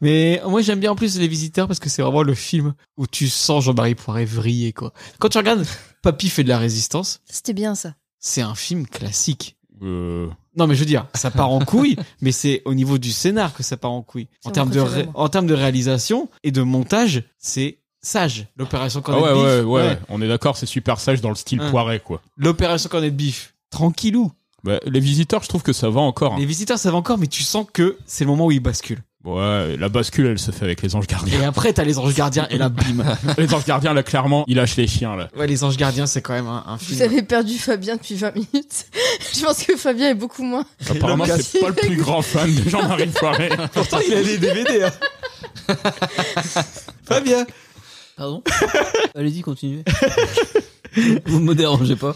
A: Mais moi, j'aime bien en plus Les Visiteurs parce que c'est vraiment le film où tu sens Jean-Marie Poiret vriller, quoi. Quand tu regardes Papy fait de la résistance,
B: C'était bien, ça.
A: c'est un film classique.
E: Euh,
A: Non, mais je veux dire, ça part en couille, mais c'est au niveau du scénar que ça part en couille.
B: C'est
A: En
B: mon
A: termes de,
B: préféré,
A: ré-
B: moi.
A: en termes de réalisation et de montage, c'est sage. L'opération
E: ah
A: Cornet
E: ouais,
A: de
E: ouais, ouais,
A: Bif. ouais.
E: On est d'accord, c'est super sage dans le style
A: Hein.
E: poiré quoi.
A: L'opération Cornet de Bif. Tranquillou.
E: Bah, les visiteurs, je trouve que ça va encore. hein.
A: Les visiteurs savent encore, mais tu sens que c'est le moment où ils basculent.
E: Ouais, la bascule, elle se fait avec les anges gardiens.
A: Et après, t'as les anges gardiens et là, bim.
E: les anges gardiens, là, clairement, il lâche les chiens, là.
A: Ouais, les anges gardiens, c'est quand même un, un
B: Vous
A: film.
B: avez perdu Fabien depuis 20 minutes. Je pense que Fabien est beaucoup moins.
E: Apparemment,
B: le
E: c'est pas le plus grand fan de Jean-Marie Poiré.
A: Pourtant, il a des DVD. Hein. Fabien.
C: Pardon Allez-y, continuez. Vous me dérangez pas.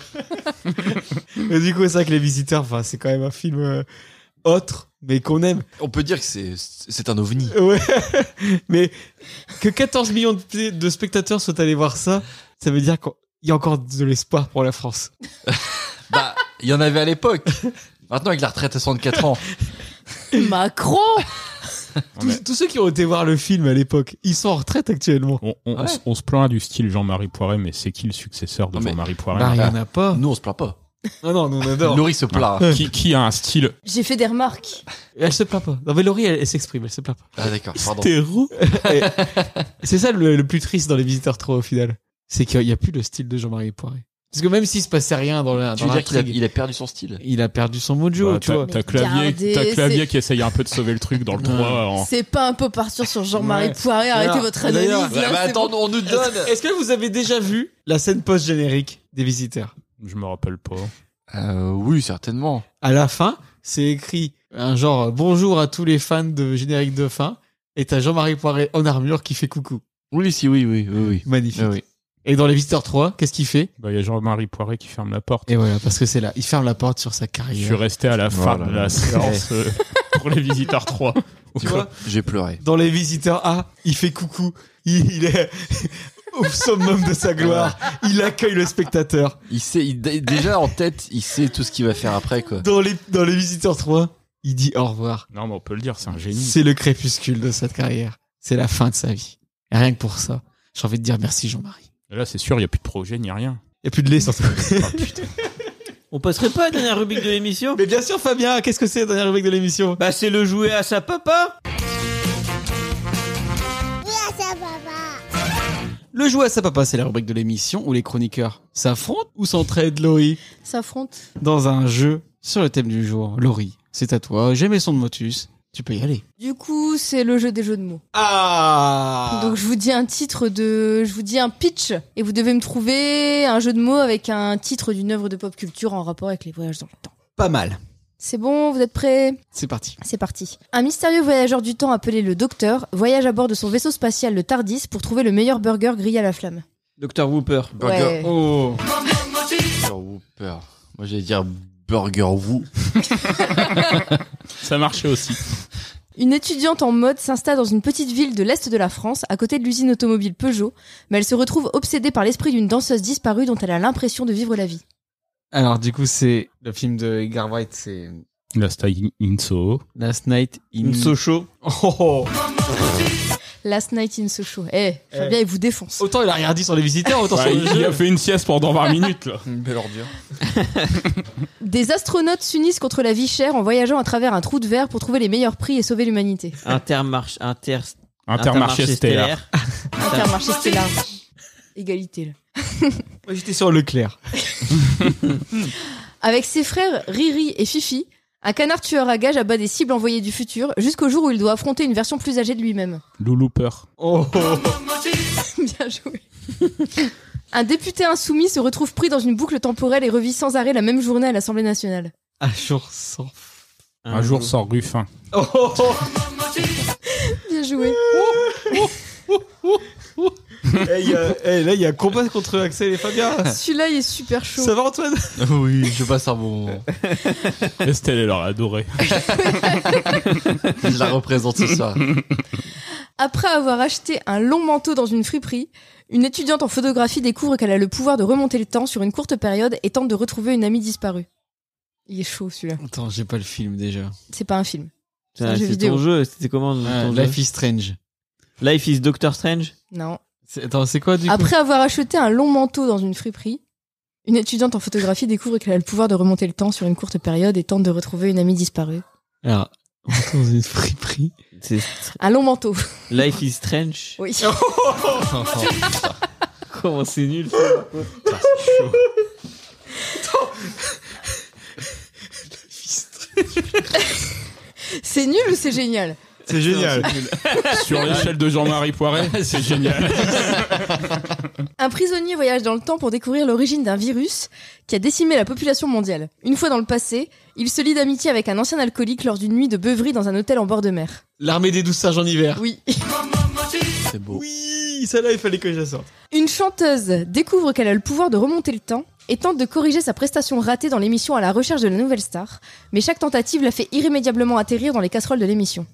A: Mais du coup, c'est vrai que les visiteurs, enfin, c'est quand même un film euh, autre, mais qu'on aime.
D: On peut dire que c'est- c'est un ovni.
A: Ouais. Mais que 14 millions de, de spectateurs soient allés voir ça, ça veut dire qu'il y a encore de l'espoir pour la France.
D: Bah, il y en avait à l'époque. Maintenant, avec la retraite à 64 ans.
B: Macron
E: Non, mais
A: Tous, tous ceux qui ont été voir le film à l'époque, ils sont en retraite actuellement.
E: On, on- on
B: Ah
D: Ouais.
E: s- on se plaint du style Jean-Marie Poiré, mais c'est qui le successeur de
D: Non, mais-
E: Jean-Marie Poiré
A: Bah, il y en a pas.
D: Nous, on se plaint pas.
A: Non, non, nous, on adore.
D: Laurie se plaint.
E: qui, qui a un style
B: J'ai fait des remarques.
A: Elle se plaint pas. Non, mais Laurie, elle, elle s'exprime, elle se plaint pas.
D: Ah, d'accord, pardon.
A: Et C'est ça le, le plus triste dans Les Visiteurs 3 au final. C'est qu'il n'y a plus le style de Jean-Marie Poiré. Parce que même s'il se passait rien dans la.
D: Tu veux
A: dans
D: dire qu'il a,
A: l'intrigue,
D: il a perdu son style
A: il a perdu son mojo,
E: Bah,
A: tu
E: t'as,
A: vois.
E: t'as
B: Mais
E: clavier,
B: regardez,
E: t'as clavier
B: c'est-
E: qui essaye un peu de sauver le truc dans le 3 en-
B: C'est pas un peu partir sur Jean-Marie
A: Ouais.
B: Poiré, arrêtez
A: Alors,
B: votre analyse.
A: d'ailleurs,
B: là, c'est bon.
D: bah, on nous donne
A: Est-ce que vous avez déjà vu la scène post-générique des Visiteurs
E: Je me rappelle pas.
D: euh, Oui, certainement.
A: à la fin, c'est écrit un genre euh, bonjour à tous les fans de générique de fin. Et t'as Jean-Marie Poiret en armure qui fait coucou.
D: Oui, si, oui, oui, oui, oui.
A: Magnifique.
D: Ah oui.
A: Et dans Les Visiteurs 3, qu'est-ce qu'il fait
E: Bah, il y a Jean-Marie Poiré qui ferme la porte.
A: Et voilà, parce que c'est là. Il ferme la porte sur sa
E: Je suis
A: carrière.
E: resté à la fin
D: Voilà.
E: de la séance euh, pour les visiteurs 3.
A: Tu vois
D: J'ai pleuré.
A: Dans Les Visiteurs A, il fait coucou. Il, il est au summum de sa gloire. Il accueille le spectateur.
D: Il sait, il- dé- déjà en tête, il sait tout ce qu'il va faire après, quoi.
A: Dans Les, dans les Visiteurs 3, il dit au revoir.
E: Non, mais on peut le dire, c'est un génie.
A: C'est le crépuscule de sa carrière. C'est la fin de sa vie. Et rien que pour ça, j'ai envie de dire merci Jean-Marie.
E: Et Là, c'est sûr, il n'y a plus de projet ni rien.
A: Il n'y a plus de lait surtout.
C: On passerait pas à la dernière rubrique de l'émission
A: Mais bien sûr, Fabien, qu'est-ce que c'est la dernière rubrique de l'émission
C: Bah, c'est le jouet à sa papa
A: Le jouet à sa papa, c'est la rubrique de l'émission où les chroniqueurs s'affrontent ou s'entraident, Laurie,
B: S'affronte.
A: dans un jeu sur le thème du jour. Laurie, c'est à toi. J'ai mes sons de motus. Tu peux y aller.
B: Du coup, c'est le jeu des jeux de mots.
A: Ah
B: Donc je vous dis un titre de, je vous dis un pitch et vous devez me trouver un jeu de mots avec un titre d'une œuvre de pop culture en rapport avec les voyages dans le temps.
A: Pas mal.
B: C'est bon, vous êtes prêts
A: C'est parti.
B: C'est parti. Un mystérieux voyageur du temps appelé le Docteur voyage à bord de son vaisseau spatial le Tardis pour trouver le meilleur burger grillé à la flamme.
C: Docteur Whooper.
D: Bah,
B: Burger. Ouais.
C: Oh.
D: Burger Whooper. Moi, j'allais dire Burger Woo.
E: Ça marchait aussi.
B: Une étudiante en mode s'installe dans une petite ville de l'Est de la France, à côté de l'usine automobile Peugeot, mais elle se retrouve obsédée par l'esprit d'une danseuse disparue dont elle a l'impression de vivre la vie.
A: Alors, du coup, c'est le film de Edgar Wright, c'est
E: Last Night in Soho.
A: Last Night in
C: Soho.
A: Oh
B: Last Night in Soho. Eh, Fabien, il vous défonce.
A: Autant il a rien dit sur les visiteurs, autant
E: Ouais,
A: sur le
E: il
A: jeu.
E: a fait une sieste pendant 20 minutes là.
D: Une belle ordure.
B: Des astronautes s'unissent contre la vie chère en voyageant à travers un trou de verre pour trouver les meilleurs prix et sauver l'humanité.
C: Intermarche, inter...
E: Intermarché stellaire.
B: Intermarché Stellar. Égalité, là.
A: Moi, j'étais sur Leclerc.
B: Avec ses frères Riri et Fifi, un canard tueur à gage abat des cibles envoyées du futur jusqu'au jour où il doit affronter une version plus âgée de lui-même.
E: Loulouper.
A: Oh.
B: Bien joué. Un député insoumis se retrouve pris dans une boucle temporelle et revit sans arrêt la même journée à l'Assemblée nationale.
A: Un jour sans. Oh,
E: Un jour sans Ruffin.
B: Bien joué.
A: hey, euh, hey, là, il y a combat contre Axel et Fabien.
B: Celui-là, il est super chaud.
A: Ah. Ça va, Antoine
D: oui, je passe un bon moment.
E: Estelle, elle leur a adoré.
D: Je la représente ce soir.
B: Après avoir acheté un long manteau dans une friperie, une étudiante en photographie découvre qu'elle a le pouvoir de remonter le temps sur une courte période et tente de retrouver une amie disparue. Il est chaud celui-là.
A: Attends, j'ai pas le film déjà.
B: C'est pas un film. C'est un
C: Putain,
B: jeu
C: C'est
B: vidéo.
C: ton jeu, c'était comment ton jeu
A: Life is Strange.
C: Life is Doctor Strange
B: Non.
A: C'est- Attends, c'est quoi du coup
B: Après avoir acheté un long manteau dans une friperie, une étudiante en photographie découvre qu'elle a le pouvoir de remonter le temps sur une courte période et tente de retrouver une amie disparue.
A: Alors, on rentre dans une friperie.
C: C'est-
B: Un long manteau.
C: Life is Strange
B: Oui.
C: Comment c'est nul ça.
B: C'est nul ou c'est génial
A: C'est génial.
E: Sur l'échelle de Jean-Marie Poiret, c'est génial.
B: Un prisonnier voyage dans le temps pour découvrir l'origine d'un virus qui a décimé la population mondiale. Une fois dans le passé, il se lie d'amitié avec un ancien alcoolique lors d'une nuit de beuverie dans un hôtel en bord de mer.
A: L'armée des douze singes en hiver.
B: Oui.
D: C'est beau.
A: Oui, celle-là, il fallait que je la sorte.
B: Une chanteuse découvre qu'elle a le pouvoir de remonter le temps et tente de corriger sa prestation ratée dans l'émission à la recherche de la nouvelle star, mais chaque tentative la fait irrémédiablement atterrir dans les casseroles de l'émission.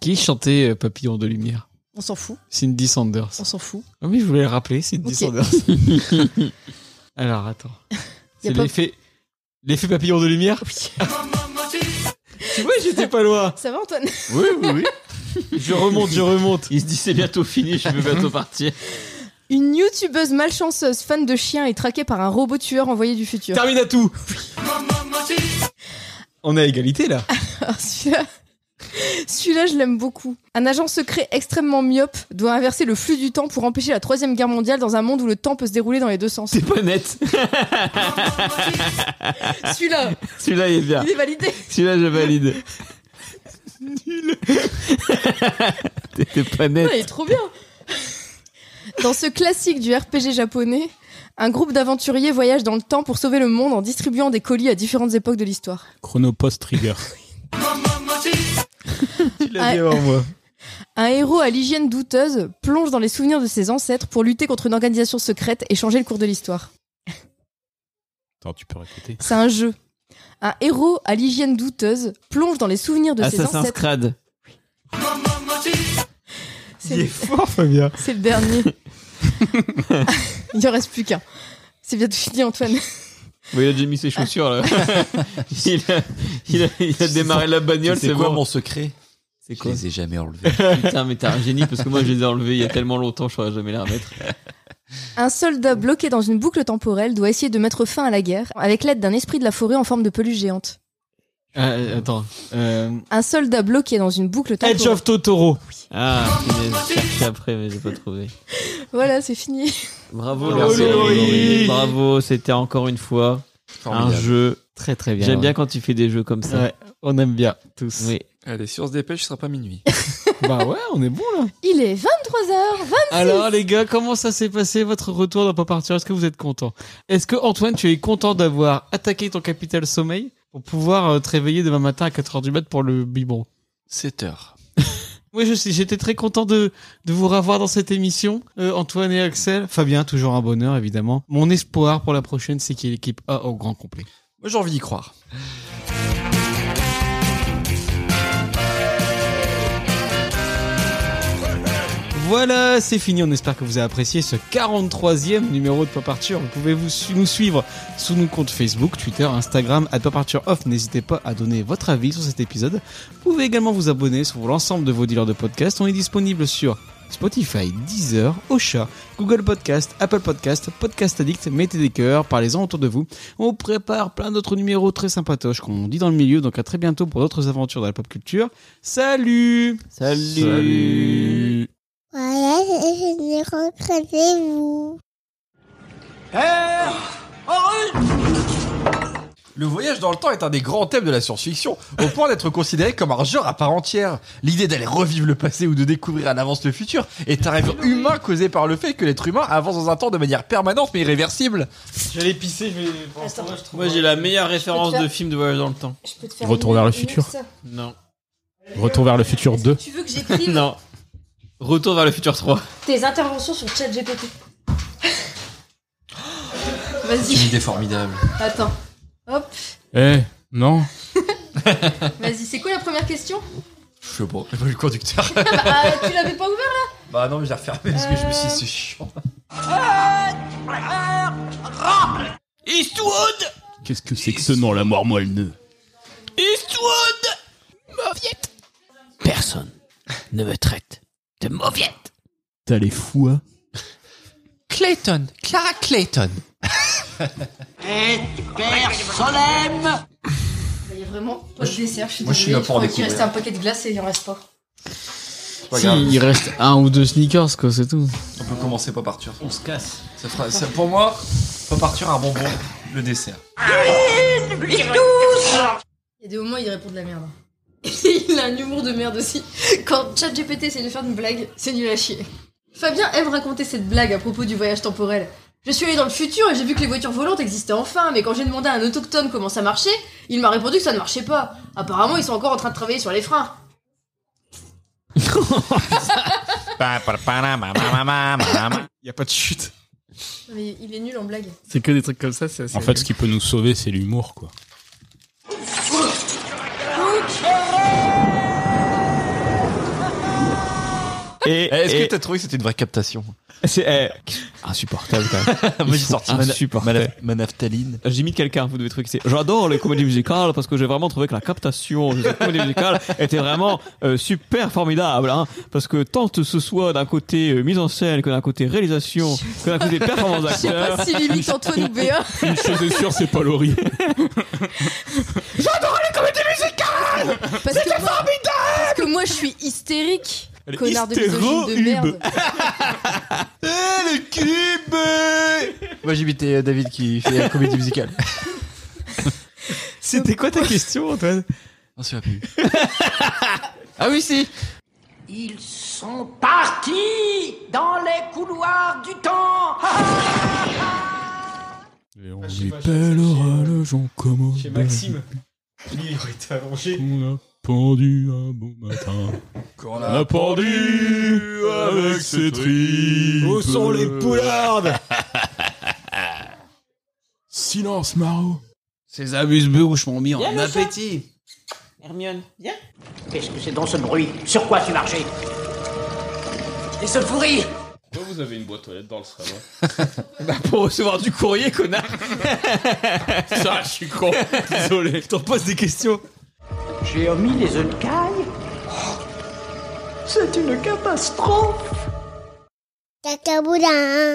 A: Qui chantait euh, Papillon de lumière
B: On s'en fout,
A: Cindy Sanders.
B: on s'en fout.
A: Ah oui, je voulais le rappeler, Cindy
B: Ok.
A: Sanders. Alors, attends. C'est
B: pas-
A: l'effet... L'effet papillon de lumière Tu vois, j'étais pas loin.
B: Ça va Antoine
D: Oui, oui, oui.
A: Je remonte, je remonte.
C: Il se dit c'est bientôt fini, je vais bientôt partir.
B: Une youtubeuse malchanceuse fan de chiens est traquée par un robot tueur envoyé du futur.
A: Termine à tout. On est à égalité, là.
B: Ah, Celui-là, celui-là, je l'aime beaucoup. Un agent secret extrêmement myope doit inverser le flux du temps pour empêcher la troisième guerre mondiale dans un monde où le temps peut se dérouler dans les deux sens.
C: C'est pas net.
B: Celui-là,
C: Celui-là il est bien.
B: il est validé.
C: Celui-là je valide. T'étais pas net.
B: Putain, il est trop bien. Dans ce classique du RPG japonais, un groupe d'aventuriers voyage dans le temps pour sauver le monde en distribuant des colis à différentes époques de l'histoire.
E: Chronopost Trigger.
A: Tu l'as
B: Ah.
A: dit avant moi.
B: Un héros à l'hygiène douteuse plonge dans les souvenirs de ses ancêtres pour lutter contre une organisation secrète et changer le cours de l'histoire.
E: Attends, tu peux répéter.
B: C'est un jeu. Un héros à l'hygiène douteuse plonge dans les souvenirs
A: Ah,
B: de ses
C: Assassin's
B: ancêtres.
C: Creed.
B: C'est
A: Il est
B: le,
A: fort, Fabien.
B: c'est le dernier. Il en reste plus qu'un. C'est bientôt fini, Antoine.
C: Bon, il a déjà mis ses chaussures là. il, a, il, a, il a démarré la bagnole,
D: C'est
C: c'est
D: quoi
C: bon.
D: mon secret
C: C'est
D: Je
C: quoi
D: les ai jamais enlevés.
C: Putain, mais t'es un génie parce que moi je les ai enlevés il y a tellement longtemps, je saurais jamais les remettre.
B: Un soldat bloqué dans une boucle temporelle doit essayer de mettre fin à la guerre avec l'aide d'un esprit de la forêt en forme de peluche géante.
C: Ah,
A: Euh, attends. Euh,
B: Un soldat bloqué dans une boucle
A: Edge
B: temporelle.
A: of Totoro.
C: Ah, punaise, j'ai cherché après, mais j'ai pas trouvé.
B: Voilà, c'est fini.
C: Bravo,
D: Merci,
C: Laurie.
A: Laurie.
C: Bravo, c'était encore une fois un jeu.
A: Très, très bien.
C: J'aime bien quand tu fais des jeux comme ça.
A: Ouais, on aime bien tous.
C: Oui.
D: Allez, si on se dépêche, ce sera pas minuit.
A: Bah ouais, on est bon là.
B: Il est 23h20.
A: Alors les gars, comment ça s'est passé votre retour dans Pop Arthur Est-ce que vous êtes content Est-ce que Antoine, tu es content d'avoir attaqué ton capital sommeil pour pouvoir euh, te réveiller demain matin à 4h du mat pour le biberon.
D: 7 heures.
A: Moi, je sais, j'étais très content de, de vous revoir dans cette émission, euh, Antoine et Axel. Fabien, toujours un bonheur, évidemment. Mon espoir pour la prochaine, c'est qu'il y ait l'équipe A au grand complet.
D: Moi, j'ai envie d'y croire.
A: Voilà, c'est fini. On espère que vous avez apprécié ce 43e numéro de Pop Arthur. Vous pouvez vous su- nous suivre sous nos comptes Facebook, Twitter, Instagram, à Pop Arthur Off. N'hésitez pas à donner votre avis sur cet épisode. Vous pouvez également vous abonner sur l'ensemble de vos dealers de podcasts. On est disponible sur Spotify, Deezer, Ocha, Google Podcast, Apple Podcast, Podcast Addict, mettez des cœurs, parlez-en autour de vous. On prépare plein d'autres numéros très sympatoches qu'on dit dans le milieu, donc à très bientôt pour d'autres aventures dans la pop culture. Salut Salut
J: Voilà, je vais recréer vous.
D: Le voyage dans le temps est un des grands thèmes de la science-fiction, au point d'être considéré comme un genre à part entière. L'idée d'aller revivre le passé ou de découvrir à l'avance le futur est un rêve humain causé par le fait que l'être humain avance dans un temps de manière permanente mais irréversible.
C: J'allais pisser, je
D: Oh,
C: Moi, j'ai la meilleure référence
B: faire-
C: de film de voyage dans le temps.
B: Je peux te faire
E: Retour
B: mieux-
E: vers le
B: mieux
E: futur.
B: que ça.
C: Non.
E: Retour vers le futur 2.
B: Tu veux que j'écrive
C: Non. Retour vers le futur 3.
B: tes interventions sur ChatGPT
D: Une
B: Vas-y,
D: idée formidable.
B: attends. Hop,
E: Eh, non.
B: vas-y, c'est quoi la première question
D: Je sais pas, j'ai pas vu le conducteur.
B: Ah bah, euh, Tu l'avais pas ouvert là
D: bah non, mais j'ai refermé parce que je me suis dit c'est chiant.
I: Eastwood
E: Qu'est-ce que c'est que ce nom, la mort moelle
I: Eastwood Mauviette
F: Personne ne me traite de mauviette.
E: T'as les fous, hein
F: Clayton, Clara Clayton.
I: Et Solem
B: Il Euh, y a vraiment pas de dessert, je suis
A: moi, je suis
B: désolée,
A: là pour en
B: crois qu'il
A: découvrir.
B: restait un paquet de glace et il en reste pas.
A: Si, il reste un ou deux sneakers, quoi, c'est tout.
D: On peut commencer pas partir. On se
C: casse.
D: Ça fera, ça- pour moi, pas partir un bonbon, le dessert.
B: Il y a des moments où il répond de la merde. il a un humour de merde aussi. Quand ChatGPT essaie de faire une blague, c'est nul à chier. Fabien aime raconter cette blague à propos du voyage temporel. Je suis allé dans le futur et j'ai vu que les voitures volantes existaient enfin, mais quand j'ai demandé à un autochtone comment ça marchait, il m'a répondu que ça ne marchait pas. Apparemment, ils sont encore en train de travailler sur les freins.
A: Y a pas de chute.
B: Mais il est nul en blague.
A: C'est que des trucs comme ça, c'est
E: En fait, ce qui peut nous sauver, c'est l'humour, quoi.
C: Et,
D: Eh, Est-ce
C: et-
D: que t'as trouvé que c'était une vraie captation
C: C'est eh,
D: Insupportable quand même. Moi j'ai sorti Mana- Mana- Manaftaline.
C: J'imite quelqu'un, vous devez truc. J'adore les comédies musicales parce que j'ai vraiment trouvé que la captation de cette comédie musicale était vraiment euh, super formidable. hein. parce que tant que ce soit d'un côté euh, mise en scène, que d'un côté réalisation, que d'un côté performance
B: Je sais
C: d'acteur.
B: pas s'il imite Antoine ou Béa.
E: Une chose est sûre, c'est pas Laurie.
I: J'adore les comédies musicales
B: Parce que, moi, parce que moi, je suis hystérique.
I: Elle est
B: Connard de misogyne de merde.
D: Eh le cube Moi j'imitais euh, David qui fait la comédie musicale.
A: C'était quoi ta question, Antoine
D: On se plus.
A: Ah oui, si
I: Ils sont partis dans les couloirs du temps Ah,
E: Et on épellera le Jean comme
A: Chez Maxime.
E: Lui, il aurait été allongé. On a pendu un beau matin.
D: Qu'on
E: On a pendu avec ses tripes.
I: Où sont les poulardes
E: Silence, Maro.
A: Ces amuse-bouches m'ont mis
I: Viens, le chat.
F: Hermione, viens.
I: Qu'est-ce que c'est dans ce bruit Sur quoi tu marchais Des sulfuries
E: Pourquoi vous avez une boîte aux lettres dans le salon
C: pour recevoir du courrier, connard.
E: Ça, je suis con. Désolé.
A: T'en poses des questions.
I: J'ai omis les œufs de caille C'est une catastrophe
J: Cacaboulin.